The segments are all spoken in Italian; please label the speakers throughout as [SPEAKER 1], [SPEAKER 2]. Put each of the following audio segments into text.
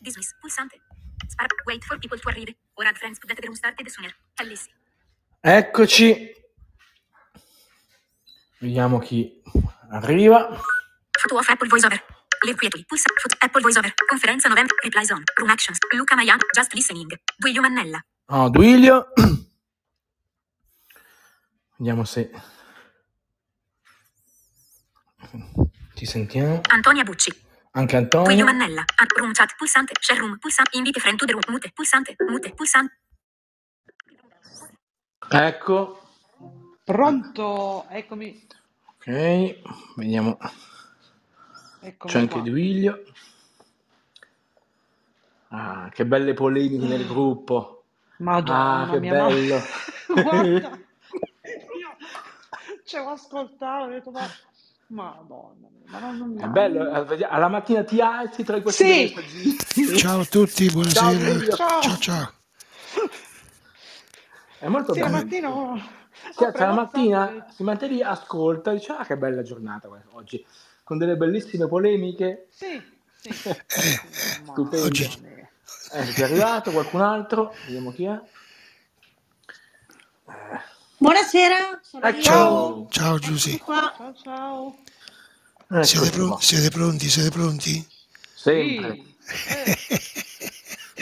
[SPEAKER 1] Dismiss. Pulsante. Spar- wait for people to arrive. Or add friends to get the room started sooner. Alice.
[SPEAKER 2] Eccoci. Vediamo chi arriva.
[SPEAKER 1] Photo of Apple VoiceOver. Live quietly. Pulsa. Photo. Apple VoiceOver. Conferenza novembre. Replies on. Room actions. Luca Maiano. Just listening. Guiglio Mannella.
[SPEAKER 2] Oh, Duilio. Vediamo se ci sentiamo.
[SPEAKER 1] Antonia Bucci.
[SPEAKER 2] Anche
[SPEAKER 1] Guiglio
[SPEAKER 2] Antonio.
[SPEAKER 1] Mannella. An- room chat. Pulsante. Share room. Pulsante. Invite friend to the room. Mute. Pulsante. Mute. Pulsante.
[SPEAKER 2] Ecco.
[SPEAKER 3] Pronto, eccomi,
[SPEAKER 2] Ok. Vediamo. C'è
[SPEAKER 3] eccomi
[SPEAKER 2] anche
[SPEAKER 3] qua.
[SPEAKER 2] Duilio. Ah, che belle polemiche nel gruppo. Ah,
[SPEAKER 3] Madonna
[SPEAKER 2] che
[SPEAKER 3] mia, ma
[SPEAKER 2] bello.
[SPEAKER 3] guarda, io ce l'ho ascoltavo, ho detto, ma Madonna mia, ma non, non-
[SPEAKER 2] È
[SPEAKER 3] ma
[SPEAKER 2] bello,
[SPEAKER 3] non-
[SPEAKER 2] eh, vedi- alla mattina ti alzi, trovi questi due
[SPEAKER 3] Sì,
[SPEAKER 2] messaggini.
[SPEAKER 4] Ciao a tutti,
[SPEAKER 2] Ciao
[SPEAKER 4] buonasera.
[SPEAKER 2] Duilio,
[SPEAKER 4] Ciao
[SPEAKER 3] ciao!
[SPEAKER 4] ciao.
[SPEAKER 2] è molto
[SPEAKER 3] Sì, la
[SPEAKER 2] bello.
[SPEAKER 3] mattina ho,
[SPEAKER 2] Si
[SPEAKER 3] ho
[SPEAKER 2] alza Cioè, la
[SPEAKER 3] premazzato, ho
[SPEAKER 2] mattina,
[SPEAKER 3] detto,
[SPEAKER 2] si mette lì, ascolta, e dice ah che bella giornata quella- oggi, con delle bellissime polemiche,
[SPEAKER 3] sì, sì,
[SPEAKER 2] stupendo.
[SPEAKER 4] Oggi,
[SPEAKER 3] Madonna mia.
[SPEAKER 2] Eh, è arrivato qualcun altro, vediamo chi è. Ah,
[SPEAKER 5] Buonasera, sono
[SPEAKER 2] Eh,
[SPEAKER 5] io.
[SPEAKER 4] ciao,
[SPEAKER 2] Eccolo,
[SPEAKER 4] ciao
[SPEAKER 5] Eccomi
[SPEAKER 4] Giusy.
[SPEAKER 5] qua.
[SPEAKER 3] Ciao, ciao!
[SPEAKER 4] Siete,
[SPEAKER 2] eccoci
[SPEAKER 4] pro-
[SPEAKER 2] qua,
[SPEAKER 4] siete pronti? Siete pronti?
[SPEAKER 2] sempre.
[SPEAKER 3] Sì, eh,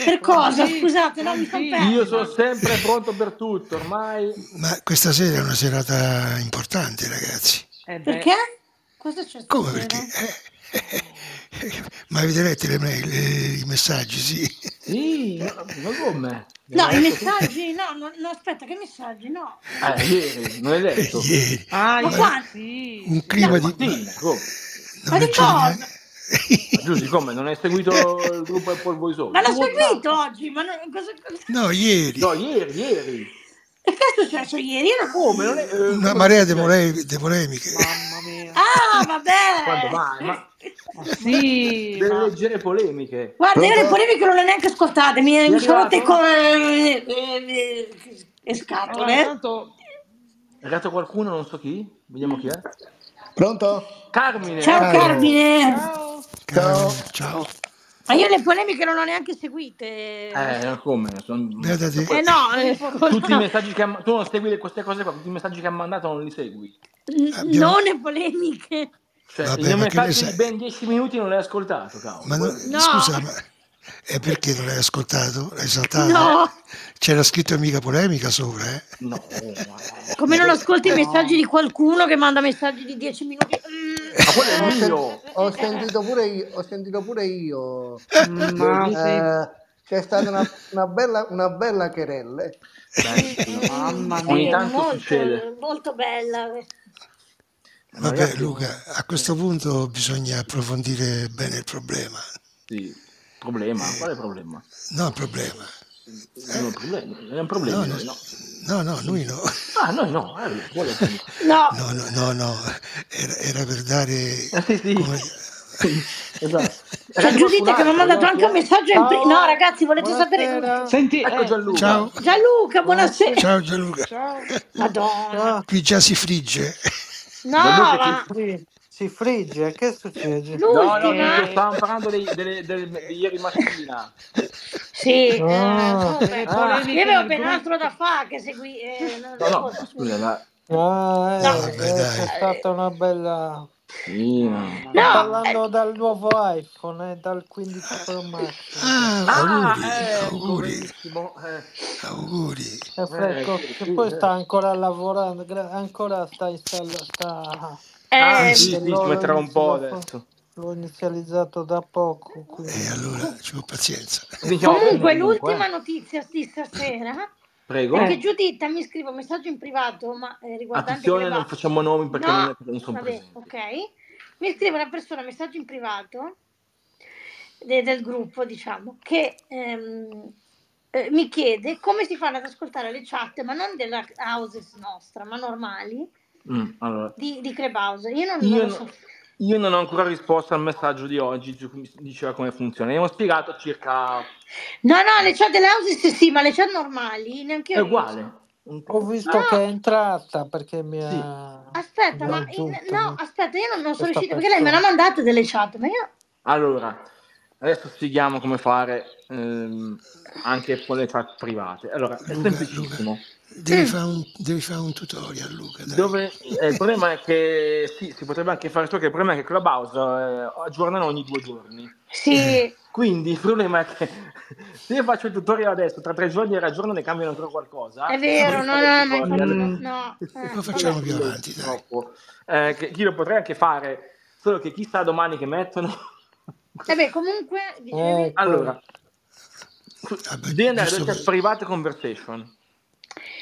[SPEAKER 5] Per cosa?
[SPEAKER 3] pronti,
[SPEAKER 5] Scusate, no, mi sono
[SPEAKER 2] Io
[SPEAKER 5] persa.
[SPEAKER 2] sono
[SPEAKER 3] prontissimi!
[SPEAKER 2] sempre pronto per tutto, ormai
[SPEAKER 4] Ma questa sera è una serata importante, ragazzi.
[SPEAKER 3] E Eh beh,
[SPEAKER 5] Perché?
[SPEAKER 2] Eh.
[SPEAKER 5] Cosa c'è
[SPEAKER 4] Come perché?
[SPEAKER 5] stasera?
[SPEAKER 4] Eh, ma avete letto le mail, eh, i messaggi, sì.
[SPEAKER 2] sì, ma ma come? Eh, Li
[SPEAKER 5] No,
[SPEAKER 2] hai
[SPEAKER 5] i
[SPEAKER 2] letto tutti?
[SPEAKER 5] messaggi, no, no, no, aspetta, che messaggi? No,
[SPEAKER 2] Eh, ieri, non hai
[SPEAKER 4] Eh,
[SPEAKER 2] letto?
[SPEAKER 4] Ieri.
[SPEAKER 3] ah,
[SPEAKER 5] ma
[SPEAKER 4] Ma
[SPEAKER 3] ieri
[SPEAKER 5] quanti?
[SPEAKER 3] sì,
[SPEAKER 4] un
[SPEAKER 3] sì,
[SPEAKER 4] clima
[SPEAKER 2] Ieri
[SPEAKER 4] di... ma-
[SPEAKER 2] mattina, come?
[SPEAKER 5] Ma
[SPEAKER 4] Non eh.
[SPEAKER 5] di
[SPEAKER 4] c'è
[SPEAKER 5] cosa?
[SPEAKER 2] Ma Giussi, come? Non hai seguito il gruppo Apple
[SPEAKER 5] Ma
[SPEAKER 2] VoiceOver?
[SPEAKER 5] l'ho
[SPEAKER 3] WhatsApp,
[SPEAKER 5] seguito oggi, ma no, cosa, cosa-
[SPEAKER 4] No, ieri.
[SPEAKER 2] No, eh, ieri, ieri.
[SPEAKER 5] E che è successo ieri? Io non-
[SPEAKER 2] Come? Non è, eh,
[SPEAKER 4] Una
[SPEAKER 2] come è
[SPEAKER 4] marea di
[SPEAKER 2] successo?
[SPEAKER 4] pole- di polemiche. eh,
[SPEAKER 3] mamma mia!
[SPEAKER 5] Ah,
[SPEAKER 2] Quando
[SPEAKER 5] vabbè!
[SPEAKER 2] mai? Ma
[SPEAKER 5] Ah,
[SPEAKER 3] Ma sì,
[SPEAKER 2] delle
[SPEAKER 3] ma
[SPEAKER 2] leggere polemiche.
[SPEAKER 5] Guarda, io le
[SPEAKER 4] Pronto?
[SPEAKER 5] polemiche non le ho neanche ascoltate, mi,
[SPEAKER 2] Ti è
[SPEAKER 5] mi sono rotte
[SPEAKER 2] arrivato?
[SPEAKER 5] con eh, eh, eh, le
[SPEAKER 3] allora
[SPEAKER 5] scatole.
[SPEAKER 3] intanto
[SPEAKER 2] È arrivato qualcuno, non so chi? Vediamo chi è.
[SPEAKER 6] Pronto?
[SPEAKER 2] Carmine,
[SPEAKER 5] Ciao
[SPEAKER 4] Carmine,
[SPEAKER 2] ecco.
[SPEAKER 5] Carmine!
[SPEAKER 3] ciao,
[SPEAKER 4] Carmine,
[SPEAKER 6] Ciao.
[SPEAKER 4] ciao.
[SPEAKER 5] Ma io le polemiche non le ho neanche seguite.
[SPEAKER 2] Eh, come? Son-
[SPEAKER 4] Beata
[SPEAKER 2] son
[SPEAKER 4] te.
[SPEAKER 5] Eh
[SPEAKER 2] que-
[SPEAKER 5] no, eh,
[SPEAKER 2] Tutti i
[SPEAKER 5] scusa,
[SPEAKER 2] messaggi che ha... tu non segui le- queste cose qua, tutti i messaggi che ha mandato non li segui.
[SPEAKER 5] n-
[SPEAKER 4] Abbiamo...
[SPEAKER 5] non le polemiche.
[SPEAKER 2] Cioè, il
[SPEAKER 4] Vabbè,
[SPEAKER 2] mio
[SPEAKER 4] ma che ne
[SPEAKER 2] messaggio di
[SPEAKER 4] sai?
[SPEAKER 2] ben 10 minuti non l'hai ascoltato, cavolo.
[SPEAKER 4] Ma no-
[SPEAKER 2] Quello-
[SPEAKER 5] No,
[SPEAKER 4] scusa, ma è perché non l'hai ascoltato? L'hai saltato?
[SPEAKER 5] no,
[SPEAKER 4] C'era scritto amica polemica sopra, eh?
[SPEAKER 2] No, ma...
[SPEAKER 5] come
[SPEAKER 2] Eh,
[SPEAKER 5] non ascolti i messaggi
[SPEAKER 3] no,
[SPEAKER 5] di qualcuno che manda messaggi di 10 minuti.
[SPEAKER 2] ma quello è
[SPEAKER 6] Ho,
[SPEAKER 5] Mm, eh,
[SPEAKER 6] sen-
[SPEAKER 2] mio.
[SPEAKER 6] ho
[SPEAKER 5] eh, eh, eh.
[SPEAKER 6] sentito pure io, ho sentito pure io.
[SPEAKER 3] Mm, ma sì,
[SPEAKER 6] Eh, c'è stata una, una bella, una bella querella. eh.
[SPEAKER 2] Beh, insomma,
[SPEAKER 3] mamma
[SPEAKER 2] ogni
[SPEAKER 5] Sì,
[SPEAKER 3] mia,
[SPEAKER 2] tanto
[SPEAKER 5] eh, molto,
[SPEAKER 2] succede.
[SPEAKER 5] molto bella.
[SPEAKER 2] Eh, Ma
[SPEAKER 4] Vabbè,
[SPEAKER 2] ragazzi,
[SPEAKER 4] Luca, a questo punto bisogna approfondire bene il problema.
[SPEAKER 2] sì, problema, quale problema?
[SPEAKER 4] No, il problema.
[SPEAKER 2] Non è un problema, è un
[SPEAKER 4] No,
[SPEAKER 2] problema
[SPEAKER 4] no,
[SPEAKER 2] noi no.
[SPEAKER 4] no, no, lui no.
[SPEAKER 2] Ah, noi no, eh, quello sì.
[SPEAKER 5] No,
[SPEAKER 4] No, no, no, no. Era, era per dare...
[SPEAKER 2] Eh, sì, sì.
[SPEAKER 4] Come...
[SPEAKER 2] Sì, esatto. E
[SPEAKER 5] c'è
[SPEAKER 2] anche qualcun
[SPEAKER 5] Giuditta che mi ha
[SPEAKER 2] altro, vediamo
[SPEAKER 5] mandato
[SPEAKER 2] chi
[SPEAKER 5] anche un
[SPEAKER 2] è.
[SPEAKER 5] messaggio in pri- No,
[SPEAKER 6] Ciao,
[SPEAKER 5] ragazzi, volete sapere?
[SPEAKER 6] buonasera.
[SPEAKER 3] senti,
[SPEAKER 2] eh, Ecco
[SPEAKER 3] eh,
[SPEAKER 2] Gianluca.
[SPEAKER 4] Ciao,
[SPEAKER 5] Gianluca, buonasera.
[SPEAKER 4] ciao Gianluca.
[SPEAKER 3] ciao,
[SPEAKER 5] Madonna.
[SPEAKER 6] Ciao.
[SPEAKER 4] Qui già si frigge.
[SPEAKER 5] No,
[SPEAKER 2] Gianluca
[SPEAKER 6] Si,
[SPEAKER 5] ma
[SPEAKER 6] fri- si frigge, che succede?
[SPEAKER 2] No, no, dico,
[SPEAKER 5] l'ultima.
[SPEAKER 3] eh,
[SPEAKER 2] stavamo parlando dei- delle- del- di ieri mattina.
[SPEAKER 5] Sì, eh,
[SPEAKER 6] Ah,
[SPEAKER 3] delle
[SPEAKER 5] vabbè.
[SPEAKER 2] Ah,
[SPEAKER 5] Io
[SPEAKER 3] polemiche
[SPEAKER 5] avevo
[SPEAKER 3] nel
[SPEAKER 5] ben altro da
[SPEAKER 3] gruppo,
[SPEAKER 5] fare che segui. eh, non
[SPEAKER 2] no, no,
[SPEAKER 5] ascolta, scusa.
[SPEAKER 2] scusa, la...
[SPEAKER 6] ah,
[SPEAKER 5] No,
[SPEAKER 6] eh,
[SPEAKER 4] Vabbè,
[SPEAKER 6] che c'è
[SPEAKER 4] dai.
[SPEAKER 5] eh,
[SPEAKER 6] stata una bella...
[SPEAKER 2] Sì, no.
[SPEAKER 3] mamma
[SPEAKER 6] Sto
[SPEAKER 3] mia,
[SPEAKER 5] no,
[SPEAKER 6] parlando
[SPEAKER 5] eh,
[SPEAKER 6] dal nuovo iPhone, eh, dal 15 Pro Max.
[SPEAKER 4] Ah,
[SPEAKER 2] Ah,
[SPEAKER 4] auguri,
[SPEAKER 2] ecco,
[SPEAKER 4] auguri,
[SPEAKER 2] benissimo. Eh,
[SPEAKER 4] auguri.
[SPEAKER 6] E
[SPEAKER 2] eh,
[SPEAKER 6] fresco,
[SPEAKER 2] sì,
[SPEAKER 6] che
[SPEAKER 2] sì,
[SPEAKER 6] poi sta
[SPEAKER 2] eh.
[SPEAKER 6] ancora lavorando, gra- ancora sta installando, sta...
[SPEAKER 2] Ah,
[SPEAKER 4] Eh
[SPEAKER 5] eh,
[SPEAKER 4] sì.
[SPEAKER 2] sì,
[SPEAKER 6] perché
[SPEAKER 2] sì, ci
[SPEAKER 6] l'ho
[SPEAKER 2] metterà un po'
[SPEAKER 6] iniziato, fa-
[SPEAKER 2] adesso.
[SPEAKER 6] l'ho inizializzato da poco, quindi...
[SPEAKER 4] E allora, ci vuole pazienza.
[SPEAKER 2] Diciamo bene
[SPEAKER 5] Comunque,
[SPEAKER 2] comunque,
[SPEAKER 5] l'ultima
[SPEAKER 2] eh.
[SPEAKER 5] notizia di stasera è che
[SPEAKER 2] Prego.
[SPEAKER 3] eh,
[SPEAKER 5] Giuditta mi scrive un messaggio in privato, ma eh, riguardante
[SPEAKER 2] Attenzione, non
[SPEAKER 5] Greva.
[SPEAKER 2] facciamo nomi perché non,
[SPEAKER 5] No,
[SPEAKER 2] è- non sono
[SPEAKER 5] vabbè,
[SPEAKER 2] presenti.
[SPEAKER 5] ok. Mi scrive una persona un messaggio in privato de- del gruppo, diciamo, che ehm, eh, mi chiede come si fanno ad ascoltare le chat, ma non della houses nostra, ma normali
[SPEAKER 2] Mm, allora,
[SPEAKER 5] di, di Clubhouse. Io non, non
[SPEAKER 2] io,
[SPEAKER 5] lo
[SPEAKER 2] no-
[SPEAKER 5] so.
[SPEAKER 2] io non ho ancora risposto al messaggio di oggi su cui mi diceva come funziona. Abbiamo spiegato circa...
[SPEAKER 5] No, no, le chat delle houses sì, sì, ma le chat normali neanche
[SPEAKER 2] È
[SPEAKER 5] io le uso.
[SPEAKER 2] uguale. Un-
[SPEAKER 6] Ho
[SPEAKER 5] No,
[SPEAKER 6] visto che è
[SPEAKER 5] no,
[SPEAKER 6] entrata perché mi
[SPEAKER 2] Sì.
[SPEAKER 6] ha, mi
[SPEAKER 5] aspetta,
[SPEAKER 6] ha
[SPEAKER 5] ma in-
[SPEAKER 6] aggiunto
[SPEAKER 5] no,
[SPEAKER 6] mi-
[SPEAKER 5] aspetta, io non, non sono
[SPEAKER 6] questa
[SPEAKER 5] riuscita perché lei me l'ha
[SPEAKER 6] persona.
[SPEAKER 5] mandato delle chat, ma io
[SPEAKER 2] Allora, Adesso spieghiamo come fare ehm, anche con le chat private. Allora, è
[SPEAKER 4] Luca,
[SPEAKER 2] semplicissimo.
[SPEAKER 4] Devi, fare un, devi fare un tutorial, Luca. dai.
[SPEAKER 2] Dove- eh, il problema è che sì, si potrebbe anche fare ciò che il problema è che Clubhouse eh, aggiornano ogni due giorni.
[SPEAKER 5] Sì,
[SPEAKER 2] Quindi il problema è che se io faccio il tutorial adesso, tra tre giorni e ragiono ne cambiano ancora qualcosa.
[SPEAKER 5] è vero, no, no, ma
[SPEAKER 2] Guarda,
[SPEAKER 5] infatti
[SPEAKER 2] adesso-
[SPEAKER 5] no. eh,
[SPEAKER 4] Lo facciamo
[SPEAKER 5] vabbè.
[SPEAKER 4] più avanti, dai.
[SPEAKER 2] Troppo. Eh, che, che io lo potrei anche fare, solo che chissà domani che mettono.
[SPEAKER 5] Vabbè, comunque, dicevi,
[SPEAKER 3] Eh,
[SPEAKER 2] Allora,
[SPEAKER 4] Vabbè,
[SPEAKER 2] devi andare
[SPEAKER 4] Oh, Ah, giusto
[SPEAKER 2] dove c'è
[SPEAKER 4] per-
[SPEAKER 2] private conversation.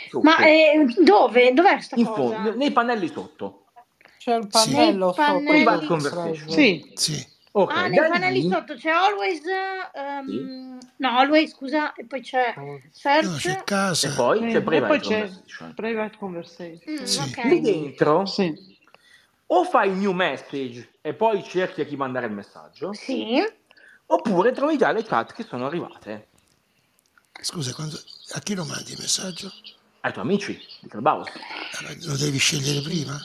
[SPEAKER 2] Sotto.
[SPEAKER 5] ma eh, dove? Dov'è sta
[SPEAKER 2] In
[SPEAKER 5] cosa?
[SPEAKER 2] fondo, nei pannelli sotto.
[SPEAKER 3] C'è il
[SPEAKER 4] Sì.
[SPEAKER 3] pannello
[SPEAKER 5] Nei pannelli.
[SPEAKER 2] Private
[SPEAKER 3] sotto.
[SPEAKER 2] conversation.
[SPEAKER 7] Sì.
[SPEAKER 4] Sì,
[SPEAKER 2] Ok,
[SPEAKER 5] Ah, nei
[SPEAKER 2] da lì-
[SPEAKER 5] pannelli sotto c'è Always, ehm, no, Always, scusa, e poi c'è
[SPEAKER 4] no, c'è
[SPEAKER 5] Search.
[SPEAKER 2] E
[SPEAKER 4] casa.
[SPEAKER 2] poi
[SPEAKER 7] Eh,
[SPEAKER 2] c'è
[SPEAKER 7] e
[SPEAKER 2] private
[SPEAKER 7] poi c'è
[SPEAKER 2] conversation.
[SPEAKER 7] private conversation.
[SPEAKER 5] Mm,
[SPEAKER 4] Sì.
[SPEAKER 2] Lì
[SPEAKER 5] ok.
[SPEAKER 2] dentro
[SPEAKER 7] Sì.
[SPEAKER 2] o fai new message e poi cerchi a chi mandare il messaggio,
[SPEAKER 5] Sì.
[SPEAKER 2] oppure trovi già le chat che sono arrivate
[SPEAKER 4] Scusa, quando- a chi lo mandi il messaggio?
[SPEAKER 2] ai tuoi amici di Clubhouse.
[SPEAKER 4] Eh, ma Lo devi scegliere prima?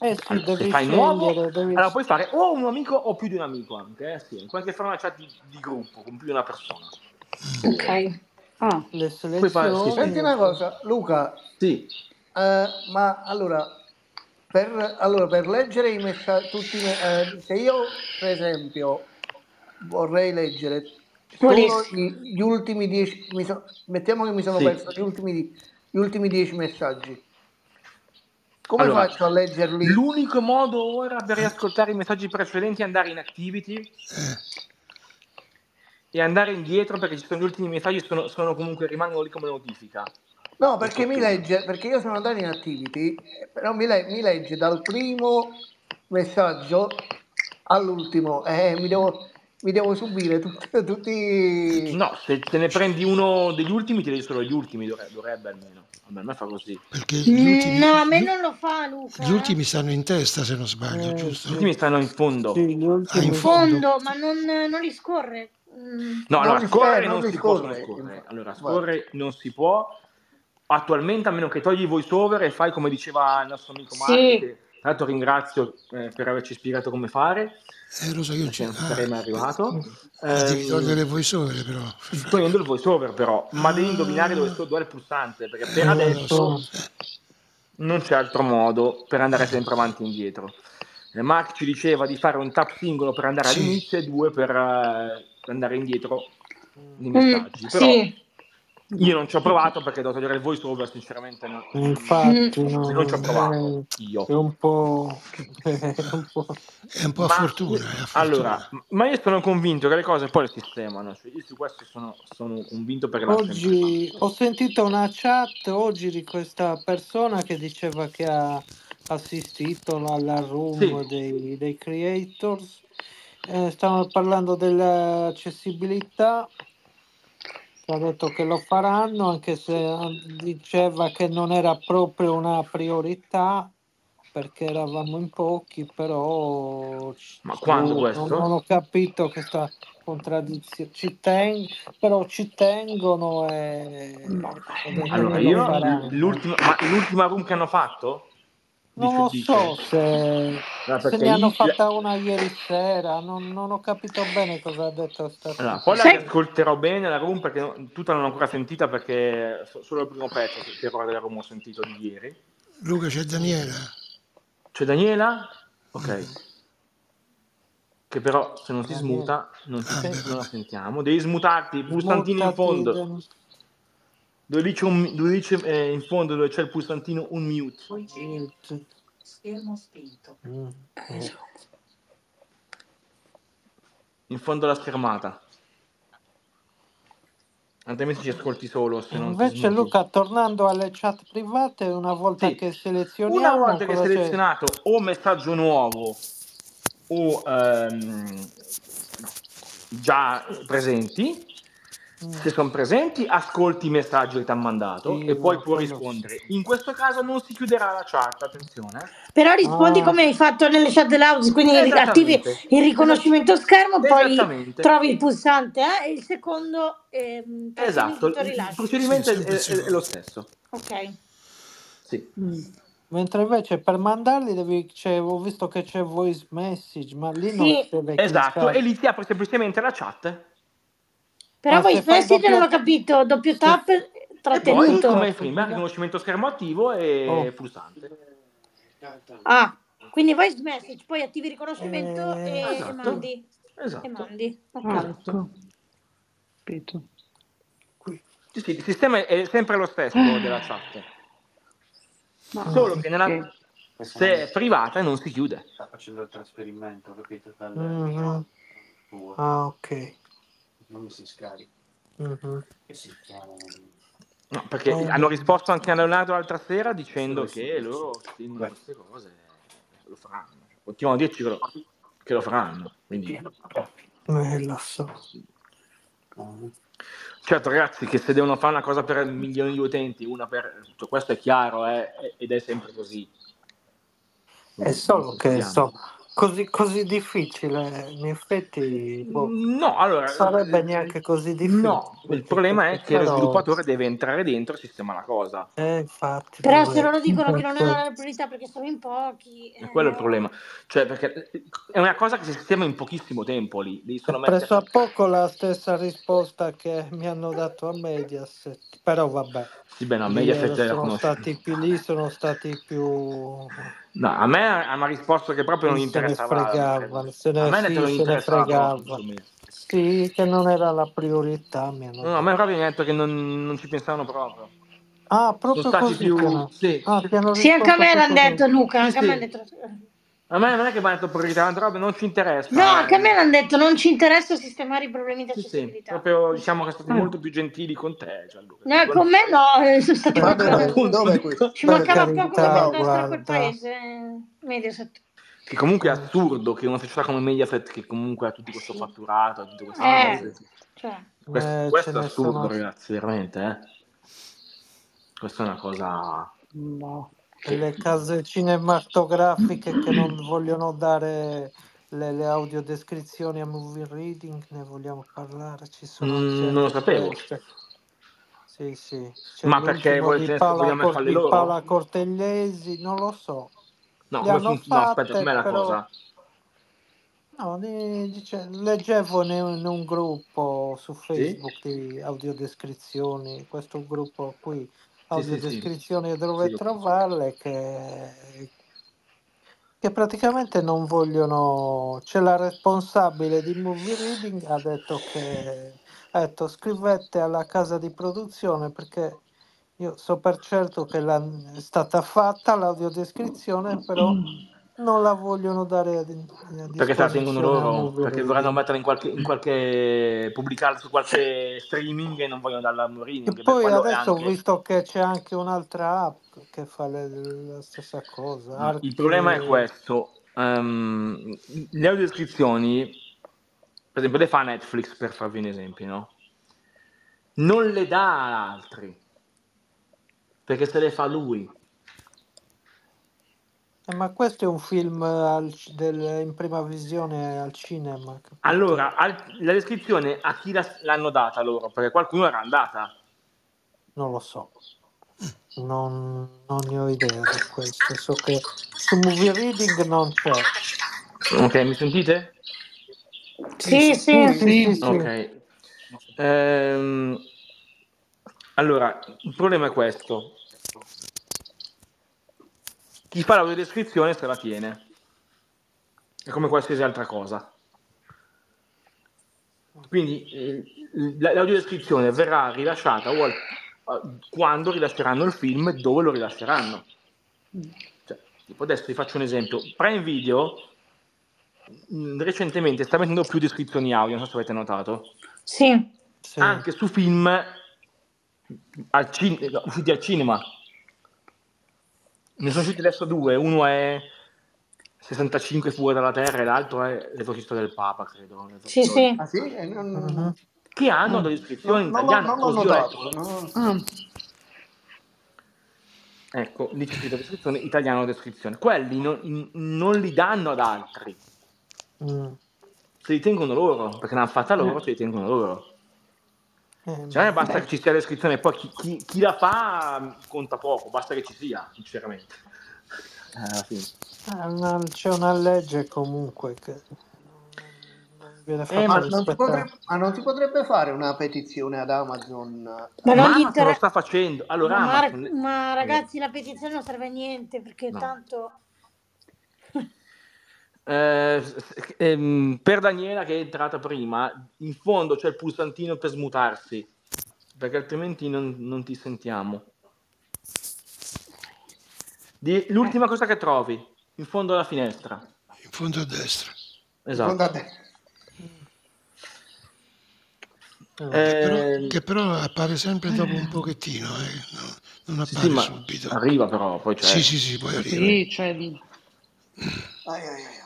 [SPEAKER 3] Eh sì,
[SPEAKER 2] Allora,
[SPEAKER 3] devi
[SPEAKER 2] se fai nuovo,
[SPEAKER 3] scegliere, devi-
[SPEAKER 2] allora puoi fare o un amico o più di un amico anche, eh, sì, in qualche forma chat di, di gruppo, con più di una persona.
[SPEAKER 5] Ok.
[SPEAKER 7] Ah,
[SPEAKER 2] puoi
[SPEAKER 3] le
[SPEAKER 2] fare- sì, sì.
[SPEAKER 3] selezioni.
[SPEAKER 6] Senti una cosa, Luca,
[SPEAKER 2] Sì,
[SPEAKER 6] eh, ma allora per, allora, per leggere i messaggi, tutti, i me- eh, se io per esempio vorrei leggere solo
[SPEAKER 5] Volessi.
[SPEAKER 6] i- gli ultimi dieci, mi so- mettiamo che mi sono
[SPEAKER 2] Sì.
[SPEAKER 6] perso gli ultimi, di- gli ultimi dieci messaggi, come
[SPEAKER 2] Allora,
[SPEAKER 6] faccio a leggerli?
[SPEAKER 2] l'unico modo ora per riascoltare i messaggi precedenti è andare in activity
[SPEAKER 4] Eh,
[SPEAKER 2] e andare indietro perché ci sono gli ultimi messaggi, sono, sono comunque rimangono lì come notifica.
[SPEAKER 6] No, perché mi legge, perché io sono andato in Activity, però mi, le- mi legge dal primo messaggio all'ultimo, eh, mi, devo, mi devo subire tut- tutti...
[SPEAKER 2] No, se te ne prendi uno degli ultimi, ti leggi solo gli ultimi, dovre- dovrebbe, almeno. Vabbè, a me fa così.
[SPEAKER 4] perché gli
[SPEAKER 5] Mm,
[SPEAKER 4] ultimi,
[SPEAKER 5] No, a me
[SPEAKER 4] gli-
[SPEAKER 5] non lo fa Luca. eh.
[SPEAKER 4] gli ultimi stanno in testa, se non sbaglio,
[SPEAKER 3] Eh,
[SPEAKER 2] Gli
[SPEAKER 4] giusto?
[SPEAKER 2] ultimi stanno in fondo.
[SPEAKER 3] Sì, gli
[SPEAKER 4] Ah, in
[SPEAKER 3] ultimi.
[SPEAKER 5] Fondo, ma non, non li scorre. Mm.
[SPEAKER 2] No, allora
[SPEAKER 6] Non
[SPEAKER 2] scorre
[SPEAKER 6] riscorre,
[SPEAKER 2] non
[SPEAKER 6] non
[SPEAKER 2] si può,
[SPEAKER 6] riscorre.
[SPEAKER 2] scorre. Allora,
[SPEAKER 6] Vai.
[SPEAKER 2] scorre non si può. Attualmente, a meno che togli i voiceover e fai come diceva il nostro amico Marco,
[SPEAKER 5] Sì.
[SPEAKER 2] che tra l'altro ringrazio eh, per averci spiegato come fare,
[SPEAKER 4] Eh, lo so, io
[SPEAKER 2] perché non sarei mai arrivato.
[SPEAKER 4] Ma devi
[SPEAKER 2] Ehm,
[SPEAKER 4] togliere voi sole, però.
[SPEAKER 2] togliendo il voiceover però, ma devi
[SPEAKER 4] Ah.
[SPEAKER 2] indovinare dove, sto- dove è il pulsante, perché
[SPEAKER 4] Eh,
[SPEAKER 2] per
[SPEAKER 4] non lo
[SPEAKER 2] adesso
[SPEAKER 4] so. Eh,
[SPEAKER 2] non c'è altro modo per andare sempre avanti e indietro. Eh, Mark ci diceva di fare un tap singolo per andare
[SPEAKER 4] Sì.
[SPEAKER 2] all'inizio e due per eh, andare indietro nei
[SPEAKER 5] Mm,
[SPEAKER 2] messaggi. Però
[SPEAKER 5] Sì.
[SPEAKER 2] io non ci ho provato perché devo togliere il voice over, sinceramente no.
[SPEAKER 3] Infatti, no,
[SPEAKER 2] non ci ho
[SPEAKER 3] é,
[SPEAKER 2] provato io.
[SPEAKER 3] È un po'... è un po'-
[SPEAKER 4] È un po' a
[SPEAKER 2] Ma-
[SPEAKER 4] fortuna, è a fortuna.
[SPEAKER 2] Allora, ma io sono convinto che le cose poi le sistemano. Cioè, io su questo sono, sono convinto perché l'hanno sempre fatto.
[SPEAKER 3] Oggi ho sentito una chat oggi di questa persona che diceva che ha assistito alla room
[SPEAKER 2] Sì.
[SPEAKER 3] dei, dei creators. Eh, stavano parlando dell'accessibilità. Ha detto che lo faranno, anche se eh, diceva che non era proprio una priorità perché eravamo in pochi, però c-
[SPEAKER 2] Ma quando
[SPEAKER 3] boh, non,
[SPEAKER 2] questo?
[SPEAKER 3] non ho capito questa contraddizione. Ci ten- però ci tengono e
[SPEAKER 7] No,
[SPEAKER 3] ho detto
[SPEAKER 2] Allora,
[SPEAKER 3] che lo
[SPEAKER 2] io
[SPEAKER 3] faranno.
[SPEAKER 2] l'ultima, ma l'ultima room che hanno fatto?
[SPEAKER 3] Non
[SPEAKER 2] Dice-
[SPEAKER 3] lo
[SPEAKER 2] dice?
[SPEAKER 3] so se,
[SPEAKER 2] Allora,
[SPEAKER 3] se
[SPEAKER 2] perché
[SPEAKER 3] ne hanno
[SPEAKER 2] lì
[SPEAKER 3] fatta una ieri sera, non, non ho capito bene cosa ha detto sta
[SPEAKER 2] Allora,
[SPEAKER 3] tipa.
[SPEAKER 2] poi la
[SPEAKER 5] Sai-
[SPEAKER 2] riascolterò bene la room perché no- tutta non l'ho ancora sentita perché so- solo il primo pezzo che che parla della room ho sentito di ieri.
[SPEAKER 4] Luca, c'è Daniela.
[SPEAKER 2] C'è Daniela? Ok. Che però se non si
[SPEAKER 3] Daniela.
[SPEAKER 2] smuta non, si
[SPEAKER 4] Ah,
[SPEAKER 2] sen-
[SPEAKER 4] beh,
[SPEAKER 2] non la
[SPEAKER 4] vabbè.
[SPEAKER 2] sentiamo. Devi smutarti, il pulsantino in
[SPEAKER 3] Smontati
[SPEAKER 2] fondo.
[SPEAKER 3] del-
[SPEAKER 2] Dove dice, un- dove dice, eh, in fondo dove c'è il pulsantino un mute.
[SPEAKER 3] Mm.
[SPEAKER 2] In fondo alla schermata. Altrimenti ci ascolti solo se non ti
[SPEAKER 3] Invece
[SPEAKER 2] smuti.
[SPEAKER 3] Luca, tornando alle chat private, una volta
[SPEAKER 2] Sì.
[SPEAKER 3] che
[SPEAKER 2] Una
[SPEAKER 3] selezioniamo,
[SPEAKER 2] volta che hai
[SPEAKER 3] cosa c'è?
[SPEAKER 2] selezionato o messaggio nuovo o ehm, già presenti,
[SPEAKER 3] Mm.
[SPEAKER 2] se sono presenti ascolti i messaggi che ti ha mandato
[SPEAKER 3] Sì,
[SPEAKER 2] e poi
[SPEAKER 3] no,
[SPEAKER 2] puoi
[SPEAKER 3] quello
[SPEAKER 2] rispondere. In questo caso non si chiuderà la chat, attenzione. eh.
[SPEAKER 5] Però rispondi
[SPEAKER 3] Ah.
[SPEAKER 5] come hai fatto nelle chat house, quindi attivi
[SPEAKER 2] Esattamente.
[SPEAKER 5] il riconoscimento schermo, poi
[SPEAKER 2] Esattamente.
[SPEAKER 5] trovi il pulsante eh, e il secondo ehm,
[SPEAKER 2] Esatto,
[SPEAKER 5] trasferimento
[SPEAKER 2] il il
[SPEAKER 5] rilascio.
[SPEAKER 2] procedimento
[SPEAKER 4] Sì,
[SPEAKER 2] è,
[SPEAKER 4] sempre
[SPEAKER 2] è- è
[SPEAKER 4] secondo.
[SPEAKER 2] lo stesso.
[SPEAKER 5] Ok.
[SPEAKER 2] Sì.
[SPEAKER 7] Mm.
[SPEAKER 6] Mentre invece per mandarli devi, c'è- ho visto che c'è voice message, ma lì non
[SPEAKER 5] Sì.
[SPEAKER 6] si deve
[SPEAKER 2] Esatto,
[SPEAKER 6] cliccare.
[SPEAKER 2] e lì ti apre semplicemente la chat
[SPEAKER 5] Però
[SPEAKER 6] Ah,
[SPEAKER 5] voi
[SPEAKER 6] se fai
[SPEAKER 5] Smash Hit non ho
[SPEAKER 6] doppio-
[SPEAKER 5] capito, doppio
[SPEAKER 6] se-
[SPEAKER 5] tap
[SPEAKER 2] e poi
[SPEAKER 5] trattenuto.
[SPEAKER 2] come prima riconoscimento schermo attivo e
[SPEAKER 6] Oh.
[SPEAKER 2] pulsante.
[SPEAKER 5] Ah, quindi voice message, poi attivi riconoscimento e,
[SPEAKER 6] Eh,
[SPEAKER 5] e
[SPEAKER 2] Esatto,
[SPEAKER 5] mandi. E
[SPEAKER 2] esatto,
[SPEAKER 5] mandi,
[SPEAKER 3] Ah,
[SPEAKER 5] ok.
[SPEAKER 2] esatto.
[SPEAKER 3] ecco, capito.
[SPEAKER 2] Sì, sì, il sistema è è sempre lo
[SPEAKER 6] Ah.
[SPEAKER 2] stesso della chat,
[SPEAKER 3] Ma
[SPEAKER 2] solo che nella,
[SPEAKER 3] perché?
[SPEAKER 2] se è privata non si chiude.
[SPEAKER 6] mhm. Ah, ok. Mhm.
[SPEAKER 2] No, perché
[SPEAKER 6] Oh.
[SPEAKER 2] hanno risposto anche a Leonardo l'altra sera dicendo che loro stimano queste cose, eh, lo faranno. Continuano a dirci che lo, che lo faranno. Quindi,
[SPEAKER 6] Eh, lo so.
[SPEAKER 2] certo, ragazzi, che se devono fare una cosa per milioni di utenti, una per. cioè, questo è chiaro, eh, ed è sempre così.
[SPEAKER 6] È
[SPEAKER 2] Non, non
[SPEAKER 6] solo che
[SPEAKER 2] scherziamo.
[SPEAKER 6] insomma, così, così difficile, in effetti, boh,
[SPEAKER 2] Mm, No, allora,
[SPEAKER 6] sarebbe
[SPEAKER 2] eh,
[SPEAKER 6] neanche così difficile,
[SPEAKER 2] no, il problema è che lo
[SPEAKER 6] però,
[SPEAKER 2] sviluppatore deve entrare dentro e sistemare la cosa.
[SPEAKER 6] eh, infatti,
[SPEAKER 5] Però
[SPEAKER 6] per
[SPEAKER 5] se loro dicono che non è
[SPEAKER 6] questo.
[SPEAKER 5] una priorità perché sono in pochi,
[SPEAKER 2] E
[SPEAKER 5] eh,
[SPEAKER 2] quello è il
[SPEAKER 5] no.
[SPEAKER 2] problema. Cioè, perché è una cosa che si sistema in pochissimo tempo lì, devi
[SPEAKER 6] È
[SPEAKER 2] solo
[SPEAKER 6] presso a
[SPEAKER 2] mettere.
[SPEAKER 6] poco la stessa risposta che mi hanno dato a Mediaset, però vabbè,
[SPEAKER 2] Sì, beh, no,
[SPEAKER 6] lì
[SPEAKER 2] Mediaset
[SPEAKER 6] era-
[SPEAKER 2] la
[SPEAKER 6] sono
[SPEAKER 2] conosciamo.
[SPEAKER 6] stati più lì, sono stati più...
[SPEAKER 2] No, a me ha- mi ha risposto che proprio
[SPEAKER 6] lì
[SPEAKER 2] non gli
[SPEAKER 6] se ne
[SPEAKER 2] interessava la
[SPEAKER 6] fregavano,
[SPEAKER 2] differenza.
[SPEAKER 6] se
[SPEAKER 2] A
[SPEAKER 6] ne,
[SPEAKER 2] me ha detto che
[SPEAKER 6] sì,
[SPEAKER 2] non gli
[SPEAKER 6] se ne
[SPEAKER 2] interessava proprio,
[SPEAKER 6] fregava.
[SPEAKER 2] insomma.
[SPEAKER 6] Sì, che non era la priorità, mi hanno
[SPEAKER 2] No, a
[SPEAKER 6] detto.
[SPEAKER 2] me proprio mi ha detto che non, non ci pensavano proprio.
[SPEAKER 6] Ah,
[SPEAKER 2] Sono
[SPEAKER 6] proprio
[SPEAKER 2] stati
[SPEAKER 6] così ti
[SPEAKER 2] più...
[SPEAKER 6] hanno...
[SPEAKER 2] Sì,
[SPEAKER 6] Ah, ti hanno
[SPEAKER 5] Sì, anche a
[SPEAKER 6] risposto
[SPEAKER 5] me l'hanno
[SPEAKER 6] proprio così.
[SPEAKER 5] detto Luca,
[SPEAKER 2] sì,
[SPEAKER 5] anche a me
[SPEAKER 2] sì. Ah,
[SPEAKER 5] l'hanno detto.
[SPEAKER 2] A me non è che mi ha detto priorità, tante robe, non ci
[SPEAKER 5] No,
[SPEAKER 2] interessa.
[SPEAKER 5] anche a me
[SPEAKER 2] eh.
[SPEAKER 5] l'hanno detto, non ci interessa sistemare i problemi di
[SPEAKER 2] Sì, sì,
[SPEAKER 5] accessibilità.
[SPEAKER 2] proprio diciamo che sono stati
[SPEAKER 3] Eh,
[SPEAKER 2] molto più gentili con te, Gianluca.
[SPEAKER 5] No,
[SPEAKER 2] Quello
[SPEAKER 5] con me no, eh, sono stati
[SPEAKER 6] Per,
[SPEAKER 8] Ma
[SPEAKER 5] proprio...
[SPEAKER 8] dov'è,
[SPEAKER 2] appunto
[SPEAKER 8] dov'è
[SPEAKER 2] dico.
[SPEAKER 8] questo?
[SPEAKER 5] Ci
[SPEAKER 6] per
[SPEAKER 5] mancava poco per
[SPEAKER 6] carità,
[SPEAKER 8] Dov'è?
[SPEAKER 5] devastare quel
[SPEAKER 6] guarda.
[SPEAKER 5] paese, eh, Mediaset.
[SPEAKER 2] Che comunque è
[SPEAKER 6] Mm,
[SPEAKER 2] assurdo che una società come Mediaset, che comunque ha tutto
[SPEAKER 5] Eh
[SPEAKER 2] questo
[SPEAKER 5] sì.
[SPEAKER 2] fatturato, tutte queste
[SPEAKER 5] Eh,
[SPEAKER 2] cose,
[SPEAKER 5] cioè,
[SPEAKER 2] questo,
[SPEAKER 6] eh, ce
[SPEAKER 2] questo è
[SPEAKER 6] ne
[SPEAKER 2] assurdo,
[SPEAKER 6] sono...
[SPEAKER 2] ragazzi, veramente. Eh? Questa è una cosa
[SPEAKER 3] no.
[SPEAKER 2] che...
[SPEAKER 6] le case cinematografiche che non vogliono dare le, le audiodescrizioni a movie reading, ne vogliamo parlare, ci sono
[SPEAKER 2] Mm, non lo
[SPEAKER 6] anche
[SPEAKER 2] sapevo.
[SPEAKER 6] queste. Sì, sì, c'è
[SPEAKER 2] Ma perché
[SPEAKER 6] l'ultimo
[SPEAKER 2] vuol-
[SPEAKER 6] di
[SPEAKER 2] ce ne so-
[SPEAKER 6] Paola,
[SPEAKER 2] vogliamo
[SPEAKER 6] Cor-
[SPEAKER 2] farle
[SPEAKER 6] di
[SPEAKER 2] loro?
[SPEAKER 6] Paola Cortellesi, non lo so.
[SPEAKER 2] No,
[SPEAKER 6] Le
[SPEAKER 2] come
[SPEAKER 6] hanno
[SPEAKER 2] fun- no, aspetta,
[SPEAKER 6] fatte,
[SPEAKER 2] com'è la
[SPEAKER 6] però
[SPEAKER 2] cosa?
[SPEAKER 6] no, ne- dice- leggevo ne- in un gruppo su
[SPEAKER 2] Sì?
[SPEAKER 6] Facebook di audiodescrizioni, questo gruppo qui,
[SPEAKER 2] Sì, sì, sì.
[SPEAKER 6] audiodescrizioni
[SPEAKER 2] Sì,
[SPEAKER 6] dove
[SPEAKER 2] lo conosco.
[SPEAKER 6] trovarle, che che praticamente non vogliono. C'è la responsabile di Movie Reading ha detto che ha detto scrivete Ecco, alla casa di produzione perché io so per certo che la- è stata fatta l'audiodescrizione, però non la vogliono dare a, di- a
[SPEAKER 2] Perché se la tengono
[SPEAKER 6] disposizione a
[SPEAKER 2] loro?
[SPEAKER 6] Movie
[SPEAKER 2] Perché vorranno
[SPEAKER 6] Reading.
[SPEAKER 2] metterla in qualche, in qualche pubblicarla su qualche streaming e non vogliono darla a
[SPEAKER 6] E
[SPEAKER 2] Mourinho, per
[SPEAKER 6] poi
[SPEAKER 2] quello è
[SPEAKER 6] adesso ho
[SPEAKER 2] anche
[SPEAKER 6] visto che c'è anche un'altra app che fa le- la stessa cosa,
[SPEAKER 2] No, il problema è
[SPEAKER 6] Archi.
[SPEAKER 2] questo. ehm, le audiodescrizioni, per esempio, le fa Netflix per farvi un esempio, no? Non le dà ad altri, perché se le fa lui.
[SPEAKER 6] Eh, ma questo è un film eh, al ci- del- in prima visione al cinema, capito?
[SPEAKER 2] Allora, al- la descrizione a chi la- l'hanno data loro? Perché qualcuno era andata.
[SPEAKER 6] Non lo so, non, non ne ho idea di questo. So che su Movie Reading non c'è.
[SPEAKER 2] Ok, mi sentite?
[SPEAKER 5] sì,
[SPEAKER 6] Sì, sì,
[SPEAKER 5] sì.
[SPEAKER 6] sì, sì, sì,
[SPEAKER 3] Sì,
[SPEAKER 6] sì.
[SPEAKER 2] Ok. Ehm, allora, il problema è questo. Chi fa l'audiodescrizione se la tiene. È come qualsiasi altra cosa. Quindi eh, la- l'audiodescrizione verrà rilasciata o al- a- quando rilasceranno il film e dove lo rilasceranno. Cioè, tipo adesso vi faccio un esempio. Prime Video mh, recentemente sta mettendo più descrizioni audio, non so se avete notato,
[SPEAKER 5] Sì.
[SPEAKER 6] Sì.
[SPEAKER 2] anche su film al cin- no, usciti al cinema. Ne sono usciti adesso due, uno è 65 fuori dalla Terra e l'altro è l'Esorcista del Papa, credo.
[SPEAKER 5] Sì, sì.
[SPEAKER 8] Ah sì? Eh, non,
[SPEAKER 6] Mhm.
[SPEAKER 8] non-
[SPEAKER 2] Che hanno la
[SPEAKER 8] non-
[SPEAKER 2] descrizione
[SPEAKER 8] non-
[SPEAKER 2] in
[SPEAKER 8] non l'ho,
[SPEAKER 2] italiano,
[SPEAKER 8] non l'ho
[SPEAKER 2] così ho
[SPEAKER 8] notato.
[SPEAKER 2] letto.
[SPEAKER 8] no.
[SPEAKER 3] Ah,
[SPEAKER 2] Ecco, lì c'è scritto descrizione, italiano descrizione. Quelli non, n- non li danno ad altri,
[SPEAKER 6] Mm.
[SPEAKER 2] se li tengono loro, perché l'hanno fatta loro,
[SPEAKER 3] eh,
[SPEAKER 2] se li tengono loro.
[SPEAKER 6] Eh,
[SPEAKER 2] Cioè, non è
[SPEAKER 6] beh,
[SPEAKER 2] basta che
[SPEAKER 3] beh,
[SPEAKER 2] mm, ci sia la descrizione, poi chi, chi- chi la fa conta poco, basta che ci sia, sinceramente. alla fine.
[SPEAKER 6] Eh, ma c'è una legge comunque che non viene
[SPEAKER 2] Eh, ma
[SPEAKER 6] fatta
[SPEAKER 8] Ma Ah, non, si
[SPEAKER 6] rispettare.
[SPEAKER 8] potrebbe, ma non si potrebbe fare una petizione ad Amazon?
[SPEAKER 5] Ma non
[SPEAKER 2] Ma
[SPEAKER 5] gli
[SPEAKER 2] Amazon lo
[SPEAKER 5] interessa.
[SPEAKER 2] sta facendo. Allora,
[SPEAKER 5] Ma, ma-
[SPEAKER 2] Amazon...
[SPEAKER 5] ma ragazzi, la petizione non serve a niente perché
[SPEAKER 2] No.
[SPEAKER 5] tanto.
[SPEAKER 2] Eh, s- ehm, per Daniela che è entrata prima, in fondo c'è il pulsantino per smutarsi, perché altrimenti non, non ti sentiamo. Di- l'ultima cosa che trovi, in fondo alla finestra.
[SPEAKER 4] in fondo a destra.
[SPEAKER 2] Esatto.
[SPEAKER 8] Andate.
[SPEAKER 6] Eh,
[SPEAKER 4] Che però,
[SPEAKER 2] Ehm,
[SPEAKER 4] che però appare sempre dopo un pochettino, eh, no- non
[SPEAKER 2] sì, sì,
[SPEAKER 4] appare
[SPEAKER 2] ma
[SPEAKER 4] subito.
[SPEAKER 2] arriva cioè. però, poi c'è.
[SPEAKER 4] Sì, sì, sì, poi arriva.
[SPEAKER 3] Sì, c'è lì.
[SPEAKER 8] Ai, ai, ai, ai.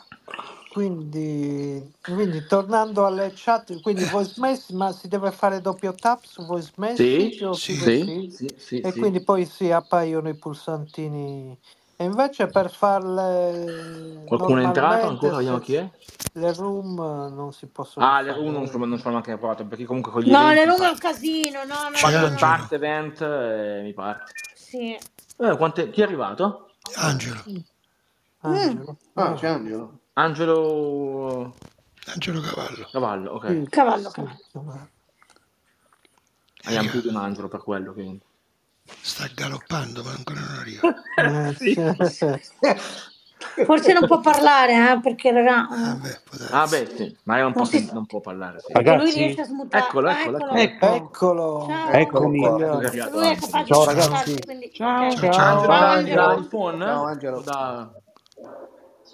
[SPEAKER 6] Quindi, quindi tornando alle chat, quindi voice message, ma si deve fare doppio tap su voice
[SPEAKER 2] Sì,
[SPEAKER 6] message oppure
[SPEAKER 4] Sì,
[SPEAKER 2] sì,
[SPEAKER 6] sì?
[SPEAKER 2] sì, sì,
[SPEAKER 6] E
[SPEAKER 2] sì.
[SPEAKER 6] quindi poi si appaiono i pulsantini. E invece per farle
[SPEAKER 2] Qualcuno è entrato
[SPEAKER 6] normalmente,
[SPEAKER 2] ancora? Vediamo
[SPEAKER 6] se
[SPEAKER 2] chi è.
[SPEAKER 6] le room eh, non si possono
[SPEAKER 2] Ah, le room non sono,
[SPEAKER 6] fare.
[SPEAKER 2] non sono neanche aperte perché comunque con gli
[SPEAKER 5] No, le
[SPEAKER 2] eventi
[SPEAKER 5] room è un
[SPEAKER 2] parte.
[SPEAKER 5] casino. No, no,
[SPEAKER 4] c'è
[SPEAKER 5] no,
[SPEAKER 2] Quando
[SPEAKER 5] no.
[SPEAKER 4] Angelo.
[SPEAKER 2] start event eh, mi parte.
[SPEAKER 5] Sì.
[SPEAKER 2] Eh, quante- chi è arrivato?
[SPEAKER 4] Angelo,
[SPEAKER 6] Mm.
[SPEAKER 5] Mm.
[SPEAKER 6] Angelo,
[SPEAKER 8] Ah, c'è
[SPEAKER 6] ah,
[SPEAKER 8] Angelo.
[SPEAKER 2] Angelo
[SPEAKER 4] Angelo Cavallo.
[SPEAKER 2] Cavallo, ok.
[SPEAKER 6] sì,
[SPEAKER 5] Cavallo,
[SPEAKER 6] sì,
[SPEAKER 5] cavallo.
[SPEAKER 6] insomma.
[SPEAKER 4] È
[SPEAKER 2] Abbiamo più di un
[SPEAKER 4] arrivato.
[SPEAKER 2] angelo per quello, quindi.
[SPEAKER 4] Sta galoppando, ma ancora non arriva.
[SPEAKER 3] Ah.
[SPEAKER 6] Eh,
[SPEAKER 2] sì.
[SPEAKER 6] sì.
[SPEAKER 5] Forse non può parlare, eh, perché raga,
[SPEAKER 4] Ah,
[SPEAKER 5] eh,
[SPEAKER 4] beh, può
[SPEAKER 2] Ah,
[SPEAKER 4] darsi.
[SPEAKER 2] beh, sì, ma non
[SPEAKER 5] non
[SPEAKER 2] può,
[SPEAKER 5] si
[SPEAKER 2] sen-
[SPEAKER 5] sa.
[SPEAKER 2] non può parlare, sì.
[SPEAKER 5] Perché lui riesce
[SPEAKER 9] Ragazzi,
[SPEAKER 5] a smutare.
[SPEAKER 2] Eccolo,
[SPEAKER 5] Ah,
[SPEAKER 2] eccolo,
[SPEAKER 5] eccolo.
[SPEAKER 2] eccolo.
[SPEAKER 3] Ecco,
[SPEAKER 6] Eccolo,
[SPEAKER 5] Ciao.
[SPEAKER 9] eccomi
[SPEAKER 6] ecco
[SPEAKER 9] qua.
[SPEAKER 2] Ecco che è
[SPEAKER 6] coglione.
[SPEAKER 5] Perché
[SPEAKER 2] arrivato
[SPEAKER 5] lui è
[SPEAKER 2] Angelo.
[SPEAKER 4] Ciao,
[SPEAKER 5] capace di
[SPEAKER 9] Ciao
[SPEAKER 5] smutarsi,
[SPEAKER 9] ragazzi.
[SPEAKER 5] quindi
[SPEAKER 3] ciao.
[SPEAKER 2] Angelo
[SPEAKER 4] ciao, ciao.
[SPEAKER 5] ciao. Ciao
[SPEAKER 2] da,
[SPEAKER 5] Angelo.
[SPEAKER 8] Ciao
[SPEAKER 2] dall'iPhone? O
[SPEAKER 8] Angelo.
[SPEAKER 2] da...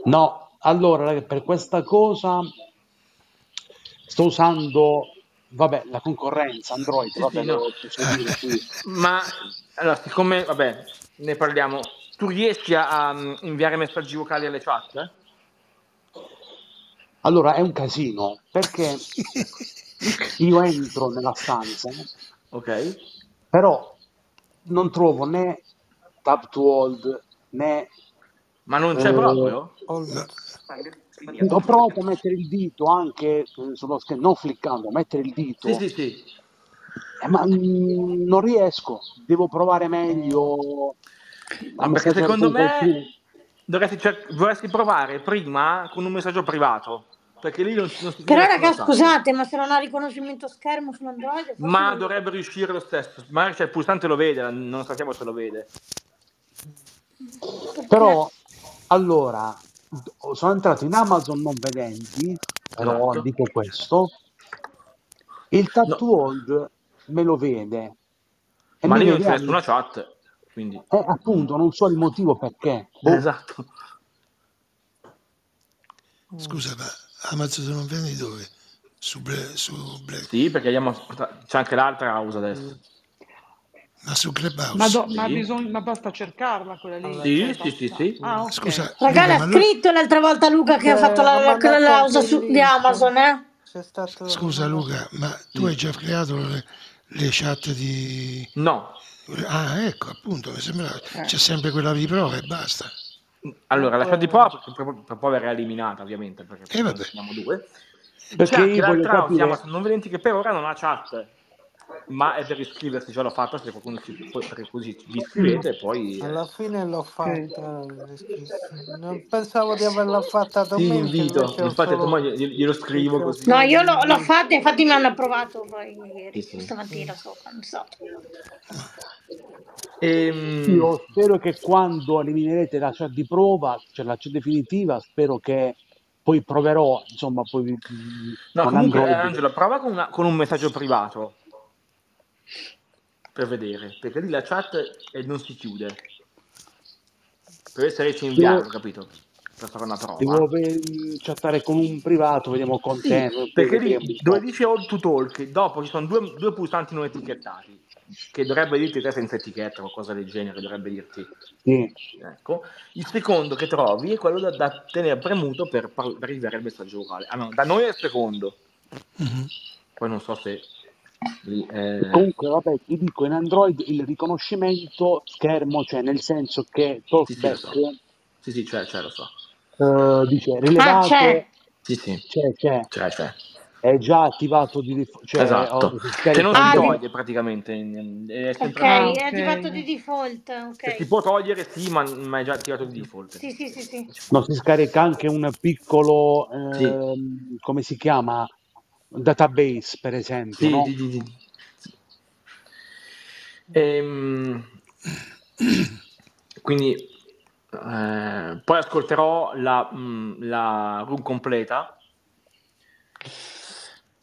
[SPEAKER 9] No, allora ragazzi, per questa cosa sto usando, vabbè, la concorrenza Android,
[SPEAKER 2] Sì,
[SPEAKER 9] vabbè,
[SPEAKER 2] sì, no.
[SPEAKER 9] lo posso dire, sì.
[SPEAKER 2] Ma, allora, siccome, vabbè, ne parliamo. Tu riesci a, a, mm, inviare messaggi vocali alle chat? eh?
[SPEAKER 9] Allora è un casino perché io entro nella stanza,
[SPEAKER 2] Ok.
[SPEAKER 9] però non trovo né tap to hold né
[SPEAKER 2] Ma non c'è
[SPEAKER 9] eh,
[SPEAKER 2] proprio?
[SPEAKER 4] No,
[SPEAKER 6] Hold.
[SPEAKER 9] ho provato a mettere il dito anche eh, sullo schermo, non cliccando, mettere il
[SPEAKER 2] Sì,
[SPEAKER 9] dito,
[SPEAKER 2] sì, sì.
[SPEAKER 9] eh, ma mm, non riesco, devo provare meglio a
[SPEAKER 2] No, perché
[SPEAKER 9] messaggiare
[SPEAKER 2] Eh, secondo
[SPEAKER 9] con
[SPEAKER 2] me
[SPEAKER 9] qualcuno.
[SPEAKER 2] dovresti, cer- dovresti provare prima con un messaggio privato, perché lì non, si- non si
[SPEAKER 5] Però
[SPEAKER 2] segnala solo
[SPEAKER 5] raga,
[SPEAKER 2] chat.
[SPEAKER 5] scusate, ma se non ha riconoscimento schermo sull'Android, forse
[SPEAKER 2] Ma
[SPEAKER 5] non lo...
[SPEAKER 2] dovrebbe riuscire lo stesso. Magari c'è il pulsante lo vede, non sappiamo se lo vede.
[SPEAKER 5] Perché?
[SPEAKER 9] Però, allora, d- sono entrato in Amazon non vedenti, però
[SPEAKER 2] Esatto.
[SPEAKER 9] dico questo, il tap
[SPEAKER 2] No,
[SPEAKER 9] to hold me lo vede e
[SPEAKER 2] ma
[SPEAKER 9] mi
[SPEAKER 2] lì non
[SPEAKER 9] vede
[SPEAKER 2] c'è
[SPEAKER 9] a
[SPEAKER 2] nessuna
[SPEAKER 9] me.
[SPEAKER 2] chat, quindi...
[SPEAKER 9] E appunto non so il motivo perché. Boh,
[SPEAKER 2] Esatto.
[SPEAKER 6] Mm.
[SPEAKER 4] scusa, ma Amazon non vendi dove? Su, Ble- su Ble-
[SPEAKER 2] Sì, perché abbiamo... c'è anche l'altra house adesso.
[SPEAKER 6] Sì.
[SPEAKER 4] ma su
[SPEAKER 3] Ma,
[SPEAKER 4] Clubhouse.
[SPEAKER 3] do- ma
[SPEAKER 2] Sì.
[SPEAKER 3] bisogna, ma basta cercarla quella lì,
[SPEAKER 6] Alla
[SPEAKER 3] cioè
[SPEAKER 2] Sì, sì, sì, sì.
[SPEAKER 3] basta. Ah, ok.
[SPEAKER 4] Scusa,
[SPEAKER 5] Raga,
[SPEAKER 4] Luca,
[SPEAKER 5] l'ha
[SPEAKER 4] ma allora,
[SPEAKER 5] scritto l'altra volta Luca che ha fatto
[SPEAKER 6] C'è-
[SPEAKER 5] la,
[SPEAKER 6] ha
[SPEAKER 5] la, la,
[SPEAKER 6] mandato
[SPEAKER 5] la-
[SPEAKER 6] anche
[SPEAKER 5] la-
[SPEAKER 6] il
[SPEAKER 5] su, di
[SPEAKER 6] link.
[SPEAKER 5] Amazon, eh?
[SPEAKER 6] C'è stato
[SPEAKER 4] scusa
[SPEAKER 6] mandato.
[SPEAKER 4] Luca, ma tu hai
[SPEAKER 2] Sì.
[SPEAKER 4] già creato le, le chat di...
[SPEAKER 2] No.
[SPEAKER 4] Ah, ecco, appunto, mi sembrava
[SPEAKER 3] Eh.
[SPEAKER 4] c'è sempre quella riprova e basta.
[SPEAKER 2] Allora, la chat di prova
[SPEAKER 6] Dunque,
[SPEAKER 2] per, per- per poi verrà eliminata, ovviamente, perché
[SPEAKER 4] E
[SPEAKER 2] ne
[SPEAKER 4] vabbè,
[SPEAKER 2] teniamo due. C'è
[SPEAKER 9] Eh, perché
[SPEAKER 2] anche
[SPEAKER 9] io voglio
[SPEAKER 2] l'altra house, si chiama
[SPEAKER 9] capire,
[SPEAKER 2] Sono non vedenti, che per ora non ha chat, ma è per iscriversi, già l'ho fatta, se qualcuno si, poi- perché così vi
[SPEAKER 3] Mm,
[SPEAKER 2] iscrivete e poi...
[SPEAKER 6] alla
[SPEAKER 2] eh,
[SPEAKER 6] fine l'ho
[SPEAKER 3] ok.
[SPEAKER 6] fatta l'iscrizione. Non pensavo di averla fatta
[SPEAKER 2] Ti
[SPEAKER 6] domenica,
[SPEAKER 2] invito,
[SPEAKER 6] invece ho
[SPEAKER 2] infatti
[SPEAKER 6] solo
[SPEAKER 2] domani glielo glielo scrivo così.
[SPEAKER 5] No, io l'ho, l'ho
[SPEAKER 6] cliccati.
[SPEAKER 5] fatta, infatti mi hanno approvato poi
[SPEAKER 2] Sì,
[SPEAKER 5] ieri,
[SPEAKER 2] sì.
[SPEAKER 5] stamattina sopra, non so.
[SPEAKER 2] Ehm,
[SPEAKER 9] io spero che quando eliminerete la chat di prova, cioè la chat definitiva, spero che poi proverò, insomma, poi mm,
[SPEAKER 2] no,
[SPEAKER 9] con
[SPEAKER 2] comunque, eh,
[SPEAKER 9] Android.
[SPEAKER 2] Angela, prova con, una- con un messaggio privato per vedere, perché lì la chat eh, non si chiude, per esserci
[SPEAKER 9] Devo,
[SPEAKER 2] inviato, capito? Per fare una prova.
[SPEAKER 9] Devo eh, chattare con un privato, vediamo con te,
[SPEAKER 2] Sì,
[SPEAKER 9] no? poi
[SPEAKER 2] perché
[SPEAKER 9] vediamo
[SPEAKER 2] lì
[SPEAKER 9] un
[SPEAKER 2] dove
[SPEAKER 9] po'.
[SPEAKER 2] dice all to talk, dopo ci sono due, due pulsanti non etichettati, che dovrebbe dirti te senza etichetta, qualcosa del genere, dovrebbe dirti.
[SPEAKER 9] Sì.
[SPEAKER 2] Ecco. Il secondo che trovi è quello da, da tenere premuto per, par- per arrivare al messaggio vocale. Ah, no, da noi è il secondo,
[SPEAKER 4] Mhm.
[SPEAKER 2] poi non so se lì eh,
[SPEAKER 9] Comunque, vabbè, ti dico, in Android il riconoscimento schermo, cioè nel senso che
[SPEAKER 2] Sì, sì, lo
[SPEAKER 9] TalkBack
[SPEAKER 2] so. Sì, sì, c'è, c'è, lo so.
[SPEAKER 9] eh, dice
[SPEAKER 5] Ah, c'è.
[SPEAKER 9] rilevato,
[SPEAKER 2] Sì, sì,
[SPEAKER 9] c'è, c'è.
[SPEAKER 2] c'è, c'è.
[SPEAKER 9] è già attivato di dif- cioè,
[SPEAKER 2] esatto.
[SPEAKER 9] ho- si
[SPEAKER 2] Che non
[SPEAKER 9] scarica
[SPEAKER 2] si
[SPEAKER 5] Ah,
[SPEAKER 9] il
[SPEAKER 5] di-
[SPEAKER 2] toglie praticamente. in- È
[SPEAKER 5] Ok,
[SPEAKER 2] sempre
[SPEAKER 3] Ah,
[SPEAKER 5] è
[SPEAKER 3] ok.
[SPEAKER 5] attivato di default.
[SPEAKER 2] Cioè, si
[SPEAKER 5] Ok.
[SPEAKER 2] può togliere, sì, ma, ma è già attivato di default.
[SPEAKER 5] Sì, sì, sì, sì.
[SPEAKER 9] no, si scarica anche un piccolo,
[SPEAKER 2] Sì.
[SPEAKER 9] ehm, come si chiama, database, per esempio,
[SPEAKER 2] Sì,
[SPEAKER 9] no?
[SPEAKER 2] di- di- di- Ehm, quindi eh, poi ascolterò la, mm, la room completa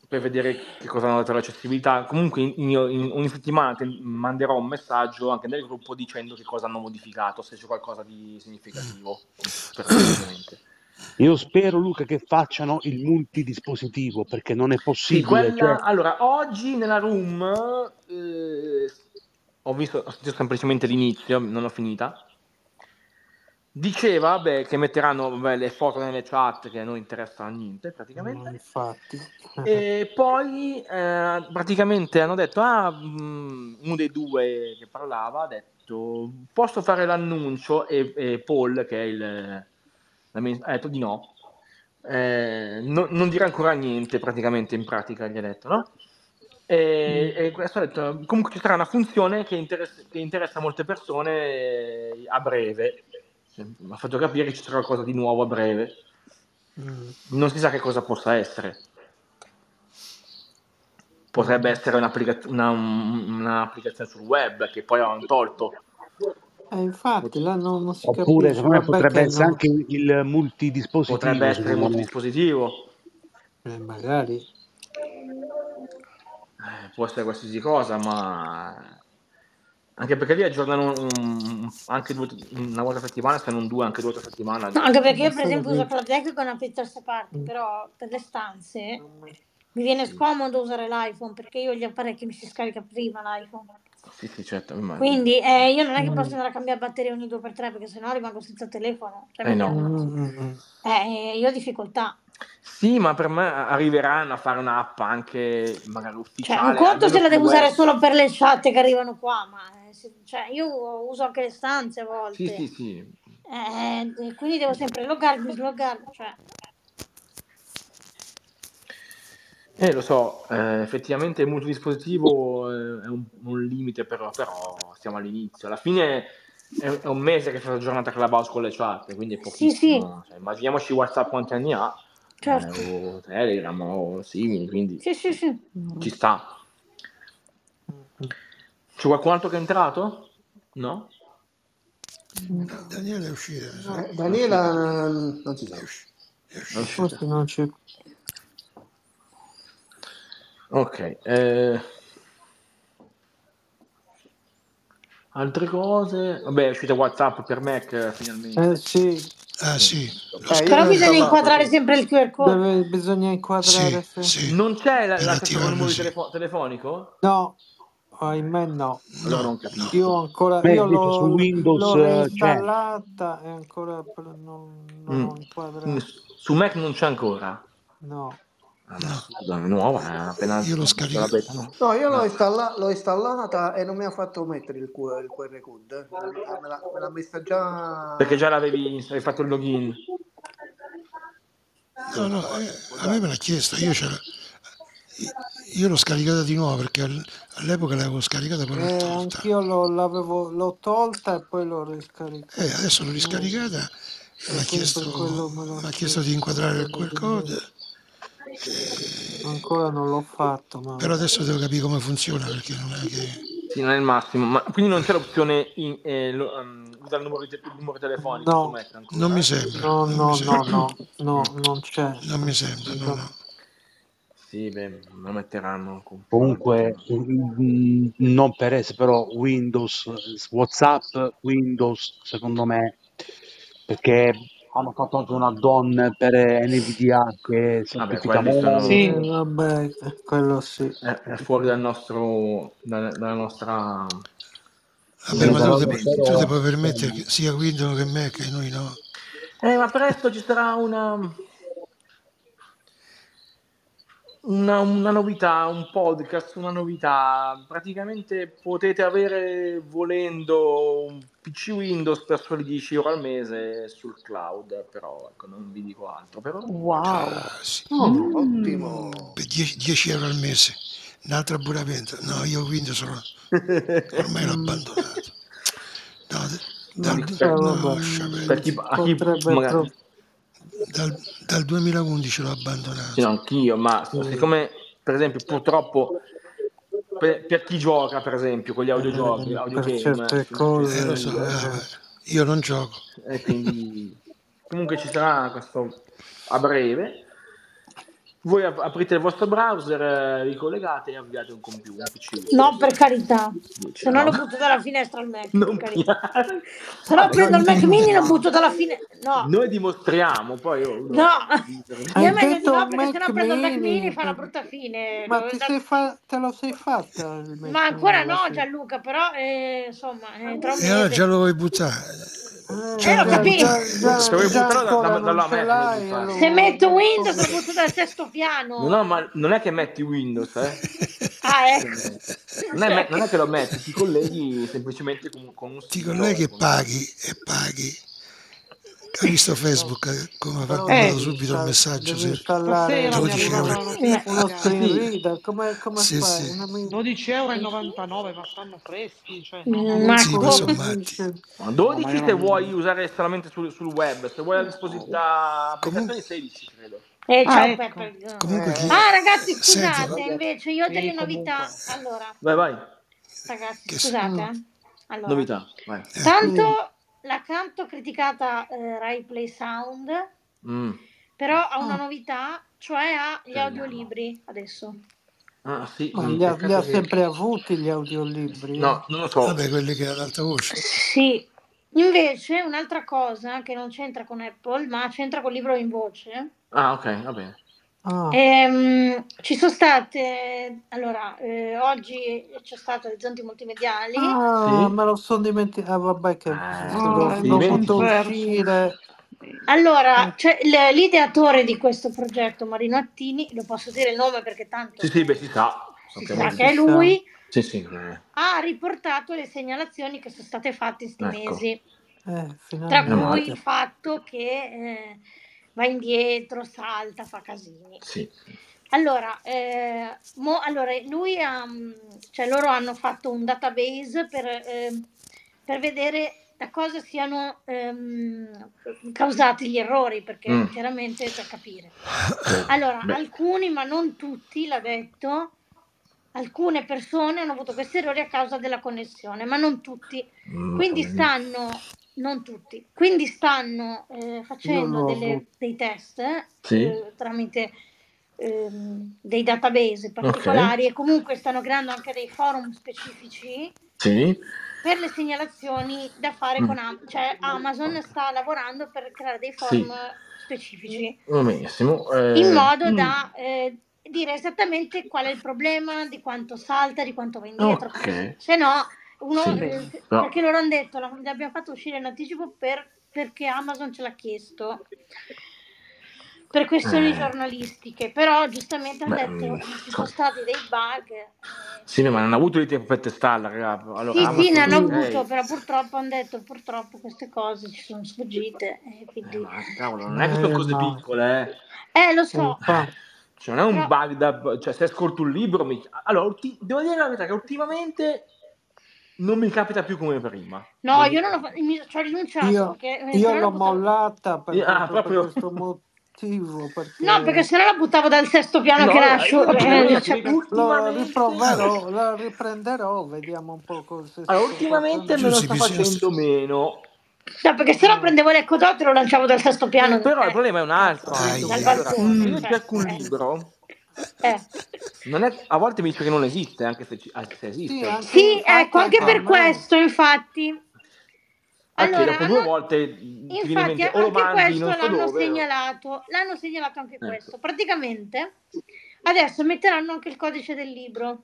[SPEAKER 2] per vedere che cosa hanno dato all'accessibilità. Comunque in- io in- ogni settimana te- manderò un messaggio anche nel gruppo dicendo che cosa hanno modificato, se c'è qualcosa di significativo. Per te, ovviamente.
[SPEAKER 9] Io spero, Luca, che facciano il multidispositivo, perché non è
[SPEAKER 2] Sì,
[SPEAKER 9] possibile, cioè,
[SPEAKER 2] quella. Allora, oggi nella room eh, ho visto ho sentito semplicemente l'inizio, non l'ho finita. Diceva vabbè, che metteranno vabbè, le foto nelle chat che non interessano a niente
[SPEAKER 6] No,
[SPEAKER 2] praticamente.
[SPEAKER 6] infatti.
[SPEAKER 2] E poi eh, praticamente hanno detto: Ah, mm, uno dei due che parlava ha detto: Posso fare l'annuncio? E, e Paul, che è il l'amministratore, ha detto di no. Eh, no- non dirà ancora niente, praticamente in pratica gli ha detto, no? E, e questo ha detto: Comunque ci sarà una funzione che, interess- che interessa molte persone eh, a breve. Cioè, Mi ha fatto capire che ci sarà qualcosa di nuovo a breve.
[SPEAKER 6] Mm.
[SPEAKER 2] Non si sa che cosa possa essere potrebbe essere un'applica- una- un- un'applicazione sul web che poi hanno tolto.
[SPEAKER 6] Eh, infatti, là non, non si
[SPEAKER 9] oppure
[SPEAKER 6] capisce.
[SPEAKER 9] secondo me
[SPEAKER 6] Vabbè
[SPEAKER 9] potrebbe
[SPEAKER 6] che
[SPEAKER 9] essere
[SPEAKER 6] non...
[SPEAKER 9] anche il
[SPEAKER 2] Potrebbe
[SPEAKER 9] multidispositivo,
[SPEAKER 2] essere
[SPEAKER 9] secondo me.
[SPEAKER 2] multidispositivo,
[SPEAKER 6] eh, magari.
[SPEAKER 2] eh, può essere qualsiasi cosa, ma anche perché lì aggiornano un- anche due- una volta a settimana, se non due, anche due o tre settimane
[SPEAKER 5] No, anche
[SPEAKER 2] aggiornano.
[SPEAKER 5] perché io per
[SPEAKER 6] Adesso
[SPEAKER 5] esempio uso
[SPEAKER 6] vedi.
[SPEAKER 5] Cloud Deck con una terza parte,
[SPEAKER 6] Mm.
[SPEAKER 5] però per le stanze mi viene scomodo usare l'iPhone perché io ho gli apparecchi mi si scarica prima l'iPhone.
[SPEAKER 2] Sì, sì, certo, immagino.
[SPEAKER 5] Quindi eh, io non è che posso
[SPEAKER 6] Mm.
[SPEAKER 5] andare a cambiare batteria ogni 2x3 perché sennò rimango senza telefono, cioè
[SPEAKER 2] Eh
[SPEAKER 5] mica...
[SPEAKER 2] no.
[SPEAKER 6] Mm.
[SPEAKER 5] Eh, io ho difficoltà.
[SPEAKER 2] Sì, ma per me arriveranno a fare un'app anche magari
[SPEAKER 5] Cioè, un
[SPEAKER 2] ufficiale,
[SPEAKER 5] conto
[SPEAKER 2] almeno
[SPEAKER 5] se la
[SPEAKER 2] sul
[SPEAKER 5] devo usare
[SPEAKER 2] web.
[SPEAKER 5] solo per le chat che arrivano qua, ma eh, se- cioè, io uso anche le stanze a
[SPEAKER 2] Sì, sì,
[SPEAKER 5] volte,
[SPEAKER 2] sì.
[SPEAKER 5] Eh, e quindi devo sempre loggarmi, sloggarmi, cioè,
[SPEAKER 2] Eh, lo so, eh, effettivamente il multidispositivo eh, è un, un limite, però, però siamo all'inizio. Alla fine è, è un mese che è stata aggiornata Clubhouse con le chat, quindi è
[SPEAKER 5] sì, sì,
[SPEAKER 2] pochissimo. Cioè, immaginiamoci WhatsApp quanti anni ha, eh,
[SPEAKER 5] certo,
[SPEAKER 2] o Telegram o simili, quindi
[SPEAKER 5] sì, sì, sì.
[SPEAKER 2] ci sta. C'è qualcun altro che è entrato? No?
[SPEAKER 4] Da- Daniele è uscita, mi sa.
[SPEAKER 8] Eh,
[SPEAKER 2] È uscita?
[SPEAKER 8] Daniela eh, non si
[SPEAKER 4] È
[SPEAKER 8] sa.
[SPEAKER 4] usci- è
[SPEAKER 2] È
[SPEAKER 4] uscita.
[SPEAKER 2] uscita.
[SPEAKER 6] Forse non c'è.
[SPEAKER 2] Ok. eh, altre cose? Vabbè, è uscita WhatsApp per Mac, eh,
[SPEAKER 6] Eh
[SPEAKER 2] finalmente.
[SPEAKER 6] sì,
[SPEAKER 4] Ah
[SPEAKER 2] Sì,
[SPEAKER 4] sì, l'ho
[SPEAKER 3] Eh, io
[SPEAKER 5] Però
[SPEAKER 3] l'ho
[SPEAKER 5] bisogna
[SPEAKER 4] scaricata.
[SPEAKER 3] installato,
[SPEAKER 5] inquadrare
[SPEAKER 3] sì.
[SPEAKER 5] sempre il QR code.
[SPEAKER 6] deve- bisogna
[SPEAKER 4] Sì,
[SPEAKER 6] inquadrare se...
[SPEAKER 4] sì,
[SPEAKER 2] Non c'è la- l'accesso
[SPEAKER 4] per
[SPEAKER 2] con il
[SPEAKER 4] attivarlo
[SPEAKER 2] numero di
[SPEAKER 4] sì.
[SPEAKER 2] telefo- telefonico?
[SPEAKER 6] No, ahimè
[SPEAKER 2] Eh,
[SPEAKER 6] no.
[SPEAKER 2] allora non
[SPEAKER 4] No, no.
[SPEAKER 6] Io
[SPEAKER 2] capisco.
[SPEAKER 6] ancora,
[SPEAKER 9] Beh,
[SPEAKER 6] io
[SPEAKER 9] invece su
[SPEAKER 6] l'ho,
[SPEAKER 9] Windows
[SPEAKER 6] l'ho
[SPEAKER 9] eh, c'è.
[SPEAKER 6] reinstallata e ancora per- non, non
[SPEAKER 2] Mm.
[SPEAKER 6] ho
[SPEAKER 2] Mm,
[SPEAKER 6] inquadrato.
[SPEAKER 2] Su Mac non c'è ancora.
[SPEAKER 6] No.
[SPEAKER 2] Ah, ma
[SPEAKER 4] No,
[SPEAKER 2] scusa, è nuova, è appena
[SPEAKER 4] io l'ho
[SPEAKER 2] uscita la
[SPEAKER 4] scaricato.
[SPEAKER 2] beta, no?
[SPEAKER 8] No, io l'ho,
[SPEAKER 2] Ah.
[SPEAKER 8] installa- l'ho installata e non mi ha fatto mettere il QR, il QR code. eh. Me l'ha, me l'ha- me l'ha messa
[SPEAKER 2] Perché
[SPEAKER 8] già...
[SPEAKER 2] già l'avevi ins- avevi fatto il login.
[SPEAKER 4] No,
[SPEAKER 2] Sì,
[SPEAKER 4] no,
[SPEAKER 2] può,
[SPEAKER 4] eh,
[SPEAKER 2] può
[SPEAKER 4] a me me l'ha
[SPEAKER 2] darsi.
[SPEAKER 4] chiesto, io, ce l'ho- io l'ho scaricata di nuovo perché al- all'epoca l'avevo scaricata poi l'ho
[SPEAKER 6] Eh,
[SPEAKER 4] tolta.
[SPEAKER 6] anch'io l'ho, l'avevo, l'ho tolta e poi l'ho
[SPEAKER 4] Eh,
[SPEAKER 6] riscaricata
[SPEAKER 4] adesso l'ho
[SPEAKER 6] di nuovo.
[SPEAKER 4] riscaricata, mi
[SPEAKER 6] E
[SPEAKER 4] ha
[SPEAKER 6] quindi per
[SPEAKER 4] chiesto,
[SPEAKER 6] quello me
[SPEAKER 4] mi ha
[SPEAKER 6] l'ho
[SPEAKER 4] chiesto di inquadrare il
[SPEAKER 6] riscaricata
[SPEAKER 4] QR
[SPEAKER 6] di nuovo.
[SPEAKER 4] code,
[SPEAKER 6] Ancora non l'ho fatto, ma
[SPEAKER 4] però
[SPEAKER 6] vabbè.
[SPEAKER 4] adesso devo capire come funziona perché non è che...
[SPEAKER 2] Sì, non è il massimo. Ma quindi non c'è l'opzione in, eh, lo- ehm, usare il numero, di te- il numero telefonico su
[SPEAKER 6] No,
[SPEAKER 2] Mac
[SPEAKER 4] Non mi
[SPEAKER 2] ancora, eh?
[SPEAKER 4] sembra,
[SPEAKER 6] no,
[SPEAKER 4] non mi
[SPEAKER 6] no, no,
[SPEAKER 4] sembra,
[SPEAKER 6] no,
[SPEAKER 2] Mm.
[SPEAKER 6] no, non c'è.
[SPEAKER 4] non mi sembra, no,
[SPEAKER 6] No.
[SPEAKER 4] no.
[SPEAKER 2] Sì, beh, lo metteranno con
[SPEAKER 9] Comunque,
[SPEAKER 2] forza.
[SPEAKER 9] mm, non per essere, però Windows, eh, WhatsApp, Windows, secondo me, perché hanno fatto anche un add-on per NVDA che
[SPEAKER 2] Vabbè,
[SPEAKER 9] semplifica
[SPEAKER 2] quelli
[SPEAKER 6] Eh,
[SPEAKER 2] sono...
[SPEAKER 3] Sì,
[SPEAKER 6] vabbè, eh, quello sì.
[SPEAKER 2] è, è fuori dal nostro, dal- dalla nostra
[SPEAKER 4] Vabbè,
[SPEAKER 9] Sì,
[SPEAKER 4] ma tu
[SPEAKER 9] però,
[SPEAKER 4] te,
[SPEAKER 2] comprensione.
[SPEAKER 4] pu- tu te
[SPEAKER 9] però
[SPEAKER 4] puoi permettere
[SPEAKER 9] insomma,
[SPEAKER 4] che sia Windows che me che noi no.
[SPEAKER 2] Eh, ma presto ci sarà una... una, una novità, un podcast, una novità. Praticamente potete avere, volendo, un PC Windows per soli 10 euro al mese sul cloud, però ecco, non vi dico altro. Però...
[SPEAKER 3] Wow.
[SPEAKER 4] Ah, sì.
[SPEAKER 8] Oh,
[SPEAKER 3] Mm.
[SPEAKER 8] ottimo.
[SPEAKER 4] Per 10, 10 euro al mese, un'altra buona vendita. No, io quindi sono ormai l'ho abbandonato. Ehm, No, d- dal,
[SPEAKER 2] Dico,
[SPEAKER 4] du-
[SPEAKER 2] per,
[SPEAKER 4] no,
[SPEAKER 6] vabbè.
[SPEAKER 4] lascia
[SPEAKER 2] per
[SPEAKER 4] perdere.
[SPEAKER 2] chi, a chi
[SPEAKER 6] Potrebbe
[SPEAKER 2] magari...
[SPEAKER 6] pro-
[SPEAKER 4] dal, dal 2011 l'ho
[SPEAKER 2] Sì,
[SPEAKER 4] abbandonato.
[SPEAKER 2] no, anch'io, ma so- siccome per esempio purtroppo per, per chi gioca per esempio con gli audiogiochi,
[SPEAKER 6] eh, per
[SPEAKER 2] audiogame,
[SPEAKER 6] certe
[SPEAKER 4] Eh, lo
[SPEAKER 6] cose
[SPEAKER 4] so, eh,
[SPEAKER 6] eh,
[SPEAKER 4] vabbè, io non gioco.
[SPEAKER 2] e quindi comunque ci sarà questo a breve. Voi ap- aprite il vostro browser, eh, vi collegate e avviate un computer, un PC
[SPEAKER 5] No,
[SPEAKER 2] Windows
[SPEAKER 5] per carità.
[SPEAKER 2] 10.
[SPEAKER 5] Se no
[SPEAKER 2] No,
[SPEAKER 5] lo butto dalla finestra al Mac, per
[SPEAKER 2] non
[SPEAKER 5] carità.
[SPEAKER 2] piace.
[SPEAKER 5] Se no
[SPEAKER 2] Vabbè,
[SPEAKER 5] prendo il
[SPEAKER 2] noi,
[SPEAKER 5] Mac mini e lo
[SPEAKER 4] No,
[SPEAKER 5] butto dalla finestra. No,
[SPEAKER 2] noi dimostriamo, poi oh, uno
[SPEAKER 5] no. Io è
[SPEAKER 6] Hai
[SPEAKER 5] meglio di
[SPEAKER 6] detto
[SPEAKER 5] no perché sennò
[SPEAKER 6] Mac
[SPEAKER 5] prendo il Mac mini e
[SPEAKER 6] Mini,
[SPEAKER 5] fa una brutta fine.
[SPEAKER 6] ma
[SPEAKER 5] Dove
[SPEAKER 6] ti
[SPEAKER 5] da-
[SPEAKER 6] sei fa- te lo sei fatta il Mac
[SPEAKER 5] Eh, Ma ancora
[SPEAKER 6] Mini? La
[SPEAKER 5] no cioè,
[SPEAKER 6] sei...
[SPEAKER 5] Gianluca, però eh, insomma, eh, tra un
[SPEAKER 4] e allora già
[SPEAKER 5] mese.
[SPEAKER 4] lo vuoi buttare.
[SPEAKER 5] Eh,
[SPEAKER 4] Già
[SPEAKER 6] Eh,
[SPEAKER 5] l'ho
[SPEAKER 4] lo vuoi
[SPEAKER 5] capito.
[SPEAKER 6] già,
[SPEAKER 4] buttare.
[SPEAKER 6] già,
[SPEAKER 4] Eh,
[SPEAKER 2] se
[SPEAKER 6] già,
[SPEAKER 2] vuoi
[SPEAKER 4] Aspetta,
[SPEAKER 6] già
[SPEAKER 2] buttarlo da,
[SPEAKER 6] ancora
[SPEAKER 2] da-
[SPEAKER 6] non
[SPEAKER 2] dalla
[SPEAKER 6] ce
[SPEAKER 2] Mac, non devi
[SPEAKER 6] l'hai e
[SPEAKER 2] buttare.
[SPEAKER 6] lo
[SPEAKER 5] Se
[SPEAKER 6] vuoi
[SPEAKER 5] metto
[SPEAKER 6] dal
[SPEAKER 5] Windows lo
[SPEAKER 6] computer.
[SPEAKER 5] butto dal sesto
[SPEAKER 2] No, no,
[SPEAKER 5] piano.
[SPEAKER 2] ma non è che metti Windows, eh?
[SPEAKER 5] Ah, ecco.
[SPEAKER 2] Quindi, Non è, me- non è che lo metti, ti colleghi semplicemente con, con un
[SPEAKER 4] Ti
[SPEAKER 2] sito
[SPEAKER 4] colleghi
[SPEAKER 2] e
[SPEAKER 4] e
[SPEAKER 2] con...
[SPEAKER 4] paghi e paghi. Hai visto
[SPEAKER 6] No,
[SPEAKER 4] Facebook eh, come fa- ha
[SPEAKER 6] però
[SPEAKER 3] Eh,
[SPEAKER 4] mandato
[SPEAKER 6] devi,
[SPEAKER 4] subito il
[SPEAKER 6] insta-
[SPEAKER 4] messaggio
[SPEAKER 6] devi
[SPEAKER 4] se
[SPEAKER 6] installare
[SPEAKER 3] stasera mi è
[SPEAKER 4] 12
[SPEAKER 6] uno,
[SPEAKER 4] euro.
[SPEAKER 3] arrivata la
[SPEAKER 5] Eh,
[SPEAKER 6] uno
[SPEAKER 3] notifica.
[SPEAKER 6] screen
[SPEAKER 2] Sì,
[SPEAKER 6] reader. Come, come
[SPEAKER 4] Sì,
[SPEAKER 6] fai?
[SPEAKER 4] sì,
[SPEAKER 6] Una mi-
[SPEAKER 3] 12,99€, ma stanno freschi, cioè, no, no, no.
[SPEAKER 5] ma
[SPEAKER 4] sì, ma sono
[SPEAKER 5] come?
[SPEAKER 4] matti.
[SPEAKER 6] dice-
[SPEAKER 2] ma
[SPEAKER 3] No, ma
[SPEAKER 2] 12
[SPEAKER 3] io
[SPEAKER 2] se
[SPEAKER 3] non...
[SPEAKER 2] vuoi usare solamente sul, sul web, se vuoi
[SPEAKER 3] No.
[SPEAKER 2] la applicazioni
[SPEAKER 4] Comunque,
[SPEAKER 2] 16 credo.
[SPEAKER 5] Eh,
[SPEAKER 3] Ah,
[SPEAKER 5] ciao
[SPEAKER 3] ecco.
[SPEAKER 5] Peppe.
[SPEAKER 4] comunque chi...
[SPEAKER 5] Ah,
[SPEAKER 3] Eh,
[SPEAKER 5] ragazzi,
[SPEAKER 4] Senti,
[SPEAKER 5] scusate,
[SPEAKER 3] vabbè.
[SPEAKER 5] invece io ho delle
[SPEAKER 3] Sì,
[SPEAKER 5] novità.
[SPEAKER 3] comunque.
[SPEAKER 5] Allora,
[SPEAKER 2] Vai, vai,
[SPEAKER 5] ragazzi,
[SPEAKER 4] che s-
[SPEAKER 5] scusate.
[SPEAKER 6] Mm,
[SPEAKER 5] eh. Allora,
[SPEAKER 2] novità, vai.
[SPEAKER 4] eh,
[SPEAKER 6] sì.
[SPEAKER 5] tanto la canto criticata eh, Rai Play Sound,
[SPEAKER 2] Mm,
[SPEAKER 5] però ha una
[SPEAKER 6] Ah,
[SPEAKER 5] novità, cioè ha gli
[SPEAKER 2] speriamo.
[SPEAKER 5] audiolibri adesso.
[SPEAKER 2] Ah sì,
[SPEAKER 6] ma
[SPEAKER 2] mm,
[SPEAKER 6] li ha, li ha
[SPEAKER 2] peccato che...
[SPEAKER 6] sempre avuti gli audiolibri, eh?
[SPEAKER 2] No, non lo so.
[SPEAKER 4] vabbè, quelli che ad alta voce.
[SPEAKER 5] Sì. Invece, un'altra cosa che non c'entra con Apple, ma c'entra col libro in voce.
[SPEAKER 2] Ah ok, va bene.
[SPEAKER 6] Ah,
[SPEAKER 5] Ehm, ci sono state, allora, eh, oggi c'è stato Orizzonti Multimediali.
[SPEAKER 6] ah,
[SPEAKER 2] Sì?
[SPEAKER 6] me lo sono dimenticato. Ah, vabbè, che
[SPEAKER 2] Eh, te lo
[SPEAKER 6] l'ho,
[SPEAKER 3] Ah, mi
[SPEAKER 6] l'ho
[SPEAKER 3] sono
[SPEAKER 6] voluto
[SPEAKER 2] dimentichi.
[SPEAKER 5] Certo.
[SPEAKER 3] perso.
[SPEAKER 6] uscire.
[SPEAKER 5] Allora,
[SPEAKER 2] Ah.
[SPEAKER 6] Eh,
[SPEAKER 5] c'è l- l'ideatore di questo progetto, Marino Attini, lo posso dire il nome perché
[SPEAKER 2] Sì,
[SPEAKER 5] tanto
[SPEAKER 2] sì, beh, si sa,
[SPEAKER 5] si
[SPEAKER 2] sappiamo
[SPEAKER 5] sa
[SPEAKER 6] sì,
[SPEAKER 2] che...
[SPEAKER 5] che
[SPEAKER 6] si
[SPEAKER 5] è
[SPEAKER 6] sa.
[SPEAKER 5] lui,
[SPEAKER 2] Sì, sì, eh,
[SPEAKER 5] ha riportato le segnalazioni che sono state fatte in sti
[SPEAKER 2] ecco, Ah,
[SPEAKER 5] mesi.
[SPEAKER 6] Eh,
[SPEAKER 5] tra
[SPEAKER 2] meno
[SPEAKER 5] cui
[SPEAKER 2] male.
[SPEAKER 5] il
[SPEAKER 6] finalmente.
[SPEAKER 5] fatto che eh, va indietro, salta, fa casini.
[SPEAKER 2] Sì.
[SPEAKER 5] Allora, eh, mo- allora, lui ha, mm, cioè loro hanno fatto un database per, ehm, per vedere da cosa siano ehm, causati gli errori, perché
[SPEAKER 2] Mm,
[SPEAKER 5] chiaramente da capire.
[SPEAKER 2] certo.
[SPEAKER 5] Allora,
[SPEAKER 2] Beh,
[SPEAKER 5] alcuni, ma non tutti, l'ha detto, alcune persone hanno avuto questi errori a causa della connessione, ma non tutti.
[SPEAKER 2] mm,
[SPEAKER 5] Quindi
[SPEAKER 2] mm,
[SPEAKER 5] stanno, non tutti, quindi stanno eh,
[SPEAKER 6] Io
[SPEAKER 5] facendo
[SPEAKER 6] l'ho
[SPEAKER 5] delle-
[SPEAKER 6] avuto.
[SPEAKER 5] dei test
[SPEAKER 2] sì,
[SPEAKER 5] eh, tramite ehm, dei database
[SPEAKER 2] ok,
[SPEAKER 5] particolari e comunque stanno creando anche dei forum specifici
[SPEAKER 2] sì.
[SPEAKER 5] per le segnalazioni da fare
[SPEAKER 2] Mm,
[SPEAKER 5] con Amazon, cioè Amazon
[SPEAKER 2] ok.
[SPEAKER 5] sta lavorando per creare dei forum
[SPEAKER 2] Sì,
[SPEAKER 5] specifici
[SPEAKER 2] va benissimo.
[SPEAKER 5] in
[SPEAKER 2] eh,
[SPEAKER 5] modo da eh, dire esattamente qual è il problema, di quanto salta, di quanto va indietro,
[SPEAKER 2] ok,
[SPEAKER 5] se no uno
[SPEAKER 2] sì,
[SPEAKER 5] eh,
[SPEAKER 3] Bene.
[SPEAKER 5] se-
[SPEAKER 2] però,
[SPEAKER 5] perché loro hanno detto la- l'abbiamo fatto uscire in anticipo per- perché Amazon ce l'ha chiesto per questioni
[SPEAKER 2] eh,
[SPEAKER 5] giornalistiche però giustamente hanno
[SPEAKER 2] beh, mm,
[SPEAKER 5] detto ci
[SPEAKER 2] co-
[SPEAKER 5] sono stati dei bug eh,
[SPEAKER 2] sì, ma non
[SPEAKER 5] che
[SPEAKER 2] ha avuto il tempo per testarla, raga. Allora, ah,
[SPEAKER 5] sì sì ne
[SPEAKER 2] Amazon, Eh.
[SPEAKER 5] hanno
[SPEAKER 2] ok.
[SPEAKER 5] avuto però purtroppo hanno detto purtroppo queste cose ci sono sfuggite e
[SPEAKER 2] Eh,
[SPEAKER 5] quindi
[SPEAKER 2] ma cavolo, non è che sono
[SPEAKER 6] Eh,
[SPEAKER 2] cose
[SPEAKER 6] ma
[SPEAKER 2] piccole, eh.
[SPEAKER 5] eh lo so
[SPEAKER 6] infa-
[SPEAKER 2] Eh, Cioè, non è un
[SPEAKER 5] però
[SPEAKER 2] bug da... Cioè, se ascolto un libro... Mi... Allora, ulti- devo dire la verità che ultimamente non mi capita più come prima.
[SPEAKER 5] No,
[SPEAKER 2] Devo
[SPEAKER 5] io
[SPEAKER 2] dire la
[SPEAKER 5] non ho, fa-
[SPEAKER 2] verità.
[SPEAKER 5] mi- ci ho rinunciato
[SPEAKER 6] io,
[SPEAKER 5] perché eh,
[SPEAKER 6] io
[SPEAKER 5] se no la
[SPEAKER 6] l'ho
[SPEAKER 5] buttavo.
[SPEAKER 6] mollata per,
[SPEAKER 2] Io- Ah,
[SPEAKER 6] proprio per
[SPEAKER 2] proprio...
[SPEAKER 6] questo motivo,
[SPEAKER 5] No, perché
[SPEAKER 6] perché
[SPEAKER 5] se no la buttavo dal sesto piano che
[SPEAKER 2] No, allora,
[SPEAKER 5] nasce.
[SPEAKER 2] io ti devo
[SPEAKER 5] eh,
[SPEAKER 2] dire che
[SPEAKER 5] cioè, per-
[SPEAKER 6] lo
[SPEAKER 2] ultimamente...
[SPEAKER 4] Ah,
[SPEAKER 6] riproverò, la riprenderò, vediamo un po' co- se
[SPEAKER 2] Allora,
[SPEAKER 6] sto
[SPEAKER 2] Ah, ultimamente
[SPEAKER 6] facendo.
[SPEAKER 2] me lo
[SPEAKER 4] Giussi,
[SPEAKER 2] sta
[SPEAKER 4] bisogna... sta-
[SPEAKER 2] facendo meno.
[SPEAKER 5] no, perché se no
[SPEAKER 6] Eh,
[SPEAKER 5] prendevo l'ecodotte e lo lanciavo dal sesto piano.
[SPEAKER 2] Però il
[SPEAKER 5] Eh,
[SPEAKER 2] problema è un
[SPEAKER 5] cazzo,
[SPEAKER 2] altro
[SPEAKER 4] Dai,
[SPEAKER 2] anche,
[SPEAKER 5] dal
[SPEAKER 2] Willy. Allora,
[SPEAKER 5] balcone.
[SPEAKER 2] se
[SPEAKER 3] Mm.
[SPEAKER 2] io
[SPEAKER 5] Cioè,
[SPEAKER 2] cerco un
[SPEAKER 5] eh,
[SPEAKER 2] libro,
[SPEAKER 5] eh.
[SPEAKER 2] non è... a volte mi dice che non esiste, anche se, ci- ah, se
[SPEAKER 6] sì,
[SPEAKER 2] esiste.
[SPEAKER 6] anche
[SPEAKER 5] Sì, ecco,
[SPEAKER 6] infatti
[SPEAKER 5] anche
[SPEAKER 6] anche a
[SPEAKER 5] per
[SPEAKER 2] Eh.
[SPEAKER 6] me.
[SPEAKER 5] questo, infatti.
[SPEAKER 2] È che
[SPEAKER 5] Allora,
[SPEAKER 2] dopo due
[SPEAKER 5] hanno,
[SPEAKER 2] volte mh, ti viene in
[SPEAKER 5] infatti,
[SPEAKER 2] mente o lo
[SPEAKER 5] anche
[SPEAKER 2] mandi
[SPEAKER 5] questo
[SPEAKER 2] non so
[SPEAKER 5] l'hanno
[SPEAKER 2] dove. o-
[SPEAKER 5] segnalato. L'hanno segnalato anche
[SPEAKER 2] Ecco.
[SPEAKER 5] questo. Praticamente, adesso metteranno anche il codice del libro.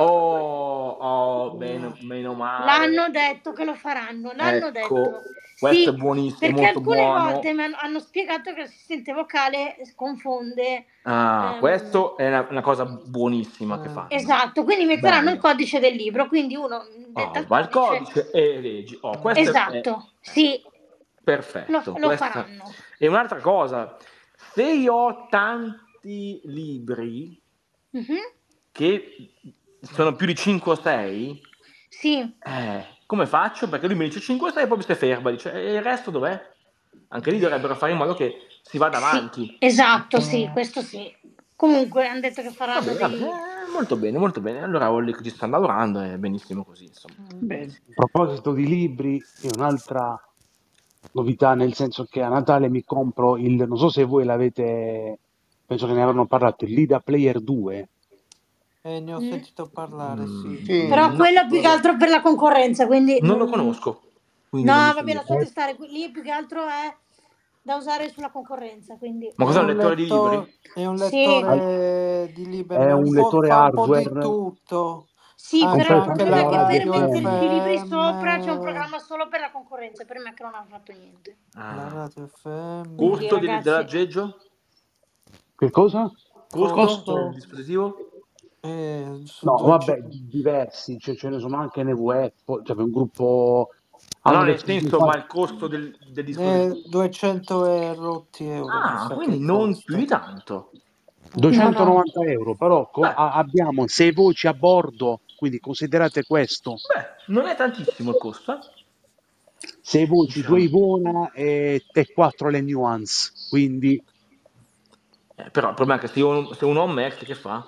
[SPEAKER 2] Oh, oh, meno, meno male.
[SPEAKER 5] L'hanno detto che lo faranno, l'hanno
[SPEAKER 2] Ah, eh. Ecco,
[SPEAKER 5] detto.
[SPEAKER 2] questo
[SPEAKER 5] Sì,
[SPEAKER 2] è buonissimo, è
[SPEAKER 5] Perché
[SPEAKER 2] molto
[SPEAKER 5] alcune
[SPEAKER 2] buono.
[SPEAKER 5] volte mi hanno, hanno spiegato che l'assistente vocale confonde.
[SPEAKER 2] Ah,
[SPEAKER 5] ehm,
[SPEAKER 2] questo è una, una cosa buonissima che fanno.
[SPEAKER 5] Esatto, quindi metteranno il
[SPEAKER 2] Bello.
[SPEAKER 5] codice del libro, quindi uno detta
[SPEAKER 2] Oh,
[SPEAKER 5] il
[SPEAKER 2] va il
[SPEAKER 5] codice.
[SPEAKER 2] codice e leggi. Oh, questo è è
[SPEAKER 5] cioè Esatto, sì, lo,
[SPEAKER 2] perfetto.
[SPEAKER 5] lo
[SPEAKER 2] Questa
[SPEAKER 5] faranno.
[SPEAKER 2] è un'altra cosa. Se io ho tanti libri
[SPEAKER 5] Mhm,
[SPEAKER 2] che sono più di 5 o 6,
[SPEAKER 5] Sì,
[SPEAKER 2] Eh, come faccio? Perché lui mi dice 5 o 6 e poi mi si ferma, dice e il resto dov'è? Anche lì dovrebbero fare in modo che si vada
[SPEAKER 5] sì,
[SPEAKER 2] avanti.
[SPEAKER 5] esatto,
[SPEAKER 2] Mm.
[SPEAKER 5] sì, questo sì. Comunque hanno detto che
[SPEAKER 2] Va
[SPEAKER 5] faranno
[SPEAKER 2] bene, va bene,
[SPEAKER 5] dei...
[SPEAKER 2] eh, molto bene, molto bene. Allora Olli ci sta lavorando è benissimo così, insomma.
[SPEAKER 3] Bene.
[SPEAKER 9] A proposito di libri, è un'altra novità, nel senso che a Natale mi compro il, non so se voi l'avete, penso che ne avranno parlato, il Lida Player 2.
[SPEAKER 6] Eh, ne ho
[SPEAKER 5] Mm.
[SPEAKER 6] sentito parlare, sì.
[SPEAKER 2] Mm,
[SPEAKER 8] Sì.
[SPEAKER 5] Però
[SPEAKER 2] no,
[SPEAKER 5] quello più che altro per la concorrenza, quindi...
[SPEAKER 2] non lo
[SPEAKER 5] non-
[SPEAKER 2] conosco, quindi
[SPEAKER 5] No,
[SPEAKER 2] non mi so
[SPEAKER 5] vabbè,
[SPEAKER 2] dire.
[SPEAKER 5] lasciate stare, qui- lì più che altro è da usare sulla concorrenza, quindi...
[SPEAKER 2] Ma
[SPEAKER 6] È
[SPEAKER 2] cos'è un
[SPEAKER 6] un,
[SPEAKER 2] lettore di libri?
[SPEAKER 6] letto- è un
[SPEAKER 5] Sì,
[SPEAKER 9] Al-
[SPEAKER 6] lettore di libri,
[SPEAKER 9] È
[SPEAKER 6] ma un
[SPEAKER 9] un
[SPEAKER 6] po',
[SPEAKER 9] lettore
[SPEAKER 6] fa un po' di
[SPEAKER 9] hardware
[SPEAKER 6] tutto.
[SPEAKER 5] sì,
[SPEAKER 6] Ah,
[SPEAKER 5] però
[SPEAKER 6] c'è
[SPEAKER 5] il
[SPEAKER 9] comprato
[SPEAKER 6] anche la
[SPEAKER 5] problema è che
[SPEAKER 9] a
[SPEAKER 5] per
[SPEAKER 6] radio
[SPEAKER 2] eh.
[SPEAKER 5] metterci i libri sopra
[SPEAKER 2] Mm.
[SPEAKER 5] c'è un
[SPEAKER 6] FM.
[SPEAKER 5] programma solo per la concorrenza, per me che non hanno fatto niente.
[SPEAKER 6] La
[SPEAKER 2] Ah.
[SPEAKER 6] radio FM.
[SPEAKER 5] Quindi
[SPEAKER 2] Costo del-
[SPEAKER 5] ragazzi,
[SPEAKER 2] dell'aggeggio?
[SPEAKER 9] Che cosa?
[SPEAKER 2] Costo del
[SPEAKER 6] Costo?
[SPEAKER 2] dispositivo?
[SPEAKER 6] Eh, su
[SPEAKER 9] No,
[SPEAKER 6] 200.
[SPEAKER 9] vabbè, diversi, cioè, ce ne sono anche NVF, cioè un gruppo
[SPEAKER 2] Ma no,
[SPEAKER 9] hanno
[SPEAKER 2] nel
[SPEAKER 9] deciso di
[SPEAKER 2] senso, ma
[SPEAKER 9] fare
[SPEAKER 2] il costo del, del
[SPEAKER 6] Eh, esatto,
[SPEAKER 2] dispositivo?
[SPEAKER 6] 200 e rotti euro, mi
[SPEAKER 2] Ah,
[SPEAKER 6] sa che
[SPEAKER 2] quindi non più di
[SPEAKER 6] costa.
[SPEAKER 2] tanto.
[SPEAKER 5] no, no,
[SPEAKER 9] 290 euro, però co-
[SPEAKER 2] Beh,
[SPEAKER 9] a- abbiamo sei voci a bordo, quindi considerate questo,
[SPEAKER 2] beh, non è tantissimo il costo, eh,
[SPEAKER 9] sei voci, due
[SPEAKER 2] diciamo.
[SPEAKER 9] Ivona e, e quattro le nuance, quindi
[SPEAKER 2] Eh, però il problema è che se, io- se uno ha un Mac che fa?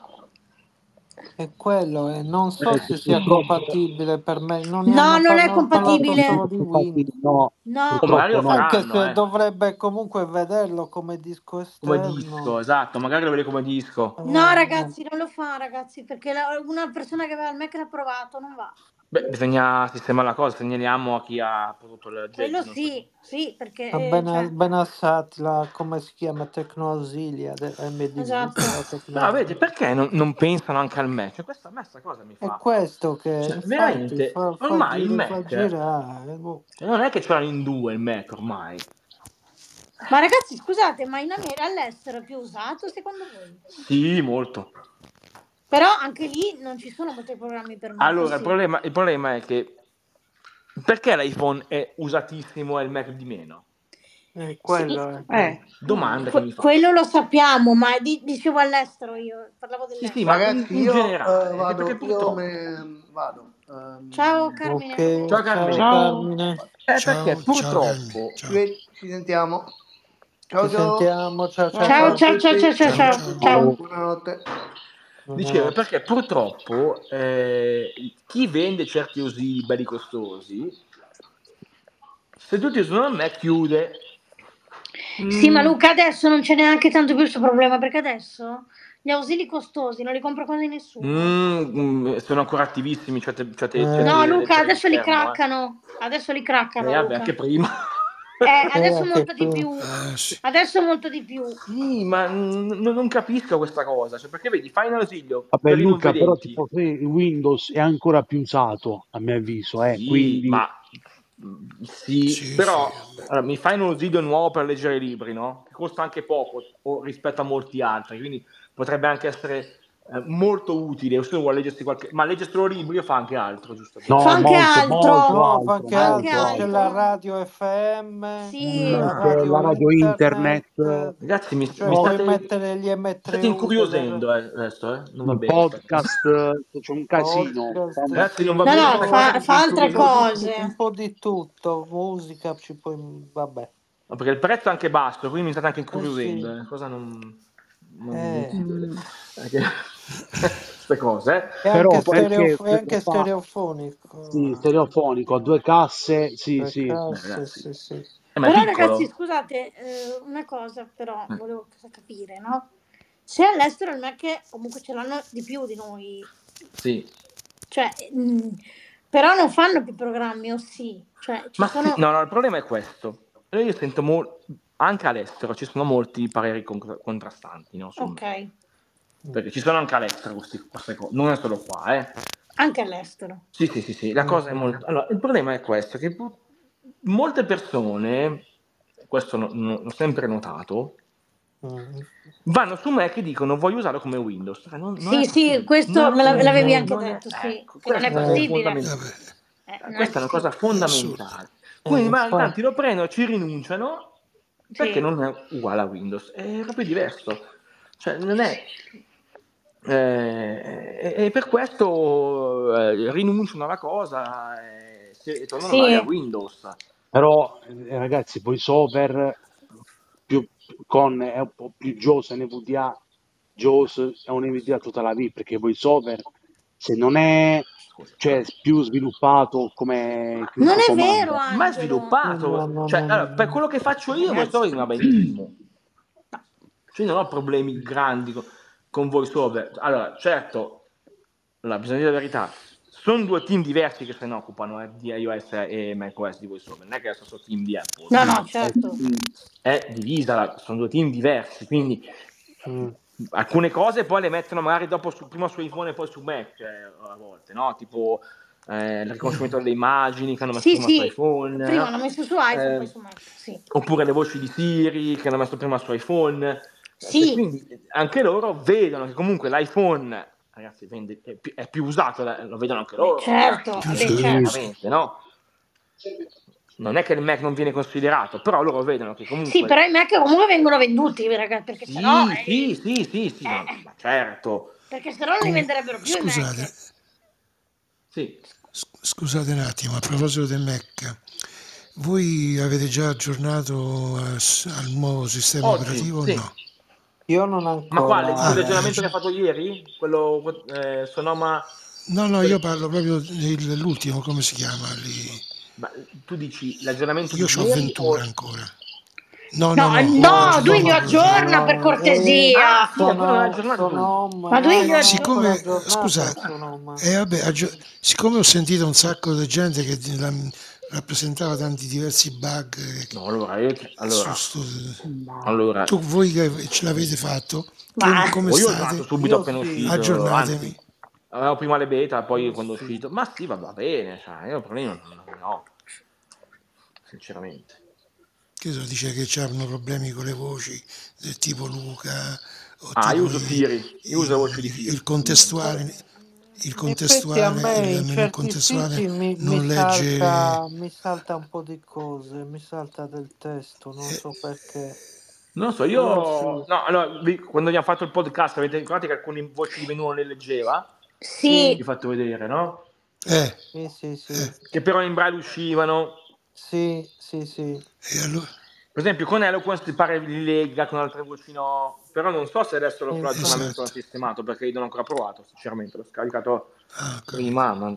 [SPEAKER 6] E quello, eh, non so
[SPEAKER 9] eh,
[SPEAKER 6] se sia
[SPEAKER 9] purtroppo,
[SPEAKER 6] compatibile per me, non ne
[SPEAKER 5] no,
[SPEAKER 6] hanno
[SPEAKER 5] non
[SPEAKER 6] par-
[SPEAKER 5] è
[SPEAKER 6] hanno parlato
[SPEAKER 5] compatibile,
[SPEAKER 6] solo di
[SPEAKER 9] infatti,
[SPEAKER 6] Windows.
[SPEAKER 9] no,
[SPEAKER 5] no,
[SPEAKER 2] O magari
[SPEAKER 9] purtroppo
[SPEAKER 2] lo
[SPEAKER 9] no.
[SPEAKER 6] Anche
[SPEAKER 2] faranno,
[SPEAKER 6] se
[SPEAKER 2] eh.
[SPEAKER 6] dovrebbe comunque vederlo come disco
[SPEAKER 2] Come disco,
[SPEAKER 6] esterno.
[SPEAKER 2] esatto, magari lo vede come disco.
[SPEAKER 5] no
[SPEAKER 6] Eh,
[SPEAKER 5] ragazzi, non lo fa ragazzi, perché la- una persona che aveva il Mac l'ha provato, non va.
[SPEAKER 2] Beh, bisogna sistemare la cosa, segnaliamo a chi ha prodotto l'aggeggio,
[SPEAKER 5] Quello
[SPEAKER 2] non so.
[SPEAKER 5] sì, sì,
[SPEAKER 6] a
[SPEAKER 5] perché eh,
[SPEAKER 6] Bena-
[SPEAKER 5] cioè,
[SPEAKER 6] Benassat, la, come si chiama? Tecnoausilia, de- MDV, la
[SPEAKER 5] esatto.
[SPEAKER 2] No, Ah, vedi,
[SPEAKER 6] Tecnoausilia.
[SPEAKER 2] perché non, non pensano anche al Mac? Cioè, questa, a me sta cosa mi
[SPEAKER 6] È
[SPEAKER 2] fa...
[SPEAKER 6] questo che,
[SPEAKER 2] Cioè,
[SPEAKER 6] infatti,
[SPEAKER 2] veramente,
[SPEAKER 6] fa, fa
[SPEAKER 2] ormai il
[SPEAKER 6] gi- fa
[SPEAKER 2] Mac...
[SPEAKER 6] girare. boh.
[SPEAKER 2] Cioè, non è che ce l'hanno in due il Mac ormai.
[SPEAKER 5] Ma ragazzi, scusate, ma in America all'estero è più usato secondo voi?
[SPEAKER 2] Sì, molto.
[SPEAKER 5] Però anche lì non ci sono molti programmi per Mac, o
[SPEAKER 2] Allora, il
[SPEAKER 5] sì.
[SPEAKER 2] problema, il problema è che perché l'iPhone è usatissimo e il Mac di meno?
[SPEAKER 6] È
[SPEAKER 5] Sì,
[SPEAKER 6] quello, eh.
[SPEAKER 3] Eh,
[SPEAKER 5] mm,
[SPEAKER 2] Domanda che mi
[SPEAKER 5] que-
[SPEAKER 2] faccio.
[SPEAKER 5] quello lo sappiamo, ma di- dicevo all'estero io, parlavo
[SPEAKER 2] Sì, sì,
[SPEAKER 5] dell'estero.
[SPEAKER 2] ma in,
[SPEAKER 8] Ragazzi,
[SPEAKER 2] in
[SPEAKER 8] io eh,
[SPEAKER 2] generale, eh, perché
[SPEAKER 8] vado, io
[SPEAKER 2] purtroppo...
[SPEAKER 8] me vado.
[SPEAKER 5] Ciao
[SPEAKER 8] Ehm,
[SPEAKER 5] Carmine.
[SPEAKER 2] Ciao
[SPEAKER 6] Ok, ciao
[SPEAKER 2] Carmine.
[SPEAKER 3] ciao.
[SPEAKER 6] Carmine.
[SPEAKER 2] Eh, perché
[SPEAKER 4] Ciao, ciao Carmine,
[SPEAKER 2] purtroppo...
[SPEAKER 8] ci,
[SPEAKER 4] ciao,
[SPEAKER 8] ved- ci sentiamo. Ciao
[SPEAKER 6] Ci
[SPEAKER 8] ciao.
[SPEAKER 6] sentiamo, ciao ciao
[SPEAKER 5] Ciao
[SPEAKER 8] Ciao a
[SPEAKER 6] ciao.
[SPEAKER 5] ciao ciao ciao
[SPEAKER 8] tutti,
[SPEAKER 4] ciao,
[SPEAKER 5] ciao ciao.
[SPEAKER 8] ciao a
[SPEAKER 4] ciao.
[SPEAKER 5] ciao.
[SPEAKER 8] tutti, buonanotte.
[SPEAKER 2] Dicevo,
[SPEAKER 6] Buonanotte.
[SPEAKER 2] perché purtroppo eh, chi vende certi usi belli costosi, se tutti usano il Mac, chiude.
[SPEAKER 5] Sì, ma
[SPEAKER 2] Mm,
[SPEAKER 5] Luca adesso non c'è neanche tanto più questo problema perché adesso gli ausili costosi non li compra quasi nessuno.
[SPEAKER 2] Mm, mm, sono ancora attivissimi certe, certe,
[SPEAKER 6] Eh,
[SPEAKER 5] No,
[SPEAKER 2] certe
[SPEAKER 5] Luca,
[SPEAKER 2] lettere di
[SPEAKER 5] adesso li
[SPEAKER 2] schermo, eh.
[SPEAKER 5] craccano. Adesso li
[SPEAKER 2] Eh,
[SPEAKER 5] craccano,
[SPEAKER 2] vabbè, anche
[SPEAKER 5] Luca.
[SPEAKER 2] prima.
[SPEAKER 5] Eh,
[SPEAKER 6] eh,
[SPEAKER 5] adesso
[SPEAKER 6] anche
[SPEAKER 5] molto di
[SPEAKER 6] prima.
[SPEAKER 5] più.
[SPEAKER 4] Ah, sì.
[SPEAKER 5] Adesso molto di più.
[SPEAKER 2] Sì, ma n- n- non capisco questa cosa, cioè, perché vedi, fai un ausilio
[SPEAKER 9] Vabbè
[SPEAKER 2] per i non
[SPEAKER 9] Luca, però ti
[SPEAKER 2] vedenti.
[SPEAKER 9] posso dire, Windows è ancora più usato, a mio avviso, eh,
[SPEAKER 2] Sì,
[SPEAKER 9] quindi
[SPEAKER 2] ma mm, sì,
[SPEAKER 4] Sì, sì,
[SPEAKER 2] però
[SPEAKER 4] vabbè.
[SPEAKER 2] allora, mi fai un ausilio nuovo per leggere i libri, no? Che costa anche poco o- rispetto a molti altri, quindi potrebbe anche essere eh, molto utile, se uno vuole leggersi qualche... ma leggersi solo libri o fa anche altro, giusto per...
[SPEAKER 5] Fa
[SPEAKER 9] no,
[SPEAKER 5] anche
[SPEAKER 9] molto,
[SPEAKER 5] altro.
[SPEAKER 9] molto
[SPEAKER 6] No, fa
[SPEAKER 9] altro,
[SPEAKER 6] anche
[SPEAKER 5] Anche
[SPEAKER 9] molto
[SPEAKER 6] altro, c'è
[SPEAKER 9] altro.
[SPEAKER 6] la
[SPEAKER 5] altro.
[SPEAKER 6] radio FM,
[SPEAKER 5] Sì.
[SPEAKER 6] la
[SPEAKER 9] Mm,
[SPEAKER 2] Ah.
[SPEAKER 9] c'è la
[SPEAKER 6] radio
[SPEAKER 9] radio internet,
[SPEAKER 6] internet,
[SPEAKER 9] eh,
[SPEAKER 2] Ragazzi, mi, mi
[SPEAKER 6] cioè puoi
[SPEAKER 2] state,
[SPEAKER 9] podcast,
[SPEAKER 6] mettere gli
[SPEAKER 2] mi state
[SPEAKER 6] M3U della
[SPEAKER 2] incuriosendo eh, adesso, eh? Non va
[SPEAKER 9] un
[SPEAKER 2] bene questa cosa.
[SPEAKER 9] podcast, eh, c'è un casino.
[SPEAKER 6] podcast,
[SPEAKER 9] Stanno-
[SPEAKER 2] Ragazzi, non
[SPEAKER 6] sì,
[SPEAKER 2] va
[SPEAKER 5] No,
[SPEAKER 2] bene
[SPEAKER 6] un
[SPEAKER 5] no,
[SPEAKER 2] questa
[SPEAKER 6] po',
[SPEAKER 2] cosa,
[SPEAKER 5] fa,
[SPEAKER 2] mi sta
[SPEAKER 5] fa altre
[SPEAKER 6] un po'
[SPEAKER 2] incuriosendo.
[SPEAKER 6] di, tu- un
[SPEAKER 5] cose.
[SPEAKER 6] po' di tutto, musica, ci puoi, vabbè.
[SPEAKER 2] No, perché il prezzo è anche basso, quindi mi state anche
[SPEAKER 6] Eh sì,
[SPEAKER 2] incuriosendo. È una cosa non, non, non
[SPEAKER 6] eh.
[SPEAKER 2] si vede.
[SPEAKER 3] Mm.
[SPEAKER 2] Anche- Queste cose. eh.
[SPEAKER 6] È
[SPEAKER 9] Però
[SPEAKER 6] anche,
[SPEAKER 9] perché
[SPEAKER 6] stereof- è
[SPEAKER 9] questo
[SPEAKER 6] anche
[SPEAKER 9] qua, sì,
[SPEAKER 6] stereofonico.
[SPEAKER 9] stereofonico, a due casse, sì,
[SPEAKER 6] Per
[SPEAKER 2] eh.
[SPEAKER 9] sì.
[SPEAKER 2] Eh,
[SPEAKER 6] caso,
[SPEAKER 2] ragazzi.
[SPEAKER 6] sì, sì.
[SPEAKER 2] Eh, ma è
[SPEAKER 5] Però ragazzi,
[SPEAKER 2] piccolo.
[SPEAKER 5] scusate, eh, una cosa però
[SPEAKER 2] Eh.
[SPEAKER 5] volevo capire, no? Se all'estero il Mac comunque ce l'hanno di più di noi,
[SPEAKER 2] Sì.
[SPEAKER 5] cioè, mm, però non fanno più programmi, o sì? Cioè, ci
[SPEAKER 2] Ma sì,
[SPEAKER 5] sono...
[SPEAKER 2] no, no, il problema è questo. Allora Io sento molto, anche all'estero ci sono molti pareri con- contrastanti no, sul
[SPEAKER 5] Ok,
[SPEAKER 2] Mac. Perché ci sono anche all'estero questi- queste cose, non è solo qua, eh.
[SPEAKER 5] Anche all'estero.
[SPEAKER 2] Sì, sì, sì,
[SPEAKER 5] Mm.
[SPEAKER 2] sì, la cosa è molto... Allora, il problema è questo, che pu- molte persone, questo no- no- l'ho sempre notato,
[SPEAKER 6] Mm.
[SPEAKER 2] vanno su Mac e dicono voglio usarlo come Windows. Cioè, non, non è
[SPEAKER 5] Sì, sì,
[SPEAKER 2] possibile.
[SPEAKER 5] questo
[SPEAKER 2] Non-
[SPEAKER 5] me la- l'avevi anche
[SPEAKER 2] non è-
[SPEAKER 5] detto, sì,
[SPEAKER 2] ecco,
[SPEAKER 5] che non è
[SPEAKER 2] questa è
[SPEAKER 5] possibile.
[SPEAKER 2] fondamentale.
[SPEAKER 4] Vabbè,
[SPEAKER 5] Eh, non è
[SPEAKER 2] Questa è una cosa
[SPEAKER 5] possibile.
[SPEAKER 4] assurdo.
[SPEAKER 2] fondamentale.
[SPEAKER 6] Eh,
[SPEAKER 2] Quindi magari tanti
[SPEAKER 6] infatti.
[SPEAKER 2] lo prendono, ci rinunciano perché
[SPEAKER 5] Sì.
[SPEAKER 2] non è uguale a Windows, è proprio diverso. Cioè, non è... eh, e e per questo eh, rinunciano alla cosa e, si- e tornano
[SPEAKER 5] Sì.
[SPEAKER 2] magari a Windows.
[SPEAKER 9] Però, eh, ragazzi, VoiceOver più, con è un po' più JAWS NVDA, JAWS è un NVDA tutta la vita, perché VoiceOver, se non è
[SPEAKER 2] Scusa.
[SPEAKER 9] cioè, più sviluppato come
[SPEAKER 5] Non
[SPEAKER 9] Cristo
[SPEAKER 5] è vero,
[SPEAKER 9] comanda,
[SPEAKER 2] Ma è
[SPEAKER 5] Angelo.
[SPEAKER 6] No,
[SPEAKER 2] sviluppato,
[SPEAKER 6] no,
[SPEAKER 2] cioè,
[SPEAKER 6] no, no,
[SPEAKER 2] allora, per
[SPEAKER 6] no.
[SPEAKER 2] quello che faccio io,
[SPEAKER 5] Ragazzi,
[SPEAKER 2] VoiceOver va benissimo. Cioè, io non ho problemi grandi co- con, VoiceOver. Allora, certo, allora, bisogna dire la verità, sono due team diversi che se ne occupano eh, di iOS e macOS di VoiceOver, non è che è lo stesso team di Apple,
[SPEAKER 5] no, no,
[SPEAKER 2] quindi è,
[SPEAKER 5] certo.
[SPEAKER 2] è divisa, la- sono due team diversi, quindi
[SPEAKER 6] Mm.
[SPEAKER 2] alcune cose poi le mettono magari dopo su, prima su iPhone e poi su Mac, eh, a volte, no? Tipo eh, il riconoscimento delle immagini che hanno messo
[SPEAKER 5] Sì,
[SPEAKER 2] prima su
[SPEAKER 5] sì,
[SPEAKER 2] iPhone,
[SPEAKER 5] prima
[SPEAKER 2] no?
[SPEAKER 5] l'ho messo su iPhone, poi
[SPEAKER 2] Eh,
[SPEAKER 5] su Mac. Sì,
[SPEAKER 2] oppure le voci di Siri che hanno messo prima su iPhone. Eh, E
[SPEAKER 5] sì,
[SPEAKER 2] quindi anche loro vedono che comunque l'iPhone, ragazzi, vende- è, più, è più usato, la- lo vedono anche
[SPEAKER 5] beh,
[SPEAKER 2] loro,
[SPEAKER 5] certo,
[SPEAKER 2] chiaro,
[SPEAKER 4] Più
[SPEAKER 5] beh,
[SPEAKER 4] servizi.
[SPEAKER 5] certo.
[SPEAKER 2] chiaramente, no? Non è che il Mac non viene considerato, però loro vedono che
[SPEAKER 5] Sì,
[SPEAKER 2] comunque
[SPEAKER 5] però i Mac comunque vengono venduti, ragazzi, perché sennò,
[SPEAKER 2] sì, sì,
[SPEAKER 5] eh,
[SPEAKER 2] sì, sì, sì, ma,
[SPEAKER 5] eh,
[SPEAKER 2] ma certo,
[SPEAKER 5] perché sennò non li
[SPEAKER 4] Com-
[SPEAKER 5] venderebbero più i
[SPEAKER 4] scusate,
[SPEAKER 5] Mac.
[SPEAKER 2] sì.
[SPEAKER 4] sc- scusate un attimo, a proposito del Mac, voi avete già aggiornato a s- al nuovo sistema
[SPEAKER 2] Oggi,
[SPEAKER 4] operativo o
[SPEAKER 2] sì.
[SPEAKER 4] no?
[SPEAKER 6] Io non
[SPEAKER 2] Ma quale?
[SPEAKER 4] Ah,
[SPEAKER 6] ancora. eh.
[SPEAKER 2] Quell'aggiornamento che hai
[SPEAKER 4] aggi-
[SPEAKER 2] fatto ieri? Quello eh, Sonoma...
[SPEAKER 4] no, no, io
[SPEAKER 2] quel-
[SPEAKER 4] parlo proprio dell'ultimo, come si chiama lì?
[SPEAKER 2] Ma tu dici l'aggiornamento
[SPEAKER 4] Io
[SPEAKER 2] di
[SPEAKER 4] ho
[SPEAKER 2] ieri
[SPEAKER 4] 21
[SPEAKER 2] o...
[SPEAKER 4] ancora. No, no,
[SPEAKER 5] No,
[SPEAKER 4] no, ho
[SPEAKER 6] No,
[SPEAKER 5] no, Duilio
[SPEAKER 4] aggiornato
[SPEAKER 6] sono,
[SPEAKER 4] quello.
[SPEAKER 5] aggiorna per
[SPEAKER 6] sono, eh,
[SPEAKER 5] cortesia.
[SPEAKER 2] Ah sì, ancora non hai
[SPEAKER 6] sono,
[SPEAKER 2] aggiornato tu.
[SPEAKER 6] sono, ma
[SPEAKER 5] Ma Duilio
[SPEAKER 6] no, non ho ancora
[SPEAKER 5] aggiorna.
[SPEAKER 4] Siccome,
[SPEAKER 6] aggiornato,
[SPEAKER 4] scusate,
[SPEAKER 6] sono, ma
[SPEAKER 4] eh, vabbè, aggio- siccome ho sentito un sacco di gente che di- la- rappresentava tanti diversi bug, eh,
[SPEAKER 2] No, allora, io...
[SPEAKER 4] su
[SPEAKER 2] Allora,
[SPEAKER 4] sto-
[SPEAKER 2] allora,
[SPEAKER 4] tu voi che ce l'avete fatto, che,
[SPEAKER 5] Ma
[SPEAKER 4] come
[SPEAKER 2] oh, Eh. io ho aggiornato
[SPEAKER 4] state?
[SPEAKER 2] subito
[SPEAKER 6] io
[SPEAKER 2] appena
[SPEAKER 6] sì,
[SPEAKER 2] uscito,
[SPEAKER 4] Aggiornatemi.
[SPEAKER 2] anzi, avevo prima le beta, poi
[SPEAKER 6] io
[SPEAKER 2] quando è
[SPEAKER 6] sì.
[SPEAKER 2] uscito... Ma sì, va, va bene, sai, io problemi non non ne ho, sinceramente.
[SPEAKER 4] Che so, dice che c'erano problemi con le voci del tipo Luca o
[SPEAKER 2] Ah, io uso
[SPEAKER 4] tipo i-
[SPEAKER 2] Siri, io uso la voce di
[SPEAKER 4] i- il
[SPEAKER 2] Siri.
[SPEAKER 4] contestuale, il
[SPEAKER 6] In effetti a
[SPEAKER 4] contestuale,
[SPEAKER 6] me
[SPEAKER 4] il
[SPEAKER 6] in
[SPEAKER 4] menu
[SPEAKER 6] certi
[SPEAKER 4] contestuale
[SPEAKER 6] siti mi, mi
[SPEAKER 4] non legge.
[SPEAKER 6] salta, mi salta un po' di cose, mi salta del testo, non
[SPEAKER 4] eh,
[SPEAKER 6] so perché.
[SPEAKER 2] Non lo so, io...
[SPEAKER 6] Io sì,
[SPEAKER 2] No, allora, vi- quando abbiamo fatto il podcast, avete ricordato che alcune voci di Venuno le leggeva? Vi
[SPEAKER 5] sì,
[SPEAKER 6] sì,
[SPEAKER 2] ho fatto vedere, no?
[SPEAKER 4] eh,
[SPEAKER 6] sì, sì, sì,
[SPEAKER 4] eh,
[SPEAKER 2] Che però in braille uscivano.
[SPEAKER 6] sì, sì, sì.
[SPEAKER 4] e allora,
[SPEAKER 2] Per esempio, con Eloquence ti pare li lega con altre voci no. Però non so se adesso lo- l'aggiornamento l'ha
[SPEAKER 4] esatto.
[SPEAKER 2] sistemato, perché io non ho ancora provato, sinceramente. L'ho scaricato
[SPEAKER 4] Ah, ho capito.
[SPEAKER 2] prima, ma
[SPEAKER 6] Eh,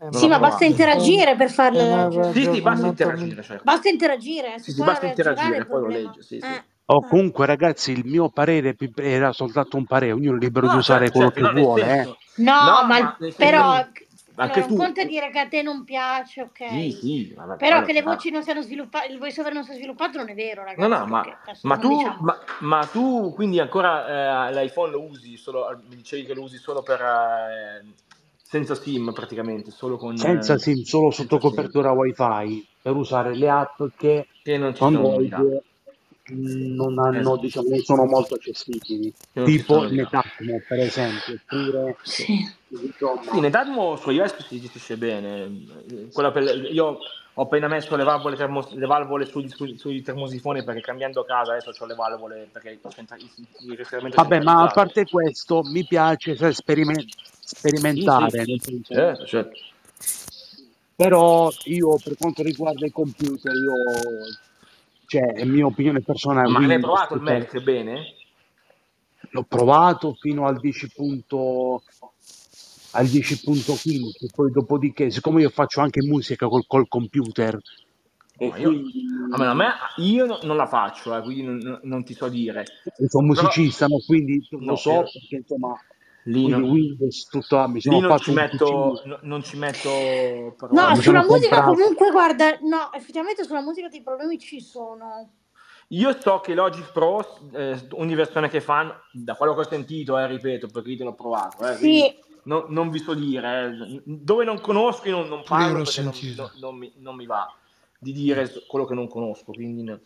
[SPEAKER 2] non
[SPEAKER 5] sì,
[SPEAKER 2] l'ho
[SPEAKER 5] ma
[SPEAKER 6] ma
[SPEAKER 5] basta
[SPEAKER 2] provato.
[SPEAKER 6] è un,
[SPEAKER 5] interagire per
[SPEAKER 6] è
[SPEAKER 5] farle
[SPEAKER 6] un
[SPEAKER 5] leggere.
[SPEAKER 2] Sì, sì, basta
[SPEAKER 6] aggiornamento. mi-
[SPEAKER 2] interagire, certo.
[SPEAKER 5] Basta interagire,
[SPEAKER 2] Sì,
[SPEAKER 5] se
[SPEAKER 2] sì,
[SPEAKER 5] poi
[SPEAKER 2] basta
[SPEAKER 5] ragiona è il
[SPEAKER 2] interagire, poi lo
[SPEAKER 5] problema.
[SPEAKER 2] legge, sì, sì.
[SPEAKER 5] Eh,
[SPEAKER 9] Oh,
[SPEAKER 5] eh.
[SPEAKER 9] comunque, ragazzi, il mio parere pi- era soltanto un parere, ognuno è libero
[SPEAKER 2] No,
[SPEAKER 9] di
[SPEAKER 2] no,
[SPEAKER 9] usare
[SPEAKER 2] certo,
[SPEAKER 9] quello
[SPEAKER 2] certo,
[SPEAKER 9] che
[SPEAKER 2] no, nel
[SPEAKER 9] vuole, eh.
[SPEAKER 2] senso...
[SPEAKER 5] No,
[SPEAKER 2] No,
[SPEAKER 5] ma
[SPEAKER 2] ma
[SPEAKER 5] il-
[SPEAKER 2] nel senso...
[SPEAKER 5] però,
[SPEAKER 4] Sì,
[SPEAKER 5] allora,
[SPEAKER 2] Anche
[SPEAKER 5] un
[SPEAKER 2] tu...
[SPEAKER 5] conto è dire che a te non piace,
[SPEAKER 2] Sì,
[SPEAKER 5] ok.
[SPEAKER 2] sì, vabbè, ma
[SPEAKER 5] Però
[SPEAKER 2] quello
[SPEAKER 5] che
[SPEAKER 2] è
[SPEAKER 5] le
[SPEAKER 2] chiaro.
[SPEAKER 5] voci non siano sviluppate, il voiceover non sia sviluppato non è vero,
[SPEAKER 2] No, no,
[SPEAKER 5] ragazzi,
[SPEAKER 2] ma,
[SPEAKER 5] perché adesso
[SPEAKER 2] ma
[SPEAKER 5] non
[SPEAKER 2] tu,
[SPEAKER 5] diciamo.
[SPEAKER 2] ma, ma tu quindi ancora eh, l'iPhone lo usi solo, mi dicevi che lo usi solo per, eh, senza SIM praticamente, solo con,
[SPEAKER 9] Senza
[SPEAKER 2] eh,
[SPEAKER 9] SIM, solo sotto
[SPEAKER 2] senza SIM,
[SPEAKER 9] copertura wifi, per usare le app che
[SPEAKER 2] che non ci sono diciamo, di
[SPEAKER 9] Android
[SPEAKER 2] là,
[SPEAKER 9] non
[SPEAKER 2] Eh,
[SPEAKER 9] hanno, diciamo, non sono molto accessibili,
[SPEAKER 2] che non ci
[SPEAKER 9] tipo
[SPEAKER 2] sono diciamo. di là.
[SPEAKER 9] Netatmo, per esempio, oppure,
[SPEAKER 2] Sì.
[SPEAKER 5] Sì.
[SPEAKER 2] Sì,
[SPEAKER 9] insomma,
[SPEAKER 2] Netatmo su iOS si gestisce bene. Quella per- io ho appena messo le valvole, termo- le valvole sugli, sugli- sui termosifoni perché cambiando casa adesso ho le valvole perché il, centra- il, il riscaldamento è
[SPEAKER 9] Vabbè, ma a
[SPEAKER 2] centralizzato.
[SPEAKER 9] parte questo, mi piace sai, sperimen-
[SPEAKER 2] Sì, sì,
[SPEAKER 9] sperimentare,
[SPEAKER 2] sì,
[SPEAKER 9] nel senso,
[SPEAKER 2] certo, certo.
[SPEAKER 9] però io per quanto riguarda i computer, io, cioè, è mia opinione personale,
[SPEAKER 2] Ma l'hai
[SPEAKER 9] Windows,
[SPEAKER 2] provato il
[SPEAKER 9] perché
[SPEAKER 2] Mac bene?
[SPEAKER 9] l'ho provato fino al 10 punto- al 10.15, poi dopodiché, siccome io faccio anche musica col, col computer,
[SPEAKER 2] No,
[SPEAKER 9] e
[SPEAKER 2] io, almeno a
[SPEAKER 9] quindi
[SPEAKER 2] me, io no- non la faccio, eh, quindi non, non ti so dire.
[SPEAKER 9] io sono
[SPEAKER 2] Però,
[SPEAKER 9] musicista, no? quindi lo
[SPEAKER 2] no,
[SPEAKER 9] so
[SPEAKER 2] io,
[SPEAKER 9] perché insomma,
[SPEAKER 2] lì,
[SPEAKER 9] quindi
[SPEAKER 2] non-
[SPEAKER 9] Windows tutta, mi
[SPEAKER 2] lì
[SPEAKER 9] sono
[SPEAKER 2] non ci
[SPEAKER 9] fatto un PC,
[SPEAKER 2] metto, no- non ci metto
[SPEAKER 5] No,
[SPEAKER 2] parole.
[SPEAKER 9] mi sono
[SPEAKER 5] sulla musica
[SPEAKER 9] comprato.
[SPEAKER 5] comunque, guarda, no, effettivamente sulla musica dei problemi ci sono.
[SPEAKER 2] Io so che Logic Pro, eh, ogni versione che fanno, da quello che ho sentito, eh, ripeto, perché io l'ho provato, eh, quindi
[SPEAKER 5] Sì,
[SPEAKER 2] non, non vi so dire, eh, dove non conosco io non, non
[SPEAKER 4] Pure io
[SPEAKER 2] parlo
[SPEAKER 4] l'ho
[SPEAKER 2] perché non,
[SPEAKER 4] sentito.
[SPEAKER 2] non- non mi, non mi va di dire s- quello che non conosco, quindi no.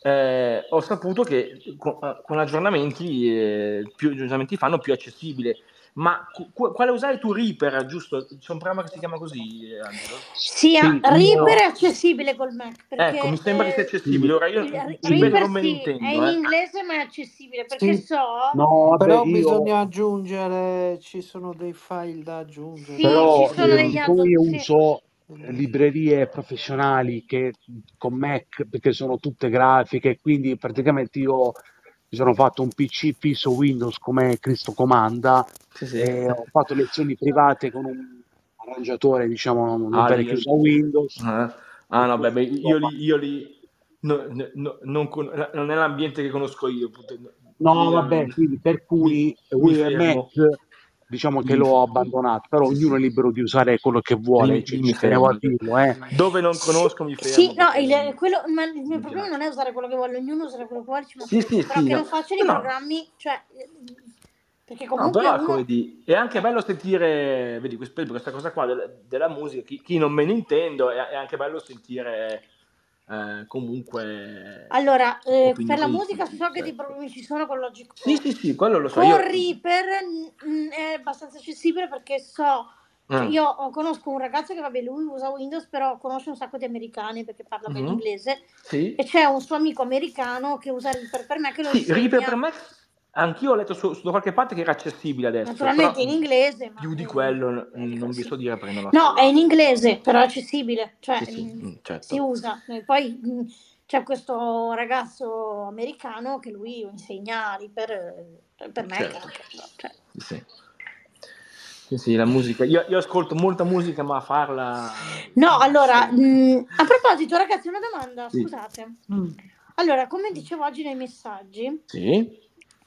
[SPEAKER 2] Eh, ho saputo che co- eh, con, aggiornamenti eh, più aggiornamenti fanno più accessibile, ma cu- cu- quale usai tu Reaper, giusto? C'è un programma che si chiama così, eh, Angelo?
[SPEAKER 5] sì,
[SPEAKER 9] Sì,
[SPEAKER 5] a-
[SPEAKER 9] io-
[SPEAKER 5] Reaper è accessibile col Mac
[SPEAKER 2] Ecco, mi
[SPEAKER 5] perché
[SPEAKER 2] sembra che sia
[SPEAKER 5] eh,
[SPEAKER 2] accessibile, ora io
[SPEAKER 5] il Re-
[SPEAKER 2] di quello
[SPEAKER 5] Reaper
[SPEAKER 2] non me ne
[SPEAKER 5] sì, è
[SPEAKER 2] intendo,
[SPEAKER 5] in
[SPEAKER 2] eh.
[SPEAKER 5] inglese ma è accessibile perché
[SPEAKER 6] Sì,
[SPEAKER 5] so,
[SPEAKER 9] no, vabbè,
[SPEAKER 6] però
[SPEAKER 9] io
[SPEAKER 6] bisogna aggiungere, ci sono dei file da aggiungere.
[SPEAKER 5] sì, ci
[SPEAKER 9] però
[SPEAKER 5] sono
[SPEAKER 9] eh,
[SPEAKER 5] degli
[SPEAKER 9] siccome
[SPEAKER 5] add-on,
[SPEAKER 9] io
[SPEAKER 5] sì.
[SPEAKER 9] uso eh,
[SPEAKER 6] Delle-
[SPEAKER 9] librerie professionali che con Mac perché sono tutte grafiche quindi praticamente io mi sono fatto un PC fisso Windows come Cristo comanda
[SPEAKER 2] Sì, sì.
[SPEAKER 5] Eh,
[SPEAKER 9] e ho fatto lezioni private con un arrangiatore diciamo non, non
[SPEAKER 2] Ah,
[SPEAKER 9] per
[SPEAKER 2] lì, io
[SPEAKER 9] chiuso
[SPEAKER 2] lì.
[SPEAKER 9] a Windows
[SPEAKER 2] Ah, ah,
[SPEAKER 9] e
[SPEAKER 2] no, beh, beh,
[SPEAKER 9] quindi
[SPEAKER 2] io
[SPEAKER 9] insomma
[SPEAKER 2] lì, io lì no- no- no- non, con- non è l'ambiente che conosco io, appunto, no,
[SPEAKER 9] No,
[SPEAKER 2] lì
[SPEAKER 9] vabbè,
[SPEAKER 2] non-
[SPEAKER 9] quindi per
[SPEAKER 2] mi,
[SPEAKER 9] cui
[SPEAKER 2] mi
[SPEAKER 9] Wii e Mac
[SPEAKER 2] fermo,
[SPEAKER 9] diciamo che
[SPEAKER 2] lì mi,
[SPEAKER 9] l'ho
[SPEAKER 2] fe-
[SPEAKER 9] abbandonato, però
[SPEAKER 2] sì,
[SPEAKER 9] ognuno è
[SPEAKER 2] sì,
[SPEAKER 9] libero di usare quello che
[SPEAKER 2] lì,
[SPEAKER 9] vuole, cioè,
[SPEAKER 2] lì
[SPEAKER 9] ci
[SPEAKER 2] mi
[SPEAKER 9] tenevo a
[SPEAKER 2] fermo.
[SPEAKER 9] dirlo, eh.
[SPEAKER 2] Dove non
[SPEAKER 5] Sì,
[SPEAKER 2] conosco mi fermo
[SPEAKER 5] sì, no,
[SPEAKER 2] perché
[SPEAKER 5] il, eh,
[SPEAKER 2] non
[SPEAKER 5] quello- ma il mio
[SPEAKER 2] mi
[SPEAKER 5] problema
[SPEAKER 2] piace.
[SPEAKER 5] non è usare quello che voglio, ognuno usa quello che vuole, ci
[SPEAKER 2] Sì,
[SPEAKER 5] mancherebbe,
[SPEAKER 2] sì,
[SPEAKER 5] però
[SPEAKER 2] sì,
[SPEAKER 5] che
[SPEAKER 2] no,
[SPEAKER 5] non facciano i
[SPEAKER 2] no, no.
[SPEAKER 5] programmi, cioè, eh, perché
[SPEAKER 2] No,
[SPEAKER 5] comunque
[SPEAKER 2] però ecco, come
[SPEAKER 5] uno...
[SPEAKER 2] di, è anche bello sentire, vedi, quest- per questa cosa qua del- della musica, chi, chi non me ne intendo, è, è anche bello sentire eh, comunque
[SPEAKER 5] Allora, eh, per la
[SPEAKER 2] opinioni.
[SPEAKER 5] musica so che
[SPEAKER 2] cioè.
[SPEAKER 5] dei problemi ci sono con Logic
[SPEAKER 2] Sì,
[SPEAKER 5] Pro.
[SPEAKER 2] sì, sì, quello lo so,
[SPEAKER 5] Con
[SPEAKER 2] io...
[SPEAKER 5] Reaper mm, mm, è abbastanza accessibile perché so, cioè
[SPEAKER 2] Ah,
[SPEAKER 5] io ho- conosco un ragazzo che vabbè lui usa Windows però conosce un sacco di americani perché parla bene
[SPEAKER 2] mhm.
[SPEAKER 5] inglese e
[SPEAKER 2] Sì.
[SPEAKER 5] c'è un suo amico americano che usa Reaper per me che lo
[SPEAKER 2] Sì, Reaper per
[SPEAKER 5] insegna
[SPEAKER 2] me, anch'io ho letto su, su da qualche parte che era accessibile adesso, però
[SPEAKER 5] naturalmente in inglese ma
[SPEAKER 2] più di
[SPEAKER 5] eh,
[SPEAKER 2] quello n-
[SPEAKER 5] eh,
[SPEAKER 2] non vi
[SPEAKER 5] sì.
[SPEAKER 2] so dire perché non l'ho
[SPEAKER 5] no è in
[SPEAKER 2] installato.
[SPEAKER 5] inglese però è accessibile
[SPEAKER 2] Sì,
[SPEAKER 5] cioè
[SPEAKER 2] sì,
[SPEAKER 5] mm,
[SPEAKER 2] mm,
[SPEAKER 5] si
[SPEAKER 2] certo.
[SPEAKER 5] usa e poi mm, c'è questo ragazzo americano che lui insegna Reaper eh, per me
[SPEAKER 2] Certo,
[SPEAKER 5] anche cioè.
[SPEAKER 2] sì, sì. Sì, sì, la musica. Io, io ascolto molta musica, ma a farla...
[SPEAKER 5] No,
[SPEAKER 2] non
[SPEAKER 5] allora, mm,
[SPEAKER 2] so.
[SPEAKER 5] mh, a proposito, ragazzi, una domanda,
[SPEAKER 2] Sì.
[SPEAKER 5] scusate.
[SPEAKER 6] Mm.
[SPEAKER 5] Allora, come dicevo oggi nei messaggi,
[SPEAKER 2] Sì,